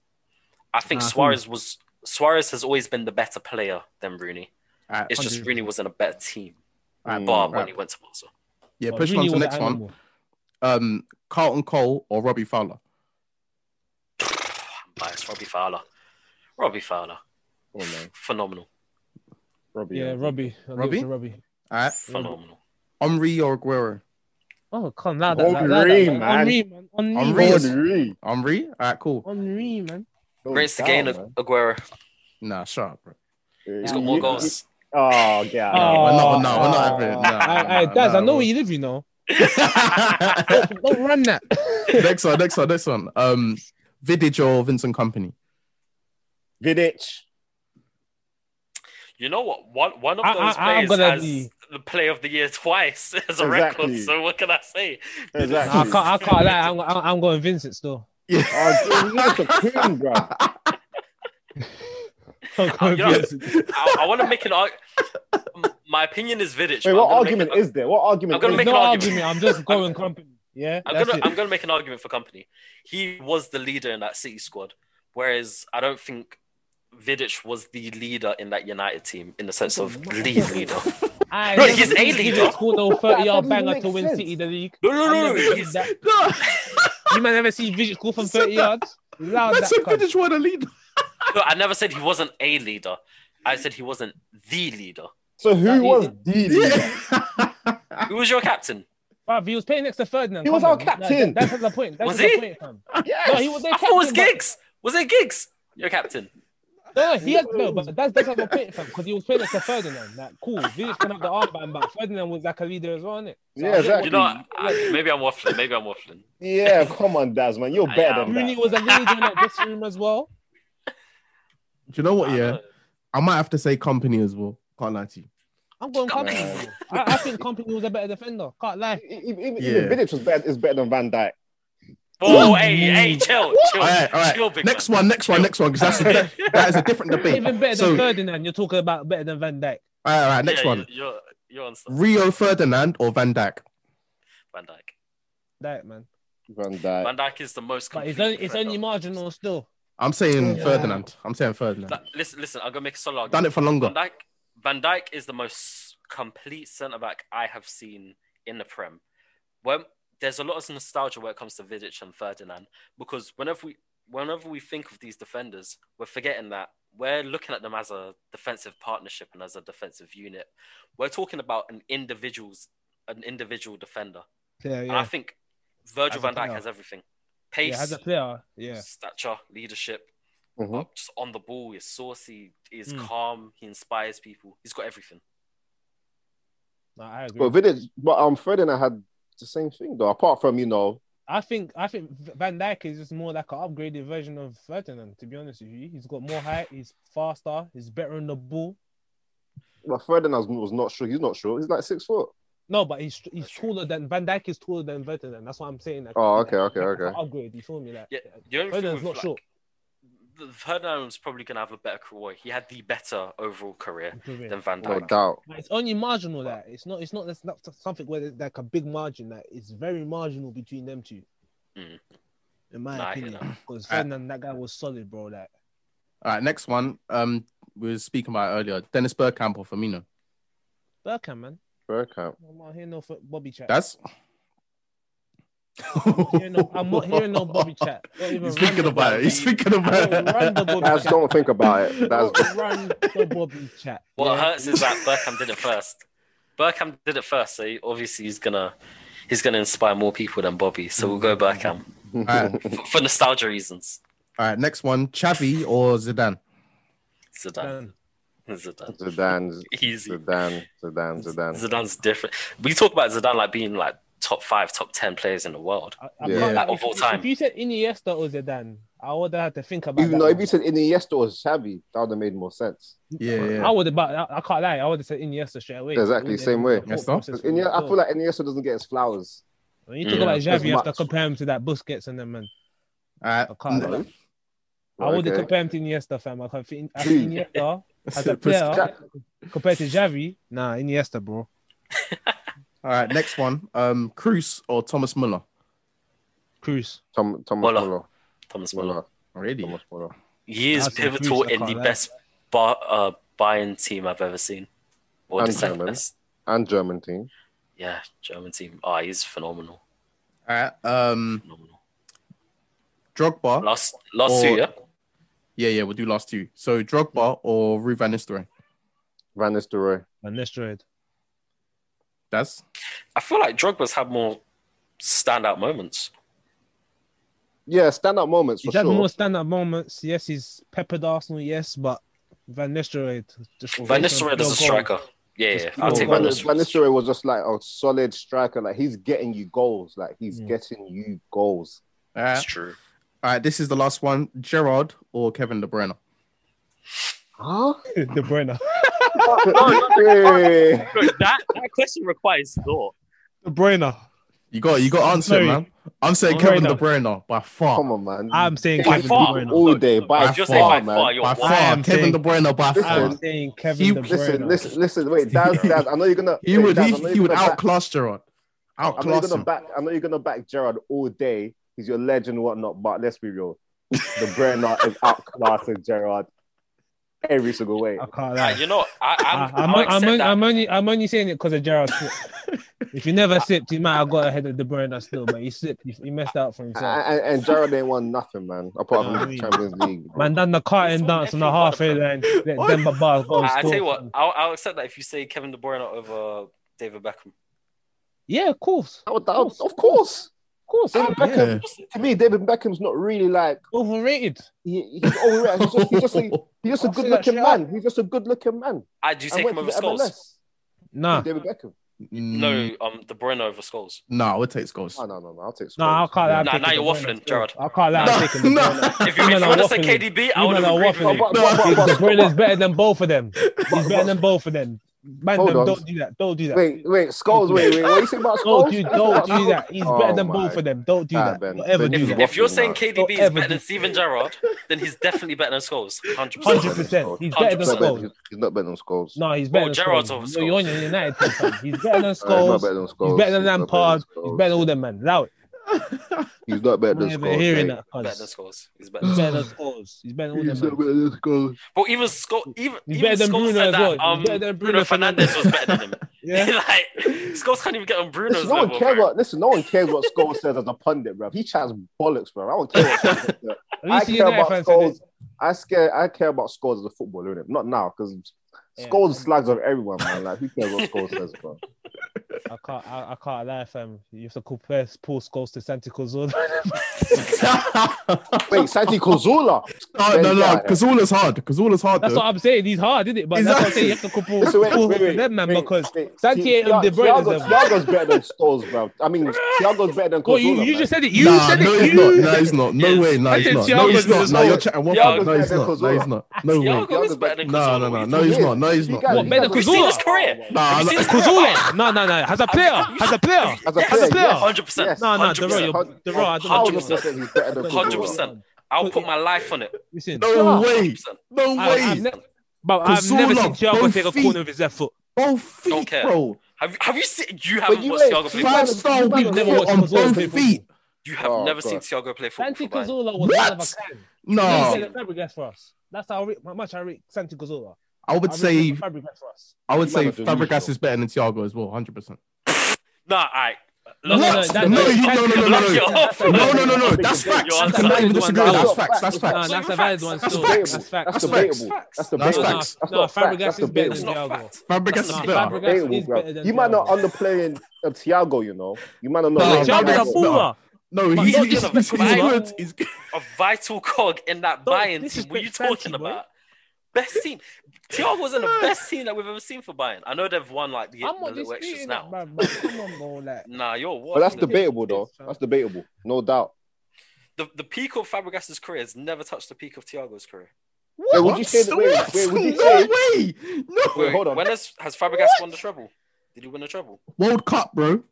Speaker 2: I think
Speaker 3: Nah, I think-
Speaker 2: Suarez was Suarez has always been the better player than Rooney.
Speaker 1: Alright,
Speaker 2: It's just
Speaker 3: 100%.
Speaker 2: Rooney was in a better team,
Speaker 3: Mm,
Speaker 1: alright,
Speaker 2: bar
Speaker 1: alright.
Speaker 2: when he went to Barca.
Speaker 1: Yeah,
Speaker 3: But
Speaker 1: pushing
Speaker 3: Rooney
Speaker 1: on to the
Speaker 3: was an
Speaker 1: next one.
Speaker 3: animal.
Speaker 1: Um, Carlton Cole or Robbie Fowler?
Speaker 2: I'm biased. Robbie Fowler, Robbie Fowler,
Speaker 5: Oh, man.
Speaker 2: phenomenal,
Speaker 5: Robbie,
Speaker 3: Yeah, Robbie. I'll give it
Speaker 1: Robbie?
Speaker 3: to Robbie.
Speaker 1: All right,
Speaker 2: phenomenal.
Speaker 1: Omri or Aguero?
Speaker 3: Oh, come now.
Speaker 5: Henri,
Speaker 3: Henri,
Speaker 5: man.
Speaker 3: man. Henri,
Speaker 1: Henri.
Speaker 3: man.
Speaker 5: Henry.
Speaker 1: Omri? All right, cool.
Speaker 3: Henri, man.
Speaker 5: No
Speaker 2: Great to
Speaker 5: doubt,
Speaker 2: gain
Speaker 5: man.
Speaker 2: Aguero.
Speaker 1: Nah, shut up, bro.
Speaker 2: He's
Speaker 5: Yeah.
Speaker 2: got more goals.
Speaker 5: Oh, yeah.
Speaker 1: No, we're not- no, we're not
Speaker 3: Oh.
Speaker 1: having it. No,
Speaker 3: Aye, aye,
Speaker 1: no,
Speaker 3: Daz,
Speaker 1: no,
Speaker 3: I
Speaker 1: we're-
Speaker 3: know where you live, you know.
Speaker 2: Vidic
Speaker 3: Don't, don't run that.
Speaker 1: next one, next one, next one. Um, Vidic or Vincent Company?
Speaker 5: Vidic.
Speaker 2: You know what? One one of
Speaker 3: I-
Speaker 2: those
Speaker 3: I- I'm
Speaker 2: players
Speaker 3: gonna
Speaker 2: has
Speaker 3: be-
Speaker 2: the play of the year twice as a record.
Speaker 5: Exactly.
Speaker 2: So what can I say?
Speaker 3: Nah, I can't,
Speaker 5: Exactly.
Speaker 3: I can't lie. I'm, I'm, I'm going Vincent still.
Speaker 5: Oh, dude, you're just a queen, bro.
Speaker 3: I'm
Speaker 2: Uh, you
Speaker 3: going
Speaker 2: know,
Speaker 3: Vincent.
Speaker 2: I, want to make an argument. My opinion is
Speaker 5: Wait,
Speaker 2: Vidic. but
Speaker 5: what
Speaker 2: I'm gonna
Speaker 5: argument
Speaker 2: make,
Speaker 5: is there? What argument
Speaker 2: I'm gonna
Speaker 5: is
Speaker 2: make
Speaker 3: no
Speaker 2: an argument.
Speaker 3: argument. I'm just going company. Yeah,
Speaker 2: I'm
Speaker 3: that's
Speaker 2: gonna,
Speaker 3: it.
Speaker 2: I'm gonna make an argument for company. He was the leader in that City squad, whereas I don't think Vidic was the leader in that United team in the sense of
Speaker 3: Oh
Speaker 2: lead leader.
Speaker 3: I
Speaker 2: Bro,
Speaker 3: never
Speaker 2: he's
Speaker 3: think
Speaker 2: a
Speaker 3: he
Speaker 2: leader.
Speaker 3: scored no 30 yard
Speaker 5: doesn't
Speaker 3: banger
Speaker 5: make
Speaker 3: to win
Speaker 5: sense.
Speaker 3: City the league.
Speaker 2: No, no,
Speaker 3: I
Speaker 2: no, no.
Speaker 3: never did
Speaker 2: he's-
Speaker 3: that.
Speaker 1: No,
Speaker 3: You might never see Vidic score from
Speaker 1: You said
Speaker 3: 30
Speaker 1: that.
Speaker 3: yards. Loud
Speaker 1: that's
Speaker 3: that
Speaker 1: a
Speaker 3: cunt.
Speaker 1: Vidic won a lead.
Speaker 2: no, I never said he wasn't a leader. I said he wasn't the leader.
Speaker 5: So who
Speaker 3: That
Speaker 5: was D?
Speaker 3: Ah.
Speaker 2: Who was your captain?
Speaker 3: Bruv, he was playing next to Ferdinand.
Speaker 5: He was
Speaker 3: come
Speaker 5: our
Speaker 3: on. Like, that-
Speaker 5: captain.
Speaker 3: That's the point. That's
Speaker 2: Was
Speaker 3: the
Speaker 2: he?
Speaker 3: point, fam.
Speaker 5: Yes.
Speaker 3: No, he was their
Speaker 2: I thought it was
Speaker 3: captain, but-
Speaker 2: Giggs. Was it Giggs? Your captain.
Speaker 3: No, he had no, but that's that's not point, fam, because he was playing next to Ferdinand. Like, cool, Vidic can have the armband, but Ferdinand was like a leader as well, innit?
Speaker 5: Yeah, exactly.
Speaker 2: You know, I, I- maybe I'm waffling. Maybe I'm waffling.
Speaker 5: Yeah, come on, Daz, man. You're
Speaker 2: I
Speaker 5: better
Speaker 2: am.
Speaker 5: than
Speaker 3: Rooney
Speaker 5: that.
Speaker 3: was a leader in that dressing room as well.
Speaker 1: Do you know what?
Speaker 2: I
Speaker 1: Yeah,
Speaker 2: don't know.
Speaker 1: I might have to say Company as well. Can't lie to you.
Speaker 3: I'm going
Speaker 2: Come
Speaker 3: company.
Speaker 5: on.
Speaker 3: bro. I, I think company was a better defender. Can't lie.
Speaker 5: E- Even, even
Speaker 1: Yeah.
Speaker 5: Vidic was better, is better than Van Dyke.
Speaker 2: Whoa, Oh, hey, hey, chill,
Speaker 1: All
Speaker 2: chill,
Speaker 1: right, all
Speaker 2: chill,
Speaker 1: right.
Speaker 2: big
Speaker 1: Next
Speaker 2: man.
Speaker 1: one, next one, next one, because that's a di- that is a different debate.
Speaker 3: Even better
Speaker 1: So,
Speaker 3: than
Speaker 1: all right,
Speaker 3: Ferdinand, you're talking about better than Van Dijk.
Speaker 1: all right, next
Speaker 2: Yeah,
Speaker 1: one.
Speaker 2: You're, you're, you're on stuff,
Speaker 1: Rio Ferdinand or Van Dijk?
Speaker 2: Van Dyke.
Speaker 3: That man,
Speaker 5: Van Dyke.
Speaker 2: Van Dyke is the most.
Speaker 3: but it's
Speaker 2: complete
Speaker 3: only it's
Speaker 2: defender.
Speaker 3: only marginal still.
Speaker 1: I'm saying
Speaker 3: Yeah.
Speaker 1: Ferdinand. I'm saying Ferdinand.
Speaker 2: Like, listen, listen. I'm gonna make a solo
Speaker 1: Done
Speaker 2: argument.
Speaker 1: it for longer.
Speaker 2: Van Dyke, Van Dyke is the most complete centre back I have seen in the Prem. When there's a lot of nostalgia when it comes to Vidic and Ferdinand because whenever we whenever we think of these defenders, we're forgetting that we're looking at them as a defensive partnership and as a defensive unit. We're talking about an individual's an individual defender.
Speaker 3: Yeah,
Speaker 2: And I
Speaker 3: yeah.
Speaker 2: think Virgil
Speaker 3: As a
Speaker 2: van Dijk
Speaker 3: player.
Speaker 2: has everything.
Speaker 3: yeah.
Speaker 2: Pace,
Speaker 3: As a player, yeah.
Speaker 2: stature, leadership,
Speaker 5: Mm-hmm.
Speaker 4: Mhm.
Speaker 2: up, just on the ball, he's saucy, he's
Speaker 3: Mm.
Speaker 2: calm, he inspires people. He's got everything.
Speaker 3: No, I agree.
Speaker 4: But Vidic, but um, Fred and I had the same thing though. Apart from you know,
Speaker 3: I think I think V- Van Dijk is just more like an upgraded version of Ferdinand. To be honest with you, he's got more height, he's faster, he's better on the ball.
Speaker 4: well, Ferdinand was, was not sure. He's not sure. He's like six foot.
Speaker 3: No, but he's he's taller than Van Dijk is taller than Ferdinand. That's what I'm saying. Like,
Speaker 4: Oh, okay,
Speaker 3: like,
Speaker 4: okay,
Speaker 3: like,
Speaker 4: okay.
Speaker 3: Upgrade. You feel me? Like,
Speaker 2: Yeah, the only
Speaker 3: Ferdinand's
Speaker 2: thing
Speaker 3: not
Speaker 2: with,
Speaker 3: short.
Speaker 2: like, the- Ferdinand's probably going to have a better career. He had the better overall career
Speaker 3: career.
Speaker 2: than Van
Speaker 4: No
Speaker 2: Dijk.
Speaker 4: doubt.
Speaker 3: But it's only marginal that it's not it's not that's not something where there's like a big margin that it's very marginal between them two.
Speaker 2: Mm.
Speaker 3: In my
Speaker 2: Nah, I hear
Speaker 3: opinion, because
Speaker 1: I-
Speaker 3: Ferdinand that guy was solid, bro. Like
Speaker 1: All right, next one. Um, we were speaking about earlier, Dennis Bergkamp or Firmino.
Speaker 3: Burkham, man.
Speaker 4: Bergkamp.
Speaker 3: I'm not hearing no f- Bobby chat.
Speaker 1: That's.
Speaker 3: I'm, not hearing no, I'm not hearing no Bobby chat. Not even
Speaker 1: He's thinking
Speaker 3: random
Speaker 1: about it.
Speaker 3: Bobby
Speaker 1: He's
Speaker 3: chat.
Speaker 1: thinking about
Speaker 3: Don't run the
Speaker 1: it.
Speaker 3: Bobby
Speaker 4: That's
Speaker 3: chat.
Speaker 4: don't think about it. That's
Speaker 3: Don't run the Bobby chat.
Speaker 2: What
Speaker 3: yeah?
Speaker 2: hurts is that Burkham did it first. Burkham did it first, so he- obviously he's gonna he's gonna inspire more people than Bobby. So we'll go
Speaker 3: Mm-hmm.
Speaker 2: Burkham
Speaker 1: All right,
Speaker 2: for, for nostalgia reasons.
Speaker 1: all right, next one, Chavi or Zidane.
Speaker 2: Zidane,
Speaker 3: Done.
Speaker 2: Zidane,
Speaker 4: Zidane,
Speaker 2: easy.
Speaker 4: Zidane, Zidane, Zidane.
Speaker 2: Zidane's different. We talk about Zidane like being like top five, top ten players in the world.
Speaker 3: I, I
Speaker 4: Yeah.
Speaker 3: can't-
Speaker 2: Like, of
Speaker 3: if,
Speaker 2: all
Speaker 3: if
Speaker 2: time.
Speaker 3: you said Iniesta or Zidane, I would have had to think about.
Speaker 4: Even
Speaker 3: that
Speaker 4: though if
Speaker 3: one.
Speaker 4: you said Iniesta or Xavi, that would have made more sense.
Speaker 1: Yeah,
Speaker 3: I
Speaker 1: yeah.
Speaker 3: would have, but I, I can't lie. I would have said Iniesta straight away.
Speaker 4: Exactly, same way.
Speaker 1: Yes, no?
Speaker 4: 'Cause Iniesta, I feel like Iniesta doesn't get his flowers.
Speaker 3: when you talk
Speaker 2: Yeah.
Speaker 3: about Xavi, you have to
Speaker 4: much.
Speaker 3: compare him to that Busquets and them man.
Speaker 1: All
Speaker 3: I
Speaker 1: right.
Speaker 3: can't lie. I
Speaker 4: Okay.
Speaker 3: would have compared him to Iniesta, fam. I can't think I
Speaker 4: Dude.
Speaker 3: think Iniesta as a player compared to Xavi. Nah, Iniesta, bro.
Speaker 1: All right, next one. Um, Cruz or Thomas Muller.
Speaker 3: Cruz.
Speaker 4: Tom, Thomas
Speaker 2: Muller.
Speaker 4: Muller.
Speaker 2: Thomas Muller.
Speaker 4: Muller.
Speaker 1: Already.
Speaker 4: Thomas Muller.
Speaker 2: He is
Speaker 3: That's a
Speaker 2: pivotal
Speaker 3: huge- I
Speaker 2: in the
Speaker 3: can't lie.
Speaker 2: best bar, uh, Bayern team I've ever seen, or the
Speaker 4: And
Speaker 2: second
Speaker 4: German.
Speaker 2: best.
Speaker 4: And German team.
Speaker 2: Yeah, German team. Ah, he's phenomenal.
Speaker 1: All right. Um,
Speaker 2: Phenomenal.
Speaker 1: Drogba.
Speaker 2: Last last
Speaker 1: Or-
Speaker 2: two, yeah.
Speaker 1: Yeah, yeah. We'll do last two. So Drogba or Ruud van Nistelrooy.
Speaker 4: Van Nistelrooy.
Speaker 3: And Nestroid.
Speaker 1: That's
Speaker 2: I feel like Drogba's had more standout moments.
Speaker 4: Yeah, standout moments for
Speaker 3: He's had
Speaker 4: sure.
Speaker 3: more standout moments. Yes, he's peppered Arsenal. Yes, but Van Nistelrooy. just-
Speaker 2: Van Nistelrooy is a
Speaker 3: goal.
Speaker 2: striker. Yeah, yeah,
Speaker 3: Just
Speaker 2: I'll
Speaker 3: pure
Speaker 2: take Van
Speaker 4: Van
Speaker 3: goal.
Speaker 4: Van
Speaker 2: Nistelrooy.
Speaker 4: Nistelrooy was just like a solid striker. Like he's getting you goals. Like he's
Speaker 3: Mm.
Speaker 4: getting you goals.
Speaker 1: all
Speaker 2: It's
Speaker 1: right.
Speaker 2: true.
Speaker 1: All right. This is the last one. Gerard or Kevin De Bruyne.
Speaker 4: Huh?
Speaker 3: De Bruyne.
Speaker 4: Hey.
Speaker 2: that, that question requires thought.
Speaker 3: De Bruyne.
Speaker 1: You got, you got to answer, it,
Speaker 3: Sorry.
Speaker 1: man. I'm saying
Speaker 3: De
Speaker 1: Kevin De
Speaker 3: Bruyne.
Speaker 1: Bruyne by far.
Speaker 4: Come on, man.
Speaker 3: I'm saying
Speaker 4: By
Speaker 3: Kevin De
Speaker 2: far.
Speaker 3: Bruyne.
Speaker 4: all day. By,
Speaker 1: By
Speaker 2: If you're
Speaker 4: far,
Speaker 2: saying by
Speaker 4: man.
Speaker 2: far, you're
Speaker 1: by
Speaker 2: wild.
Speaker 1: far,
Speaker 3: am
Speaker 1: Kevin De Bruyne by
Speaker 3: I'm
Speaker 1: far.
Speaker 4: Listen,
Speaker 3: saying Kevin
Speaker 1: He-
Speaker 3: De Bruyne.
Speaker 4: Listen, listen, listen. Wait, Daz, Daz. I know you're gonna.
Speaker 1: He
Speaker 4: wait,
Speaker 1: would,
Speaker 4: Daz, I
Speaker 1: he,
Speaker 4: know you're
Speaker 1: he would
Speaker 4: gonna back-
Speaker 1: outclass Gerard.
Speaker 4: I know you're
Speaker 1: Outclass
Speaker 4: gonna
Speaker 1: him.
Speaker 4: back. I know you're gonna back Gerard all day. He's your legend, and whatnot. But let's be real, the Brenner is outclassing Gerard every single way.
Speaker 3: I can't
Speaker 2: Ah,
Speaker 3: lie.
Speaker 2: you know, I,
Speaker 3: I-
Speaker 2: Ah, I'm,
Speaker 3: I'm,
Speaker 2: I'll
Speaker 3: I'm,
Speaker 2: accept
Speaker 3: only,
Speaker 2: that.
Speaker 3: I'm only I'm only saying it because of Gerard slipped. if he never slipped, he might have got ahead of De Bruyne still, but he slipped. He, he messed out for himself.
Speaker 4: And, and Gerard ain't won nothing, man. Apart
Speaker 3: No, I
Speaker 4: from the
Speaker 3: mean- oh,
Speaker 4: Champions League. bro.
Speaker 3: Man done the
Speaker 2: He's
Speaker 3: carton
Speaker 2: on
Speaker 3: dance on the
Speaker 2: every
Speaker 3: halfway
Speaker 2: one
Speaker 3: line. Let Demba Ba go and
Speaker 2: I, I tell
Speaker 3: score.
Speaker 2: you what, I'll, I'll accept that if you say Kevin De Bruyne over David Beckham.
Speaker 3: Yeah, of course,
Speaker 4: That would- that would- of course,
Speaker 3: of course.
Speaker 4: David
Speaker 3: Yeah.
Speaker 4: Beckham. To me, David Beckham's not really like
Speaker 3: Overrated.
Speaker 4: he, he's overrated. He's just, he's just a, he's just a
Speaker 3: I'll say
Speaker 4: good
Speaker 3: that
Speaker 4: looking
Speaker 3: shit
Speaker 4: man. He's just a good looking man.
Speaker 2: I do
Speaker 4: And
Speaker 2: take
Speaker 4: went
Speaker 2: him
Speaker 4: to
Speaker 2: over
Speaker 4: the
Speaker 2: Scholes.
Speaker 4: MLS.
Speaker 3: Nah,
Speaker 4: David Beckham.
Speaker 2: No,
Speaker 3: Mm.
Speaker 2: um, De Bruyne over Scholes.
Speaker 1: No, I would take scores.
Speaker 4: Oh, no, no, no. I'll take. Scholes.
Speaker 3: nah, I can't. lie, I'm
Speaker 2: Nah,
Speaker 3: taking
Speaker 2: now you're
Speaker 3: De Bruyne
Speaker 2: waffling,
Speaker 3: still.
Speaker 2: Gerard.
Speaker 3: I can't lie. I'm
Speaker 1: No,
Speaker 3: taking De
Speaker 1: no.
Speaker 3: Bruyne.
Speaker 2: If you,
Speaker 3: You
Speaker 2: if
Speaker 3: man
Speaker 2: you
Speaker 3: are
Speaker 2: want to say
Speaker 3: waffling.
Speaker 2: KDB, I
Speaker 3: You
Speaker 2: would
Speaker 3: man are
Speaker 2: have agreed with
Speaker 3: waffling.
Speaker 2: you.
Speaker 4: Oh, But- but- but-
Speaker 3: Because De
Speaker 4: but-
Speaker 3: Bruyne's better than both of them.
Speaker 4: but-
Speaker 3: He's better than both of them. Man,
Speaker 4: Hold
Speaker 3: them,
Speaker 4: on.
Speaker 3: don't do that. Don't do that.
Speaker 4: Wait, wait, Scholes, wait, wait, what you saying about Scholes?
Speaker 3: Don't do, don't do that. He's
Speaker 4: Oh
Speaker 3: better than
Speaker 4: my
Speaker 3: both of them. Don't do
Speaker 4: God,
Speaker 3: that.
Speaker 4: Ben.
Speaker 3: Don't ever
Speaker 2: If,
Speaker 4: But
Speaker 3: do
Speaker 4: He's
Speaker 2: if
Speaker 3: that.
Speaker 4: waffling
Speaker 2: you're saying
Speaker 4: now.
Speaker 2: KDB is
Speaker 3: Don't
Speaker 2: better
Speaker 3: ever
Speaker 2: than
Speaker 3: do-
Speaker 2: Steven Gerrard, then he's definitely better than Scholes. 100%.
Speaker 3: Hundred percent. He's better than
Speaker 4: He's not better-
Speaker 3: Scholes.
Speaker 4: he's- He's not better than Scholes.
Speaker 3: No, he's
Speaker 2: Oh,
Speaker 3: better than
Speaker 2: Gerrard's
Speaker 3: Scholes.
Speaker 2: over
Speaker 3: No, you're on
Speaker 2: Scholes.
Speaker 3: your United team, fam. He's better than
Speaker 4: Uh, he's not
Speaker 3: Scholes.
Speaker 4: better than Scholes.
Speaker 3: He's better than
Speaker 4: not better
Speaker 3: Lampard.
Speaker 4: than
Speaker 3: He's
Speaker 4: Scholes.
Speaker 3: better than all them, man. Allow it.
Speaker 4: He's not better
Speaker 3: I'm not
Speaker 4: than
Speaker 3: even
Speaker 4: Scholes.
Speaker 3: hearing
Speaker 4: mate.
Speaker 3: that. cuz.
Speaker 2: better than Scholes. He's better.
Speaker 3: He's better than Scholes. He's better than all
Speaker 4: He's
Speaker 3: them,
Speaker 4: not
Speaker 3: man.
Speaker 4: better than Scholes.
Speaker 2: But even Scott, even,
Speaker 3: He's
Speaker 2: even
Speaker 3: better than
Speaker 2: Scholes
Speaker 3: Bruno
Speaker 2: said
Speaker 3: as
Speaker 2: that
Speaker 3: well. He's
Speaker 2: um,
Speaker 3: better than
Speaker 2: Bruno,
Speaker 3: Bruno
Speaker 2: Fernandez was better than him.
Speaker 3: Yeah.
Speaker 2: like Skulls can't even get on Bruno's
Speaker 4: Listen, no one
Speaker 2: level.
Speaker 4: cares
Speaker 2: bro.
Speaker 4: what. Listen, no one cares what Scholes says as a pundit, bro. He chats bollocks, bro. I don't care. What Scholes says.
Speaker 3: At
Speaker 4: I
Speaker 3: least
Speaker 4: care
Speaker 3: United
Speaker 4: about
Speaker 3: fans said
Speaker 4: Scholes.
Speaker 3: it.
Speaker 4: I scare. I care about Scholes as a footballer, innit? Not now, because
Speaker 3: Yeah.
Speaker 4: Scholes slags on everyone, man. Like who cares what Scholes says, bro?
Speaker 3: I can't. I, I can't lie, fam. You have to compare Paul Scholes to Santi Cazorla.
Speaker 4: Wait, Santi Cazorla.
Speaker 1: no, no, no. Because all is hard. Because all is hard.
Speaker 3: That's
Speaker 1: though.
Speaker 3: what I'm saying. He's hard, isn't it? But that's what I'm saying. You have to compare
Speaker 4: Listen, wait,
Speaker 3: Paul
Speaker 4: wait,
Speaker 3: to
Speaker 4: wait,
Speaker 3: them, man,
Speaker 4: wait,
Speaker 3: because
Speaker 4: wait.
Speaker 3: Santi
Speaker 4: Ti-
Speaker 3: and De
Speaker 4: Thiago-
Speaker 3: Bruyne's
Speaker 4: Thiago-
Speaker 3: level.
Speaker 4: Thiago's better than Scholes, bro. I mean, Thiago's better than Cazorla.
Speaker 3: Well, you, you
Speaker 4: man.
Speaker 3: just said it. You
Speaker 1: nah,
Speaker 3: said
Speaker 1: no,
Speaker 3: it.
Speaker 1: he's
Speaker 3: You.
Speaker 1: not. No, he's not. No
Speaker 2: Yes.
Speaker 1: way. No,
Speaker 3: I
Speaker 1: he's
Speaker 3: said
Speaker 1: not. No,
Speaker 3: Thiago's
Speaker 1: he's
Speaker 3: better
Speaker 1: not.
Speaker 3: than
Speaker 1: No, you're
Speaker 4: Cazorla.
Speaker 1: chatting one
Speaker 2: Thiago's
Speaker 1: No, he's
Speaker 4: better than
Speaker 1: not. No, he's not. No way. No, no, no,
Speaker 2: Thiago is better than Cazorla.
Speaker 4: Cazorla. Thiago's
Speaker 1: no.
Speaker 4: He
Speaker 1: He's
Speaker 4: is.
Speaker 1: not. No, he's
Speaker 4: You
Speaker 1: not.
Speaker 4: guys-
Speaker 3: What,
Speaker 4: you
Speaker 3: better
Speaker 4: guys are-
Speaker 2: We've seen his career.
Speaker 1: Nah,
Speaker 2: Have you
Speaker 1: no.
Speaker 2: seen his career?
Speaker 3: Cazorla. No, no, no. Has a player. Has a player.
Speaker 4: As a
Speaker 3: Has a
Speaker 4: player,
Speaker 3: player.
Speaker 4: yes.
Speaker 2: 100%.
Speaker 4: Yes.
Speaker 3: No, no,
Speaker 2: 100%.
Speaker 3: Dero, you're Dero. I don't know.
Speaker 4: Thousand
Speaker 2: 100%.
Speaker 4: percent he's better than
Speaker 2: 100%.
Speaker 4: Cazorla.
Speaker 2: I'll put my life on it.
Speaker 3: Listen,
Speaker 1: No way.
Speaker 2: 100%.
Speaker 1: No
Speaker 3: I- I've
Speaker 1: way.
Speaker 3: ne- but I've
Speaker 1: Cazorla,
Speaker 3: never seen Thiago
Speaker 1: both
Speaker 3: take a
Speaker 1: feet.
Speaker 3: corner with his left foot.
Speaker 1: Both
Speaker 2: Don't
Speaker 1: feet,
Speaker 2: care.
Speaker 1: bro.
Speaker 2: Have, you- have you seen? You haven't
Speaker 4: you
Speaker 2: watched
Speaker 4: ain't-
Speaker 2: Thiago play football.
Speaker 4: you
Speaker 1: Five
Speaker 4: haven't-
Speaker 1: star
Speaker 4: you
Speaker 1: will be
Speaker 4: haven't
Speaker 3: never watched
Speaker 1: on
Speaker 3: Cazorla play
Speaker 1: both
Speaker 3: football.
Speaker 1: feet.
Speaker 2: You have
Speaker 4: Oh,
Speaker 2: never seen
Speaker 4: God.
Speaker 2: Thiago play football.
Speaker 3: Santi
Speaker 2: Fabio.
Speaker 3: Cazorla was
Speaker 1: What?
Speaker 3: one of a kind.
Speaker 1: No,
Speaker 3: He's a Fabregas for us. That's how, re- how much I rate Santi Cazorla.
Speaker 1: I would
Speaker 3: I
Speaker 1: say
Speaker 3: rate Fabregas for us.
Speaker 1: I would
Speaker 4: You
Speaker 1: say
Speaker 4: might have to lose,
Speaker 1: Fabregas
Speaker 4: though.
Speaker 1: is better than Thiago as well, hundred percent.
Speaker 2: Nah, I.
Speaker 1: What?
Speaker 3: that-
Speaker 1: No,
Speaker 3: that-
Speaker 1: you- no, no, no, no,
Speaker 2: Lock
Speaker 1: no.
Speaker 2: it off.
Speaker 1: No, no, no, no. That's
Speaker 2: You're
Speaker 1: facts.
Speaker 2: on
Speaker 1: I cannot
Speaker 2: side
Speaker 1: even
Speaker 3: one
Speaker 1: disagree with
Speaker 3: now.
Speaker 1: that. That's facts. That's
Speaker 4: No,
Speaker 3: No,
Speaker 1: facts.
Speaker 2: That's
Speaker 3: that's a
Speaker 2: facts.
Speaker 3: valid one.
Speaker 2: That's
Speaker 3: still.
Speaker 4: facts.
Speaker 3: That's facts.
Speaker 4: That's
Speaker 1: That's
Speaker 4: debatable.
Speaker 2: facts.
Speaker 4: That's
Speaker 1: That's
Speaker 4: debatable.
Speaker 1: facts.
Speaker 4: That's
Speaker 3: No,
Speaker 4: not fact.
Speaker 3: Fabregas
Speaker 4: That's
Speaker 2: That's
Speaker 3: is better
Speaker 4: debatable.
Speaker 3: than
Speaker 2: not
Speaker 3: Thiago.
Speaker 2: fact.
Speaker 1: Fabregas
Speaker 2: That's
Speaker 1: is
Speaker 2: not
Speaker 1: better.
Speaker 3: Fabregas
Speaker 4: Debatable,
Speaker 3: is better
Speaker 4: bro.
Speaker 3: than
Speaker 4: You might not
Speaker 3: Thiago.
Speaker 4: underplaying uh, Thiago, you know. You might not know.
Speaker 1: No,
Speaker 4: rating
Speaker 1: Thiago's
Speaker 4: Thiago.
Speaker 1: a fool.
Speaker 3: Thiago
Speaker 1: No,
Speaker 3: But
Speaker 1: he's,
Speaker 2: not
Speaker 1: he's,
Speaker 2: just
Speaker 1: he's,
Speaker 2: a
Speaker 1: he's
Speaker 2: vibe.
Speaker 1: good. He's good.
Speaker 2: A vital cog in that
Speaker 3: Don't
Speaker 2: Bayern team.
Speaker 3: disrespect
Speaker 2: What are you
Speaker 3: Santi,
Speaker 2: talking
Speaker 3: bro.
Speaker 2: about? Best team. Thiago wasn't the best team that we've ever seen for Bayern. I know they've won like the,
Speaker 3: I'm
Speaker 2: the
Speaker 3: not
Speaker 2: little extras
Speaker 3: disputing
Speaker 2: now.
Speaker 3: that, man. but Come on, bro. Like,
Speaker 2: Nah, you're what?
Speaker 4: But that's
Speaker 3: the-
Speaker 4: debatable, though. That's debatable. No doubt.
Speaker 2: the the peak of Fabregas' career has never touched the peak of Thiago's career.
Speaker 4: Wait, would you say that? Wait,
Speaker 1: What?
Speaker 4: wait, would you
Speaker 1: no
Speaker 4: say?
Speaker 1: way. No.
Speaker 4: Wait, hold on.
Speaker 2: When has, has Fabregas won the treble? Did he win the treble?
Speaker 1: World Cup, bro.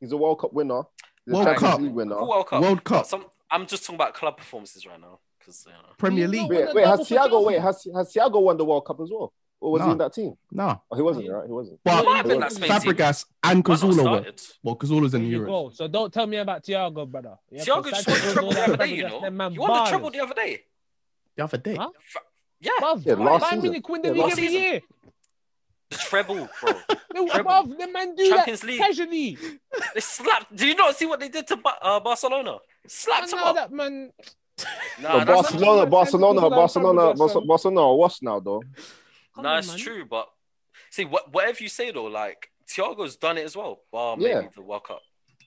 Speaker 4: He's a World Cup winner. He's a
Speaker 1: World
Speaker 4: Champions
Speaker 1: Cup.
Speaker 4: League winner.
Speaker 2: Who World Cup.
Speaker 1: World Cup.
Speaker 2: Some, I'm just talking about club performances right now because you know.
Speaker 1: Premier
Speaker 3: You know
Speaker 1: League.
Speaker 3: what?
Speaker 4: Wait, wait, has
Speaker 3: Double for
Speaker 4: Thiago? Wait,
Speaker 3: Chelsea.
Speaker 4: has has Thiago won the World Cup as well? Or was
Speaker 1: Nah.
Speaker 4: he in that team?
Speaker 1: Nah.
Speaker 4: Oh, he wasn't, right? He wasn't.
Speaker 1: But
Speaker 2: What happened in that Spain team?
Speaker 1: Uh, Fabregas and
Speaker 2: Why not
Speaker 1: Cazorla were.
Speaker 2: started?
Speaker 1: Well, Cazorla's in
Speaker 3: There
Speaker 1: the
Speaker 3: you
Speaker 1: Euros.
Speaker 3: go. So don't tell me about Thiago, brother. You have to
Speaker 2: Thiago just won
Speaker 3: stand
Speaker 2: the
Speaker 3: for
Speaker 2: treble the
Speaker 3: Ronaldo
Speaker 2: other
Speaker 3: and
Speaker 2: day, you
Speaker 3: Fabregas,
Speaker 2: know.
Speaker 3: them man
Speaker 2: You won the
Speaker 3: ballers.
Speaker 2: treble the other day.
Speaker 1: The other day.
Speaker 3: Huh?
Speaker 2: Yeah,
Speaker 3: Bruv,
Speaker 4: Yeah,
Speaker 3: Bayern
Speaker 4: last season.
Speaker 3: Munich win the
Speaker 4: Yeah,
Speaker 3: league
Speaker 2: last
Speaker 3: every
Speaker 2: season.
Speaker 3: year.
Speaker 2: the treble, bro.
Speaker 3: They,
Speaker 2: Treble.
Speaker 3: bruv, the man do
Speaker 2: Champions
Speaker 3: that
Speaker 2: League.
Speaker 3: casually.
Speaker 2: They slapped. Do you not see what they did to Ba- uh, Barcelona? Slapped
Speaker 3: And
Speaker 2: them
Speaker 3: now
Speaker 2: up.
Speaker 3: that man,
Speaker 2: Nah,
Speaker 4: But
Speaker 2: that's
Speaker 3: Barcelona-
Speaker 4: Barcelona,
Speaker 3: Barcelona,
Speaker 4: Barcelona,
Speaker 3: Barcelona,
Speaker 4: Barcelona,
Speaker 3: Fabregas,
Speaker 4: Barcelona,
Speaker 3: um,
Speaker 4: Barcelona. What's now though?
Speaker 2: not,
Speaker 3: Come
Speaker 2: nah,
Speaker 3: on,
Speaker 2: it's
Speaker 3: man.
Speaker 2: true. But see, what whatever you say though, like Thiago's done it as well. Bar maybe
Speaker 4: Yeah.
Speaker 2: the World Cup,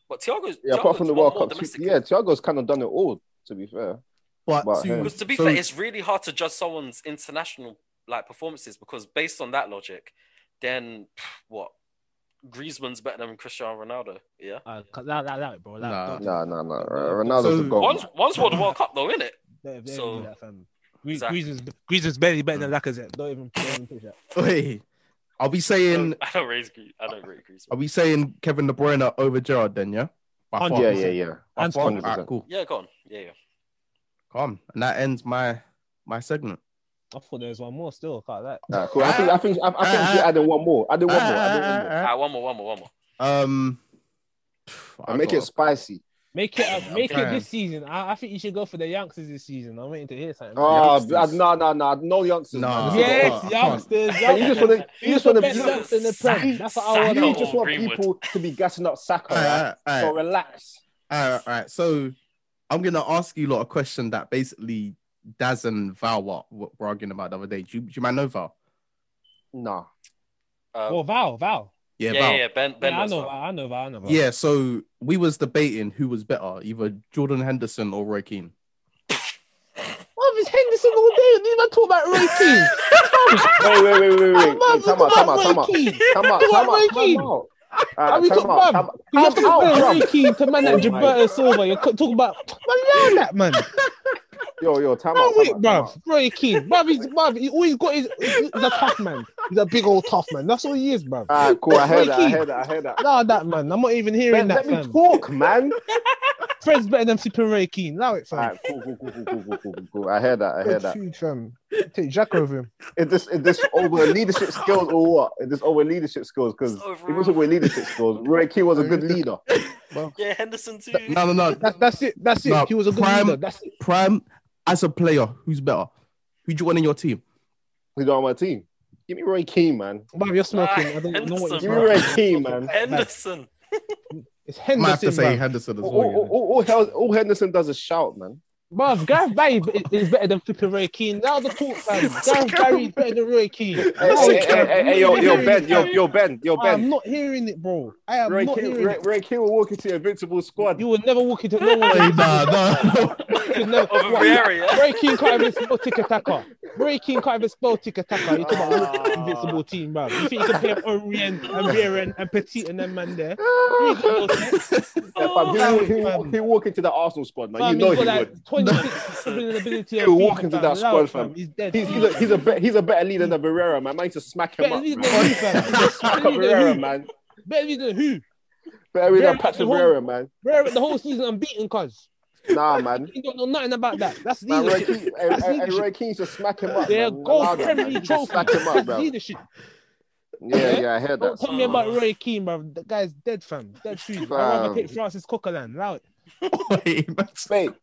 Speaker 2: but Thiago's
Speaker 4: Yeah, apart from the World Cup.
Speaker 2: yeah.
Speaker 4: Yeah, Thiago's kind of done it all. To be fair,
Speaker 1: But
Speaker 4: But,
Speaker 1: to,
Speaker 2: Because to be
Speaker 1: so-
Speaker 2: fair, it's really hard to judge someone's international like performances because based on that logic, then pff, what? Griezmann's better than Cristiano Ronaldo. Yeah.
Speaker 3: Uh, that, that, that, bro. That,
Speaker 1: Nah.
Speaker 3: don't-
Speaker 4: nah, nah, nah. Ronaldo's
Speaker 1: So-
Speaker 4: a goal.
Speaker 2: One's one's won the World Cup though, isn't it?
Speaker 3: Don't, don't
Speaker 2: So-
Speaker 3: even do that, fam. Gre-
Speaker 2: Exactly.
Speaker 3: Griezmann's, Griezmann's barely better
Speaker 1: Mm.
Speaker 3: than Lacazette. Don't even, don't even push that.
Speaker 1: Wait, I'll be saying
Speaker 2: I don't raise Gre- I don't rate Griezmann.
Speaker 1: I'll be saying Kevin De Bruyne over Gerard then, yeah? By far.
Speaker 4: Yeah, yeah, yeah.
Speaker 1: By
Speaker 3: And
Speaker 1: far.
Speaker 4: Spurs.
Speaker 1: Alright, cool.
Speaker 2: Yeah, go on. Yeah, yeah.
Speaker 1: Calm. And that ends my my segment.
Speaker 3: I thought there was one more still. Can't that?
Speaker 4: Nah, cool. I think, I think, I, I think
Speaker 1: Ah,
Speaker 4: you
Speaker 1: ah,
Speaker 4: added one more. I did one more. I did one
Speaker 1: Ah,
Speaker 4: more.
Speaker 1: ah,
Speaker 2: Alright, Uh, one more, one more, one more.
Speaker 1: ah, ah. Um
Speaker 4: I make it spicy.
Speaker 3: Make it,
Speaker 1: Yeah,
Speaker 3: uh, make it
Speaker 1: okay.
Speaker 3: this season. I, I think you should go for the youngsters this season. I'm waiting to hear something.
Speaker 4: Oh,
Speaker 1: Youngsters.
Speaker 4: blood, no, no, no, no youngsters.
Speaker 1: Nah.
Speaker 4: man.
Speaker 3: yes,
Speaker 1: I can't.
Speaker 3: youngsters.
Speaker 4: But you just
Speaker 3: youngsters.
Speaker 4: want to, you just want
Speaker 3: He's the
Speaker 4: to,
Speaker 3: best in the Prem. That's what I
Speaker 4: you
Speaker 3: want.
Speaker 2: Saka.
Speaker 4: just want people to be gassing up Saka. right?
Speaker 1: Alright, alright,
Speaker 4: So relax.
Speaker 1: alright, alright. So I'm gonna ask you lot a question that basically Daz and Val were, were arguing about the other day. Do you, do you mind know Val?
Speaker 4: Nah.
Speaker 2: Uh,
Speaker 3: Well, Val, Val.
Speaker 1: Yeah,
Speaker 2: yeah,
Speaker 1: Val.
Speaker 2: yeah, yeah, Ben, Ben
Speaker 3: yeah, I
Speaker 2: knows
Speaker 3: know,
Speaker 2: that.
Speaker 3: Val, I know, Val, I know. Val.
Speaker 1: Yeah, so we was debating who was better, either Jordan Henderson or Roy Keane.
Speaker 3: Well, it's Henderson all day. You didn't even talk about Roy Keane.
Speaker 4: Wait, wait, wait, wait, wait.
Speaker 3: Man,
Speaker 4: wait.
Speaker 3: we
Speaker 4: Come
Speaker 3: talk
Speaker 4: out, come
Speaker 3: about
Speaker 4: out, come
Speaker 3: Roy
Speaker 4: out.
Speaker 3: Keane.
Speaker 4: Come out,
Speaker 3: Do what,
Speaker 4: come out,
Speaker 3: Roy
Speaker 4: come out.
Speaker 3: Are
Speaker 4: Alright,
Speaker 3: we
Speaker 4: Come
Speaker 3: talking
Speaker 4: out,
Speaker 3: about
Speaker 4: come
Speaker 3: You have
Speaker 4: out,
Speaker 3: to
Speaker 4: come out.
Speaker 3: compare Roy Keane to man like
Speaker 4: Oh my
Speaker 3: Gilberto Silva. You're co- talking about man, that man.
Speaker 4: Yo, yo, time
Speaker 3: No,
Speaker 4: out.
Speaker 3: wait,
Speaker 4: time out,
Speaker 3: bruv. Roy Keane, bruv. He's bruv. He, all he's got is he's a tough man. He's a big old tough man. That's all he is, bruv.
Speaker 4: time out. Alright, cool. I heard
Speaker 3: Roy
Speaker 4: that. I
Speaker 3: Keane.
Speaker 4: heard that. I heard that.
Speaker 3: Nah, that man. I'm not even
Speaker 4: Let,
Speaker 3: hearing
Speaker 4: let
Speaker 3: that,
Speaker 4: me
Speaker 3: fam.
Speaker 4: talk, man.
Speaker 3: Fred's better than Super Roy Keane. Now it, fam.
Speaker 4: Alright, cool, cool, cool, cool, cool, cool, cool, cool, cool. I heard that. I heard that.
Speaker 3: Huge, fam. Take Jack over him.
Speaker 4: Is this is this over leadership skills or what? Is this over leadership skills? Because
Speaker 2: It's
Speaker 4: if
Speaker 2: over-
Speaker 4: it was over leadership skills, Roy Keane was a good leader.
Speaker 2: Yeah, Henderson too.
Speaker 1: No, no, no.
Speaker 3: That's that's it. That's it.
Speaker 1: Nah,
Speaker 3: he was a good
Speaker 1: prime-
Speaker 3: leader. That's it.
Speaker 1: Prime as a player, who's better? Who do you want in your team?
Speaker 4: He's on my team. Give me Roy Keane, man.
Speaker 3: Bob, you're smoking. I don't know what
Speaker 2: Henderson,
Speaker 4: Give
Speaker 3: you're
Speaker 4: me
Speaker 2: bro.
Speaker 4: Roy
Speaker 3: smoking.
Speaker 4: Keane, man.
Speaker 2: Henderson.
Speaker 3: It's
Speaker 1: Might have to
Speaker 3: Henderson, Oh,
Speaker 1: say
Speaker 3: man.
Speaker 1: Henderson as
Speaker 4: All,
Speaker 1: well.
Speaker 4: all,
Speaker 1: yeah.
Speaker 4: all, all Hel- all Henderson does is shout, man.
Speaker 3: Bruv, Gareth Barry is better than flipping Roy Keane. Now the talk, fam. Gareth Barry is better than Roy Keane.
Speaker 4: Hey,
Speaker 3: Oh,
Speaker 4: hey,
Speaker 3: yeah.
Speaker 4: hey, hey, hey, yo,
Speaker 3: You're
Speaker 4: yo,
Speaker 3: hearing
Speaker 4: Ben,
Speaker 3: it,
Speaker 4: yo,
Speaker 3: fam.
Speaker 4: yo, Ben, yo,
Speaker 3: I'm
Speaker 4: Ben.
Speaker 3: not hearing it, bro. I am
Speaker 4: Roy
Speaker 3: not
Speaker 4: Keane,
Speaker 3: hearing
Speaker 4: Roy,
Speaker 3: it.
Speaker 4: Roy Keane will walk into invincible squad.
Speaker 3: You will never walk into no one.
Speaker 1: Hey, nah, nah.
Speaker 3: You could never.
Speaker 2: Over
Speaker 3: What?
Speaker 2: Vieira.
Speaker 3: Roy Keane can't even spell tick attacker. Roy Keane can't even spell tick attacker. You talk about
Speaker 4: Ah.
Speaker 3: invincible team, bruv. You think you can play Henri and and Vieira and, and Petit and them man there? You ain't got no sense.
Speaker 4: Yeah,
Speaker 2: Oh,
Speaker 4: fam, he, will- he, will-
Speaker 3: fam.
Speaker 4: he will walk into the Arsenal squad, man.
Speaker 3: Fam,
Speaker 4: you know
Speaker 3: he's
Speaker 4: he
Speaker 3: got
Speaker 4: would.
Speaker 3: like 26 ability.
Speaker 4: He will walk into that squad, fam.
Speaker 3: He's dead.
Speaker 4: He's, he's, a, he's, a be, he's a better leader than Barrera, man. Man, used to smack him
Speaker 3: Better
Speaker 4: up.
Speaker 3: lead
Speaker 4: Man.
Speaker 3: than who, fam?
Speaker 4: Smack
Speaker 3: Better
Speaker 4: up
Speaker 3: lead than
Speaker 4: Barrera,
Speaker 3: who?
Speaker 4: man.
Speaker 3: Better lead than who?
Speaker 4: Better leader than
Speaker 3: Barrera-
Speaker 4: Patrick
Speaker 3: who-
Speaker 4: Barrera, man.
Speaker 3: Rare the whole season unbeaten, cuz.
Speaker 4: Nah, man.
Speaker 3: You don't know nothing about that. That's
Speaker 4: Man, Roy
Speaker 3: leadership.
Speaker 4: Keane, hey,
Speaker 3: That's
Speaker 4: hey, hey,
Speaker 3: leadership.
Speaker 4: Roy Keane used to smack him up.
Speaker 3: They're
Speaker 4: man.
Speaker 3: gold
Speaker 4: Allowed him,
Speaker 3: Premier
Speaker 4: man.
Speaker 3: League
Speaker 4: He used
Speaker 3: trophy.
Speaker 4: to Smack him up,
Speaker 3: That's
Speaker 4: bro.
Speaker 3: leadership.
Speaker 4: Yeah, yeah, I heard
Speaker 3: Don't
Speaker 4: that.
Speaker 3: tell me about Roy Keane, bro. That guy's dead, fam. Dead shoes. I'd rather
Speaker 4: Fam.
Speaker 3: take Francis Coquelin. Allow it.
Speaker 1: Wait, that's-
Speaker 4: Mate,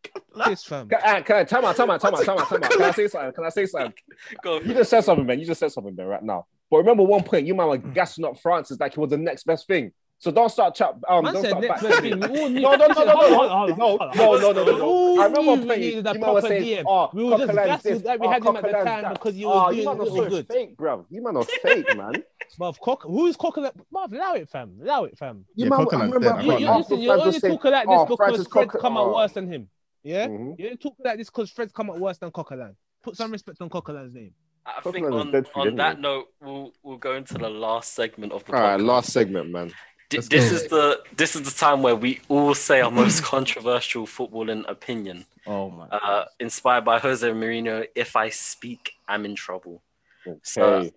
Speaker 3: This, fam.
Speaker 4: can, uh, can, I- time out, time out, time out, time out, time out. Can I say something? Can I say something?
Speaker 2: Go.
Speaker 4: You just said something, man. You just said something, man, right now. But remember one point, you man were gassing up Francis like he was the next best thing. So don't start chat. Um,
Speaker 3: Man
Speaker 4: don't
Speaker 3: said
Speaker 4: start
Speaker 3: next
Speaker 4: back-
Speaker 3: best thing. We all knew.
Speaker 4: No, no, no, no,
Speaker 3: Listen,
Speaker 4: no,
Speaker 3: hold on, hold
Speaker 4: no,
Speaker 3: on,
Speaker 4: no,
Speaker 3: hold on,
Speaker 4: no,
Speaker 3: hold on.
Speaker 4: no, no, no,
Speaker 3: We
Speaker 4: no.
Speaker 3: all
Speaker 4: I remember
Speaker 3: knew we
Speaker 4: playing.
Speaker 3: needed a
Speaker 4: You man was
Speaker 3: proper DM.
Speaker 4: saying, "Oh,
Speaker 3: We were just
Speaker 4: Coquelin's
Speaker 3: gassed
Speaker 4: this,
Speaker 3: that we
Speaker 4: oh,
Speaker 3: had him at the
Speaker 4: Coquelin's
Speaker 3: time
Speaker 4: that."
Speaker 3: because he was
Speaker 4: Oh, you
Speaker 3: doing
Speaker 4: man are
Speaker 3: little
Speaker 4: so
Speaker 3: good.
Speaker 4: fake, bro. You man are fake, man.
Speaker 3: Bruv, Cock, who's Coquelin? Bruv, allow it, fam. Allow it, fam.
Speaker 4: You
Speaker 1: Yeah,
Speaker 4: man,
Speaker 1: Coquelin's
Speaker 4: I remember.
Speaker 1: dead, I
Speaker 3: You,
Speaker 1: can't
Speaker 3: you
Speaker 1: lie.
Speaker 3: listen, you're only talking like this
Speaker 4: "Oh,
Speaker 3: because
Speaker 4: Francis
Speaker 3: Fred's
Speaker 4: Coquelin-
Speaker 3: come out
Speaker 4: oh."
Speaker 3: worse than him. Yeah?
Speaker 4: Mhm.
Speaker 3: You didn't talk like this because Fred's come out worse than Coquelin. Put some respect on Coquelin's name.
Speaker 2: I
Speaker 4: Coquelin
Speaker 2: think
Speaker 4: was
Speaker 2: on,
Speaker 4: dead for
Speaker 2: on
Speaker 4: didn't
Speaker 2: that
Speaker 4: he?
Speaker 2: note, we'll we'll go into the last segment of the
Speaker 4: All right,
Speaker 2: podcast.
Speaker 4: last segment, man.
Speaker 2: D-
Speaker 1: Let's
Speaker 2: this
Speaker 1: go.
Speaker 2: is the this is the time where we all say our most controversial footballing opinion,
Speaker 1: Oh my.
Speaker 2: uh, inspired by Jose Mourinho. If I speak, I'm in trouble. So-
Speaker 4: Okay.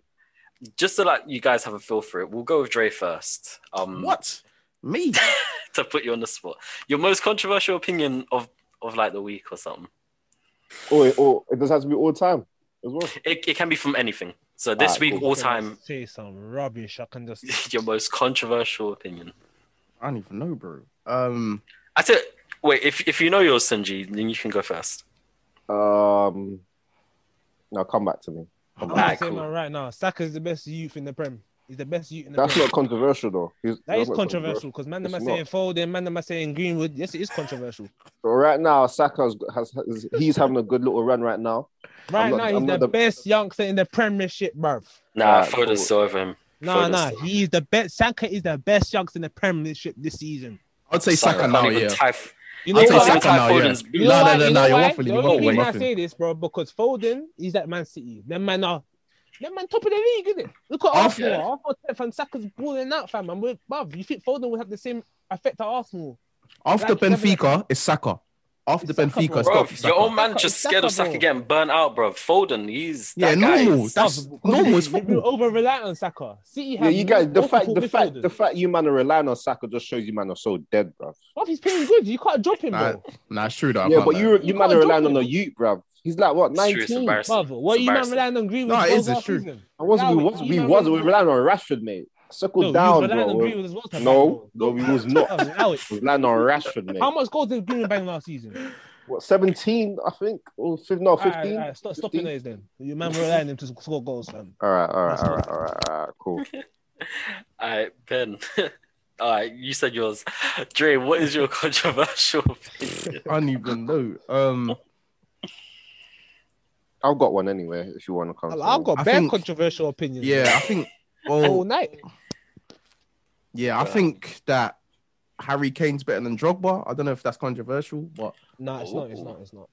Speaker 2: Just so that you guys have a feel for it, we'll go with Dre first. Um,
Speaker 1: What? Me?
Speaker 2: to put you on the spot? Your most controversial opinion of of like the week or something.
Speaker 4: Oh, it- oh, it does have to be all time as well.
Speaker 2: It, it can be from anything. So this
Speaker 4: Alright,
Speaker 2: week,
Speaker 4: cool.
Speaker 2: all time,
Speaker 3: Say some rubbish. I can just.
Speaker 2: your most controversial opinion.
Speaker 1: I don't even know, bro. Um,
Speaker 2: I said, wait, if if you know yours, Sanji, then you can go first.
Speaker 4: Um, now come back to me.
Speaker 3: I'm
Speaker 2: Alright,
Speaker 3: gonna say
Speaker 2: cool.
Speaker 3: man right now. Saka's the best youth in the Prem. He's the best youth in the
Speaker 4: That's
Speaker 3: Prem.
Speaker 4: not controversial though. He's,
Speaker 3: That is
Speaker 4: that's not
Speaker 3: controversial because man, them are
Speaker 4: It's
Speaker 3: saying
Speaker 4: not.
Speaker 3: Foden, man, them are saying Greenwood. Yes, it is controversial.
Speaker 4: But right now, Saka's has, has he's having a good little run right now.
Speaker 3: Right
Speaker 4: not-
Speaker 3: now,
Speaker 4: I'm
Speaker 3: he's the,
Speaker 4: not the-
Speaker 3: best youngster in the Premiership, bruv.
Speaker 2: Nah,
Speaker 4: Alright,
Speaker 2: Foden's
Speaker 4: cool.
Speaker 2: still over him.
Speaker 3: Nah,
Speaker 2: Foden's
Speaker 3: nah,
Speaker 2: still-
Speaker 3: he's the best. Saka is the best youngster in the Premiership this season.
Speaker 1: I'd say
Speaker 2: Saka
Speaker 1: Saka
Speaker 2: can't
Speaker 1: now,
Speaker 2: even
Speaker 1: yeah.
Speaker 2: tie-
Speaker 3: You know
Speaker 1: I'd say
Speaker 2: I'll
Speaker 3: why?
Speaker 1: Saka now, yeah.
Speaker 2: Foden's-
Speaker 3: You know
Speaker 1: No,
Speaker 3: why?
Speaker 1: no, no,
Speaker 3: you
Speaker 1: no.
Speaker 3: know
Speaker 1: You're
Speaker 3: why?
Speaker 1: waffling.
Speaker 3: The
Speaker 1: You're
Speaker 3: only reason I
Speaker 1: waffling.
Speaker 3: say this, bro, because Foden is at Man City. Them man are, them man top of the league, isn't it? Look at
Speaker 1: Arsenal.
Speaker 3: Arsenal. Arsenal tenth and Saka's balling out, fam. And with bruv, you think Foden would have the same effect at Arsenal?
Speaker 1: After
Speaker 3: Like, never-
Speaker 1: Benfica, it's Saka. After
Speaker 3: It's Saka,
Speaker 1: Benfica,
Speaker 3: bro.
Speaker 1: it's
Speaker 2: Bro,
Speaker 1: not Saka.
Speaker 2: your old man
Speaker 3: Saka-
Speaker 2: just scared of
Speaker 3: Saka,
Speaker 2: Saka
Speaker 3: bro.
Speaker 2: getting burnt out, bro. Foden, he's
Speaker 1: Yeah,
Speaker 2: that guy
Speaker 1: normal.
Speaker 2: is-
Speaker 1: That's
Speaker 3: Because
Speaker 1: normal. It's
Speaker 3: we- we
Speaker 1: football.
Speaker 3: over reliant on Saka. City
Speaker 4: Yeah,
Speaker 3: have
Speaker 4: you guys. The
Speaker 3: multiple
Speaker 4: fact, the fact,
Speaker 3: midfielders.
Speaker 4: the fact you man are relying on Saka just shows you man are so dead, bro.
Speaker 3: Bruv, he's playing good. You can't drop him,
Speaker 1: Nah,
Speaker 3: bro.
Speaker 1: nah, it's true though. I
Speaker 4: yeah,
Speaker 1: can't
Speaker 4: but
Speaker 1: lie.
Speaker 4: you, you,
Speaker 3: You
Speaker 4: man
Speaker 3: can't
Speaker 4: are
Speaker 3: drop
Speaker 4: relying on
Speaker 3: him.
Speaker 4: a youth, bro. He's like what
Speaker 2: it's true, it's
Speaker 4: nineteen.
Speaker 2: embarrassing.
Speaker 3: Bruv, what
Speaker 2: It's
Speaker 3: you man
Speaker 2: embarrassing.
Speaker 3: relying on Greenwood?
Speaker 1: No, it
Speaker 3: for
Speaker 1: is,
Speaker 3: all
Speaker 1: it's true.
Speaker 3: season?
Speaker 4: I was, we
Speaker 3: Now
Speaker 4: was,
Speaker 3: you
Speaker 4: we
Speaker 3: man
Speaker 4: was, we
Speaker 3: relying-
Speaker 4: were relying on Rashford, mate. Circle
Speaker 3: No, you
Speaker 4: down,
Speaker 3: was relying on Greenwood
Speaker 4: bro.
Speaker 3: as well. to
Speaker 4: No,
Speaker 3: bang, bro.
Speaker 4: no, we was not.
Speaker 3: Bruv, allow it.
Speaker 4: We was relying on Rashford, mate.
Speaker 3: How much goals did Greenwood bang last season?
Speaker 4: What seventeen? I think or fif- no
Speaker 3: All right,
Speaker 4: Oh, fifteen.
Speaker 3: all right, stop, stop your
Speaker 4: 15?
Speaker 3: noise then. You man relying on him to score goals, fam.
Speaker 4: All right, all right,
Speaker 3: That's
Speaker 4: all
Speaker 3: not-
Speaker 4: right, all right, all right, cool.
Speaker 2: All right, Ben. All right, you said yours. Dre, what is your controversial opinion?
Speaker 1: I don't even know. Um,
Speaker 4: I've got one anyway. If you want to come, to
Speaker 3: I've
Speaker 4: me.
Speaker 3: got
Speaker 1: I
Speaker 3: bad
Speaker 1: think-
Speaker 3: controversial opinions.
Speaker 1: yeah, I think.
Speaker 3: All
Speaker 1: Well,
Speaker 3: night.
Speaker 1: yeah, I think that Harry Kane's better than Drogba. I don't know if that's controversial, but
Speaker 3: No, it's not. It's not. It's not.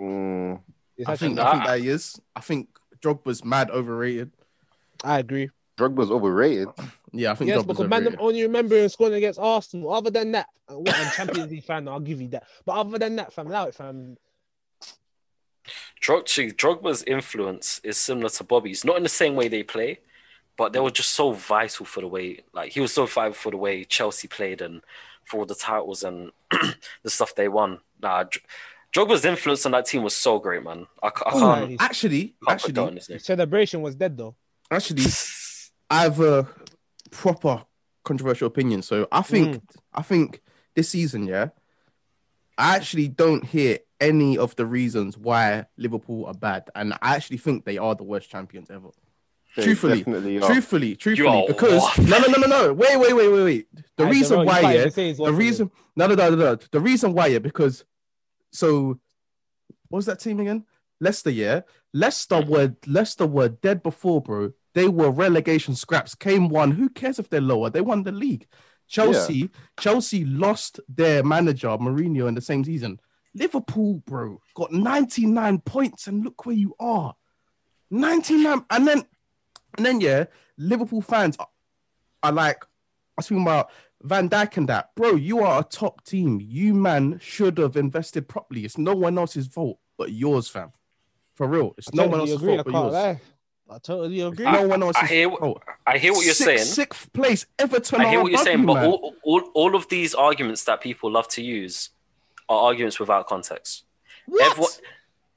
Speaker 4: Mm,
Speaker 3: It's
Speaker 1: I
Speaker 3: actually
Speaker 1: think
Speaker 3: not.
Speaker 1: I think that he is. I think Drogba's mad overrated.
Speaker 3: I agree.
Speaker 4: Drogba's overrated.
Speaker 1: Yeah, I think
Speaker 3: Yes,
Speaker 1: Drogba's
Speaker 3: because man, them
Speaker 1: overrated.
Speaker 3: only remember him scoring against Arsenal. Other than that, uh, what I'm Champions League fan, I'll give you that. But other than that, fam, allow it, fam.
Speaker 2: Drog- see, Drogba's influence is similar to Bobby's, not in the same way they play, but they were just so vital for the way, like he was so vital for the way Chelsea played and for all the titles and the stuff they won. Nah, Dr- Drogba's influence on that team was so great, man. I, ca- I
Speaker 3: Ooh,
Speaker 2: can't,
Speaker 3: man,
Speaker 1: Actually,
Speaker 2: can't put down
Speaker 1: Oh, actually,
Speaker 2: his name.
Speaker 3: Celebration was dead though.
Speaker 1: actually, I have a proper controversial opinion. So I think
Speaker 3: Mm.
Speaker 1: I think this season, yeah, I actually don't hear any of the reasons why Liverpool are bad, and I actually think they are the worst champions ever.
Speaker 5: They
Speaker 1: Truthfully,
Speaker 5: definitely are.
Speaker 1: Truthfully, truthfully,
Speaker 2: are
Speaker 1: because
Speaker 2: what?
Speaker 1: no, no, no, no, no. Wait, wait, wait, wait, wait. The
Speaker 3: Aye,
Speaker 1: reason
Speaker 3: Jarrell, you
Speaker 1: why,
Speaker 3: can't
Speaker 1: yeah,
Speaker 3: even say he's
Speaker 1: the
Speaker 3: watching it.
Speaker 1: reason, no, no, no, no, no. The reason why, yeah, because so what was that team again? Leicester, yeah. Leicester were Leicester were dead before, bro. They were relegation scraps. Came one. Who cares if they're lower? They won the league. Chelsea, Chelsea lost their manager Mourinho in the same season. Liverpool, bro, got 99 points, and look where you are. 99, and then and then yeah, Liverpool fans are, are like, I was talking about Van Dijk and that, bro. You are a top team. You man should have invested properly. It's no one else's fault but yours, fam. For real, it's no one
Speaker 3: totally
Speaker 1: else's
Speaker 3: agree,
Speaker 1: fault
Speaker 3: I
Speaker 1: but
Speaker 3: can't
Speaker 1: yours.
Speaker 3: lie. I totally agree.
Speaker 1: No one else's
Speaker 2: I hear what-
Speaker 1: fault.
Speaker 2: I hear what you're
Speaker 1: Sixth-
Speaker 2: saying.
Speaker 1: Sixth place, Everton.
Speaker 2: I hear
Speaker 1: are
Speaker 2: what you're
Speaker 1: above
Speaker 2: saying,
Speaker 1: you,
Speaker 2: but
Speaker 1: man.
Speaker 2: all, all, all of these arguments that people love to use are arguments without context.
Speaker 1: What?
Speaker 2: Everyone-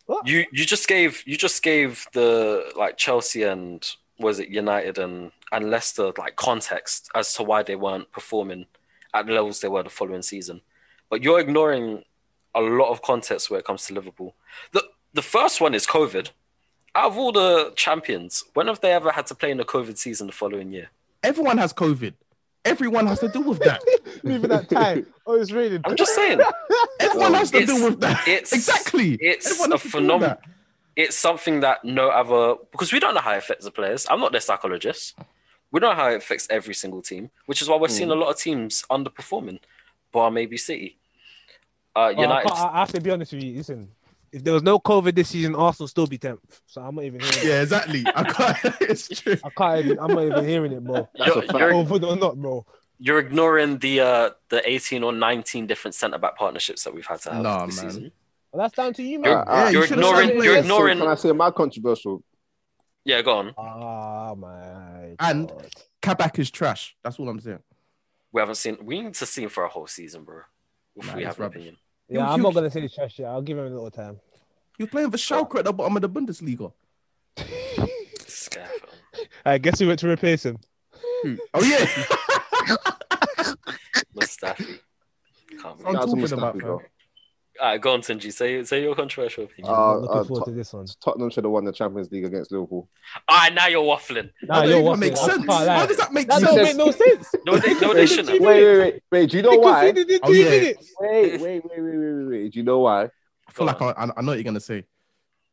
Speaker 3: What?
Speaker 2: you you just gave you just gave the like Chelsea and was it United and and Leicester like context as to why they weren't performing at the levels they were the following season, but you're ignoring a lot of context where it comes to Liverpool. the The first one is COVID. Out of all the champions, when have they ever had to play in a COVID season the following year?
Speaker 1: Everyone has COVID. Everyone has to deal with that.
Speaker 3: Leaving that time. Oh, it's raining.
Speaker 2: I'm just saying.
Speaker 1: Everyone has to
Speaker 2: It's-
Speaker 1: deal with that.
Speaker 2: it's-
Speaker 1: exactly.
Speaker 2: it's
Speaker 1: Everyone has
Speaker 2: a
Speaker 1: to deal with
Speaker 2: phenom-
Speaker 1: that.
Speaker 2: it's something that no other because we don't know how it affects the players. I'm not their psychologist. We don't know how it affects every single team, which is why we're
Speaker 1: Mm.
Speaker 2: seeing a lot of teams underperforming, bar maybe City. Uh,
Speaker 3: Oh, I,
Speaker 2: United,
Speaker 3: can't- I I have to be honest with you. Listen, if there was no COVID this season, Arsenal still be tenth. So I'm not even hearing it.
Speaker 1: Yeah, exactly. I can't. it's true.
Speaker 3: I can't even. I'm not even hearing it, bro.
Speaker 2: you're, you're,
Speaker 3: COVID or not, bro.
Speaker 2: you're ignoring the uh, the 18 or 19 different centre back partnerships that we've had to have
Speaker 1: Nah,
Speaker 2: this
Speaker 1: man.
Speaker 2: season.
Speaker 3: Well, that's down to you,
Speaker 2: You're,
Speaker 3: man.
Speaker 5: Uh, yeah,
Speaker 2: you're
Speaker 1: you should've
Speaker 2: ignoring.
Speaker 1: signed
Speaker 2: You're
Speaker 1: players,
Speaker 2: ignoring.
Speaker 5: So can I say my controversial?
Speaker 2: yeah, go on.
Speaker 3: Ah, my.
Speaker 1: And-
Speaker 3: God.
Speaker 1: Kabak is trash. That's all I'm saying.
Speaker 2: We haven't seen. We need to see him for a whole season, bro. If
Speaker 1: Nah,
Speaker 2: we
Speaker 1: it's
Speaker 2: have an
Speaker 1: rubbish.
Speaker 2: opinion,
Speaker 3: yeah,
Speaker 1: you-
Speaker 3: I'm
Speaker 1: you-
Speaker 3: not gonna say trash yet. I'll give him a little time.
Speaker 1: You're playing for Schalke at the bottom of the Bundesliga.
Speaker 2: This guy, fam.
Speaker 3: I guess we went to replace him.
Speaker 1: Oh yeah,
Speaker 2: Mustafi. Can't
Speaker 1: I'm
Speaker 2: believe.
Speaker 5: That's
Speaker 1: talking
Speaker 5: almost
Speaker 1: about,
Speaker 5: happy,
Speaker 1: bro.
Speaker 5: bro.
Speaker 2: All right, go on, Tunji. Say say your controversial opinion.
Speaker 5: Uh,
Speaker 3: I'm looking
Speaker 5: uh,
Speaker 3: forward
Speaker 5: Tot-
Speaker 3: to this one.
Speaker 5: Tottenham should have won the Champions League against Liverpool.
Speaker 2: All right, now you're waffling.
Speaker 3: Nah,
Speaker 1: that doesn't
Speaker 3: you're
Speaker 1: even
Speaker 3: watching
Speaker 1: make
Speaker 3: it. I
Speaker 1: sense.
Speaker 3: can't lie.
Speaker 1: How does that make
Speaker 3: That
Speaker 1: sense?
Speaker 3: don't make no sense.
Speaker 2: No, they, no, they shouldn't.
Speaker 5: Wait,
Speaker 2: have.
Speaker 5: wait, wait, wait. Do you know
Speaker 3: They
Speaker 5: why? Wait,
Speaker 3: conceded in
Speaker 1: Oh,
Speaker 3: two
Speaker 1: yeah.
Speaker 3: minutes.
Speaker 5: wait, wait, wait, wait, wait, wait. Do you know why?
Speaker 1: I feel like I, I, I know what you're gonna say.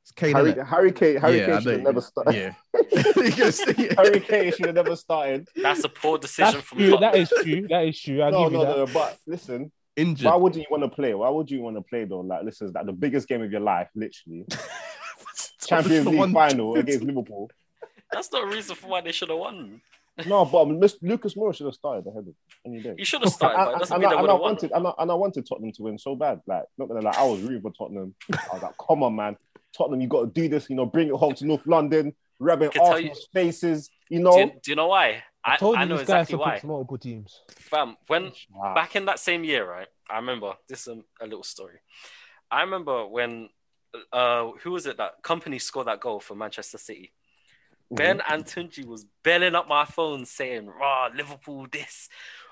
Speaker 1: It's Kane.
Speaker 5: Harry,
Speaker 1: innit?
Speaker 5: Harry Kane, Harry
Speaker 1: Yeah, I
Speaker 5: Kane
Speaker 1: know
Speaker 5: should have
Speaker 1: you-
Speaker 5: never started.
Speaker 1: Yeah. You're gonna say it.
Speaker 4: Harry Kane should have never started.
Speaker 2: That's a poor decision
Speaker 3: That's
Speaker 2: from
Speaker 3: true.
Speaker 2: Klopp.
Speaker 3: That is true. That is true. I'll
Speaker 4: No,
Speaker 3: give you
Speaker 4: no,
Speaker 3: that.
Speaker 4: no, But listen,
Speaker 1: Injured.
Speaker 4: why wouldn't you want to play? Why would you want to play though? Like, this is like the biggest game of your life, literally. Champions
Speaker 1: The
Speaker 4: League
Speaker 1: one-
Speaker 4: final against Liverpool.
Speaker 2: That's not a reason for why they should have won.
Speaker 4: No, but um, Mis- Lucas Moura should have started ahead of any day.
Speaker 2: You should have
Speaker 4: And,
Speaker 2: started, but it doesn't
Speaker 4: and-
Speaker 2: mean
Speaker 4: and
Speaker 2: they
Speaker 4: I,
Speaker 2: would
Speaker 4: and I
Speaker 2: have won.
Speaker 4: wanted, and I, and I wanted Tottenham to win so bad. Like, not gonna lie, I was rooting for Tottenham. I was like, come on, man, Tottenham, you got to do this. You know, bring it home to North London, rubbing
Speaker 2: Can tell
Speaker 4: Arsenal's faces. You
Speaker 2: Do
Speaker 4: know,
Speaker 2: you, do you know why? I,
Speaker 3: I told
Speaker 2: I
Speaker 3: you
Speaker 2: know
Speaker 3: this guy
Speaker 2: exactly why.
Speaker 3: supports multiple teams.
Speaker 2: Fam, when
Speaker 4: Nah.
Speaker 2: back in that same year, right? I remember this is a, a little story. I remember when uh who was it that company scored that goal for Manchester City?
Speaker 4: Mm-hmm.
Speaker 2: Ben Antunji was belling up my phone saying, Rah, Liverpool this,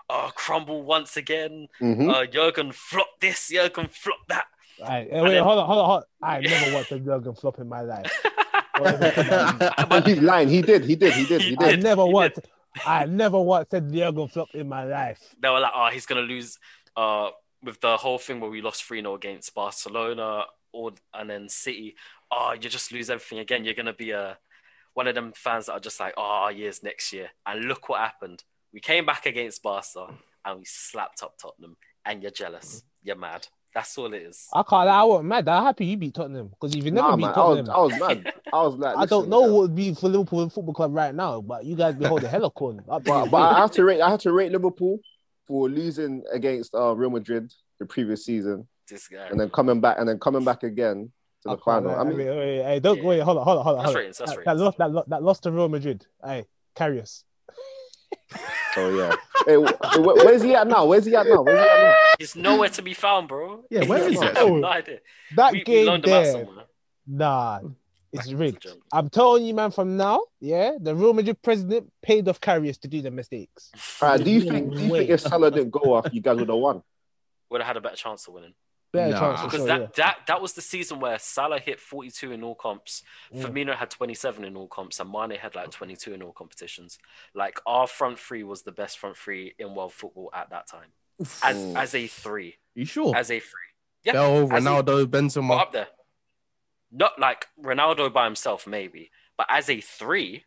Speaker 2: uh, crumble once again,
Speaker 4: Hmm?
Speaker 5: Mhm.
Speaker 2: uh, Jurgen flop this, Jurgen flop that.
Speaker 3: Alright, eh, wait,
Speaker 2: then-
Speaker 3: hold on, hold on, hold on. I never watched a Jurgen flop in my life.
Speaker 2: uh,
Speaker 5: And he's lying. He did. He did. He did. He
Speaker 2: He
Speaker 5: did.
Speaker 3: I never
Speaker 2: he
Speaker 3: watched. I never watched a Jurgen flop in my life.
Speaker 2: they were like, oh, he's gonna lose uh with the whole thing where we lost 3 0 against Barcelona or and then City. Oh, you just lose everything again. You're gonna be a one of them fans that are just like, oh, our year's next year. And look what happened. We came back against Barca and we slapped up Tottenham. And you're jealous. You're mad. That's all it is.
Speaker 3: I can't. Lie, I wasn't mad. I'm happy you beat Tottenham because if you never
Speaker 5: Nah,
Speaker 3: beat
Speaker 5: man, I was,
Speaker 3: Tottenham,
Speaker 5: I was mad. I was like,
Speaker 3: I don't
Speaker 5: listen,
Speaker 3: know
Speaker 5: man.
Speaker 3: what would be for Liverpool Football Club right now. But you guys be holding hell of corn. Up to
Speaker 5: But,
Speaker 3: you.
Speaker 5: but I have to rate. I have to rate Liverpool for losing against uh, Real Madrid the previous season,
Speaker 2: This guy.
Speaker 5: and then coming back, and then coming back again to
Speaker 3: I
Speaker 5: the
Speaker 3: can't
Speaker 5: final.
Speaker 3: lie.
Speaker 5: I mean,
Speaker 3: wait, wait, hey, don't
Speaker 2: Yeah.
Speaker 3: wait. Hold on, hold on, hold on.
Speaker 2: That's
Speaker 3: hold on.
Speaker 2: ratings, that's
Speaker 3: that, that
Speaker 2: ratings.
Speaker 3: lost. That, lo- that lost to Real Madrid. Hey, carry us.
Speaker 5: so Oh, yeah. Hey, wh- wh- where's he at now? Where's he at now? Where's he at now?
Speaker 2: He's nowhere to be found, bro.
Speaker 1: Yeah, where
Speaker 5: is
Speaker 2: I
Speaker 5: it?
Speaker 2: have no idea.
Speaker 3: That
Speaker 2: We, we
Speaker 3: game
Speaker 2: loaned him out
Speaker 3: there.
Speaker 2: somewhere.
Speaker 3: Nah,
Speaker 2: Back
Speaker 3: it's
Speaker 2: to
Speaker 3: rigged.
Speaker 2: Germany.
Speaker 3: I'm telling you, man, from now, yeah, the Real Madrid president paid off carriers to do the mistakes.
Speaker 5: All right, do you think? Do you
Speaker 3: Wait.
Speaker 5: think if Salah didn't go off, you guys would have won?
Speaker 2: Would have had a better chance of winning.
Speaker 3: Better
Speaker 1: Nah.
Speaker 3: chance for
Speaker 2: Because
Speaker 3: sure.
Speaker 2: that,
Speaker 3: Oh, yeah.
Speaker 2: that that was the season where Salah hit 42 in all comps,
Speaker 3: Mm.
Speaker 2: Firmino had 27 in all comps, and Mane had like 22 in all competitions. Like our front three was the best front three in world football at that time, as
Speaker 5: Mm.
Speaker 2: as a three,
Speaker 1: You
Speaker 3: Oh,
Speaker 1: sure?
Speaker 2: as a three, yeah,
Speaker 1: Bell,
Speaker 2: as a-
Speaker 1: Ronaldo,
Speaker 2: Well,
Speaker 1: Benzema.
Speaker 2: up there. Not like Ronaldo by himself, maybe, but as a three,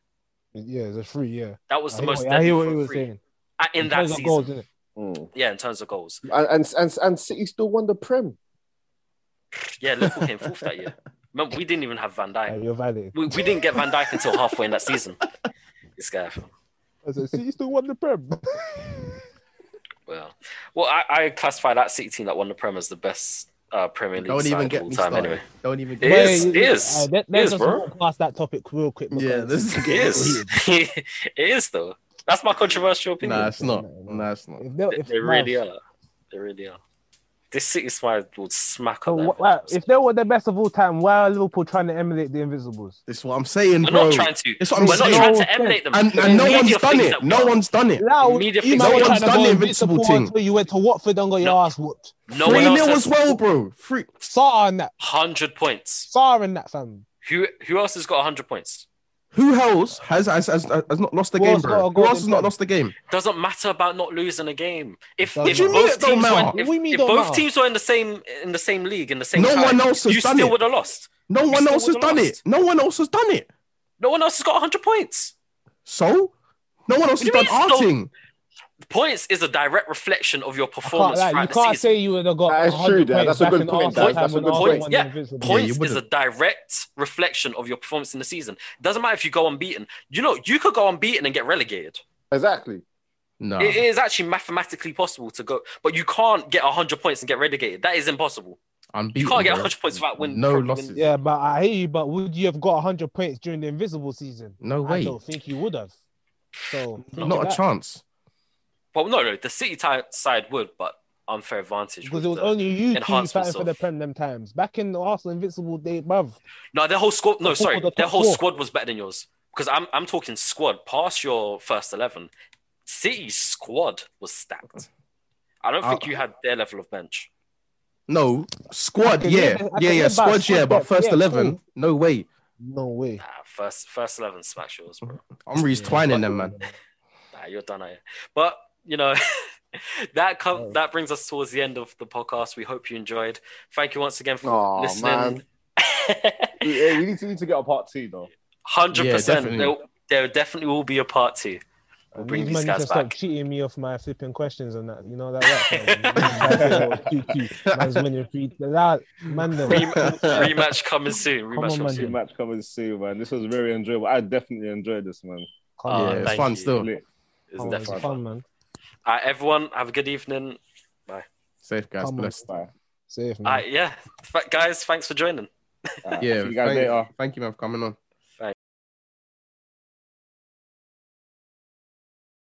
Speaker 3: Yeah, it's a free. Yeah,
Speaker 2: that was the
Speaker 3: I hear,
Speaker 2: most
Speaker 3: what- I
Speaker 2: deadly
Speaker 3: hear what
Speaker 2: front
Speaker 3: he was
Speaker 2: three
Speaker 3: saying.
Speaker 2: at- in that
Speaker 3: terms of
Speaker 2: season.
Speaker 3: goals, innit?
Speaker 5: Mm.
Speaker 2: Yeah, in terms of goals.
Speaker 5: And, and and and City still won the Prem.
Speaker 2: Yeah, Liverpool came fourth that year. Remember, we didn't even have Van
Speaker 3: Yeah,
Speaker 2: Dijk.
Speaker 3: you're valid.
Speaker 2: We, we didn't get Van Dijk until halfway in that season. This guy.
Speaker 3: I said, see, you still won the prem.
Speaker 2: Well, well, I, I classify that City team that won the Prem as the best uh, Premier League
Speaker 1: Don't
Speaker 2: side
Speaker 1: even
Speaker 2: of
Speaker 1: get
Speaker 2: all
Speaker 1: me
Speaker 2: time.
Speaker 1: started.
Speaker 2: Anyway,
Speaker 1: Don't even
Speaker 2: It
Speaker 1: get.
Speaker 3: But yeah,
Speaker 2: is,
Speaker 3: yeah,
Speaker 2: it
Speaker 3: yeah.
Speaker 2: is,
Speaker 3: Alright, uh, let,
Speaker 2: it
Speaker 3: let's
Speaker 2: is,
Speaker 3: just
Speaker 2: bro.
Speaker 3: walk past that topic real quick.
Speaker 1: Yeah,
Speaker 3: because
Speaker 1: this
Speaker 2: it is. it is though. That's my controversial opinion.
Speaker 1: Nah, it's not.
Speaker 3: Nah,
Speaker 1: Nah, it's not.
Speaker 3: if there,
Speaker 2: They,
Speaker 3: if
Speaker 2: they
Speaker 3: nah,
Speaker 2: really are. They really are. This City side would smack
Speaker 3: so
Speaker 2: on
Speaker 3: wh- why- if they were the best of all time, why are Liverpool trying to emulate the Invisibles?
Speaker 1: This is what I'm saying,
Speaker 2: We're
Speaker 1: bro.
Speaker 2: not trying to.
Speaker 1: That's what I'm
Speaker 2: We're not
Speaker 1: saying.
Speaker 2: trying
Speaker 3: No
Speaker 2: to emulate them.
Speaker 1: And,
Speaker 2: The
Speaker 1: and no
Speaker 2: media
Speaker 1: one's done
Speaker 2: thinks
Speaker 1: it.
Speaker 2: that
Speaker 1: no
Speaker 2: we-
Speaker 1: one's done it.
Speaker 3: Now,
Speaker 2: media thinks
Speaker 3: you man
Speaker 2: no
Speaker 3: were
Speaker 2: one's
Speaker 3: trying to
Speaker 1: done
Speaker 3: go
Speaker 1: the
Speaker 3: invincible
Speaker 1: Invincible thing.
Speaker 3: until you went to Watford and got your
Speaker 2: No.
Speaker 3: ass whooped.
Speaker 2: No
Speaker 1: Three
Speaker 2: one else
Speaker 1: nil
Speaker 2: has
Speaker 1: as well, bro. Three.
Speaker 3: Sar and that,
Speaker 2: hundred points.
Speaker 3: Sar and that fam.
Speaker 2: Who who else has got hundred points?
Speaker 1: Who else has has, has, has not lost the
Speaker 3: Who
Speaker 1: game,
Speaker 3: else got
Speaker 1: bro?
Speaker 3: a
Speaker 1: Who else
Speaker 3: golden
Speaker 1: has not
Speaker 3: pen?
Speaker 1: lost the game?
Speaker 2: Doesn't matter about not losing a game. If,
Speaker 3: Doesn't
Speaker 2: if
Speaker 3: matter.
Speaker 1: What do you mean
Speaker 2: both
Speaker 1: it don't
Speaker 2: teams
Speaker 1: matter?
Speaker 2: were, if,
Speaker 3: What do you mean
Speaker 2: if
Speaker 3: don't
Speaker 2: both
Speaker 3: matter?
Speaker 2: teams were in the same in the same league in the same
Speaker 1: No
Speaker 2: time,
Speaker 1: one else has
Speaker 2: you
Speaker 1: done
Speaker 2: still
Speaker 1: it.
Speaker 2: would have lost.
Speaker 1: No
Speaker 2: You
Speaker 1: one
Speaker 2: still
Speaker 1: else has
Speaker 2: would've
Speaker 1: done
Speaker 2: lost.
Speaker 1: it. No one else has done it.
Speaker 2: No one else has got hundred points.
Speaker 1: So, no one else has
Speaker 2: What do you
Speaker 1: done
Speaker 2: mean,
Speaker 1: our
Speaker 2: so?
Speaker 1: thing.
Speaker 2: Points is a direct reflection of your
Speaker 3: I can't
Speaker 2: performance
Speaker 3: lie. You
Speaker 2: throughout the
Speaker 3: can't
Speaker 2: season.
Speaker 3: say you would have got.
Speaker 5: That is
Speaker 3: 100
Speaker 5: true, Dan. That's
Speaker 3: points
Speaker 5: a
Speaker 3: back
Speaker 5: good
Speaker 3: in
Speaker 5: point,
Speaker 3: Arsenal
Speaker 2: Dan.
Speaker 3: time
Speaker 5: That's a
Speaker 3: when
Speaker 5: good
Speaker 3: Arsenal
Speaker 2: point.
Speaker 3: won
Speaker 2: Yeah,
Speaker 3: the Invincibles.
Speaker 1: point- you
Speaker 2: Points is a
Speaker 1: wouldn't.
Speaker 2: direct reflection of your performance in the season. Doesn't matter if you go unbeaten. You know, you could go unbeaten and get relegated.
Speaker 5: Exactly.
Speaker 1: No.
Speaker 2: It is actually mathematically possible to go, but you can't get 100 points and get relegated. That is impossible.
Speaker 1: I'm beaten,
Speaker 2: You can't get
Speaker 1: bro.
Speaker 2: 100 points without winning.
Speaker 1: No
Speaker 2: win-
Speaker 1: losses.
Speaker 3: Yeah, but I hear you. But would you have got 100 points during the Invisible season?
Speaker 1: No
Speaker 3: I
Speaker 1: way.
Speaker 3: don't think you would have. So
Speaker 1: Not a
Speaker 3: that-
Speaker 1: chance.
Speaker 2: Well, no, no, the City ti- side would, but unfair advantage.
Speaker 3: because
Speaker 2: with
Speaker 3: it was
Speaker 2: the-
Speaker 3: only you two
Speaker 2: enhancements
Speaker 3: fighting for
Speaker 2: of-
Speaker 3: the Prem them times. Back in the Arsenal Invincible day, bruv.
Speaker 2: No, their whole squad. No,
Speaker 3: Top
Speaker 2: sorry,
Speaker 3: of the
Speaker 2: their
Speaker 3: top
Speaker 2: whole
Speaker 3: four.
Speaker 2: squad was better than yours. Because I'm, I'm talking squad past your first eleven. City's squad was stacked. I don't think
Speaker 1: Uh,
Speaker 2: you had their level of bench.
Speaker 1: No squad,
Speaker 3: Okay,
Speaker 1: yeah,
Speaker 3: yeah, I
Speaker 1: yeah,
Speaker 3: can
Speaker 1: yeah,
Speaker 3: hear about
Speaker 1: squad,
Speaker 3: squad
Speaker 1: yeah, but
Speaker 3: depth,
Speaker 1: first
Speaker 3: yeah,
Speaker 1: eleven,
Speaker 3: cool.
Speaker 1: no way.
Speaker 3: No way.
Speaker 2: Nah, first first eleven smash yours, bro.
Speaker 1: I'm really
Speaker 3: Yeah,
Speaker 1: twining
Speaker 3: but-
Speaker 1: them, man.
Speaker 3: Mm-hmm.
Speaker 2: Nah, you're done. Here. But you know, that com-
Speaker 3: Oh.
Speaker 2: that brings us towards the end of the podcast. We hope you enjoyed. Thank you once again for
Speaker 5: Aw,
Speaker 2: listening.
Speaker 5: We, yeah, we need to we need to get a part two though.
Speaker 2: Hundred
Speaker 1: Yeah,
Speaker 2: percent.
Speaker 1: definitely.
Speaker 2: There, there definitely will be a part two. We'll bring
Speaker 3: These
Speaker 2: these
Speaker 3: man need
Speaker 2: guys
Speaker 3: to stop
Speaker 2: back.
Speaker 3: cheating me off my flipping questions and that. You know that. that Man's winning three. That man. them.
Speaker 2: Rem- rematch coming soon. Rematch
Speaker 3: Come on,
Speaker 2: coming
Speaker 3: man.
Speaker 2: soon.
Speaker 5: Two match coming soon, man. This was very enjoyable. I definitely enjoyed this, man.
Speaker 3: Come
Speaker 2: Oh,
Speaker 1: yeah,
Speaker 3: on,
Speaker 1: it's
Speaker 2: thank
Speaker 1: fun
Speaker 2: you.
Speaker 1: still.
Speaker 5: Lit.
Speaker 2: It's
Speaker 3: come on,
Speaker 2: definitely
Speaker 3: it's
Speaker 2: fun.
Speaker 3: fun, man.
Speaker 2: All right, Uh, everyone, have a good evening.
Speaker 1: Safe guys,
Speaker 3: Come on.
Speaker 1: blessed.
Speaker 5: Bye.
Speaker 3: Safe,
Speaker 2: All
Speaker 3: man.
Speaker 2: right, yeah. Uh, Th- guys, thanks for joining.
Speaker 5: Alright,
Speaker 1: Yeah,
Speaker 5: see you guys
Speaker 1: thank,
Speaker 5: later.
Speaker 1: thank you, man, for coming on.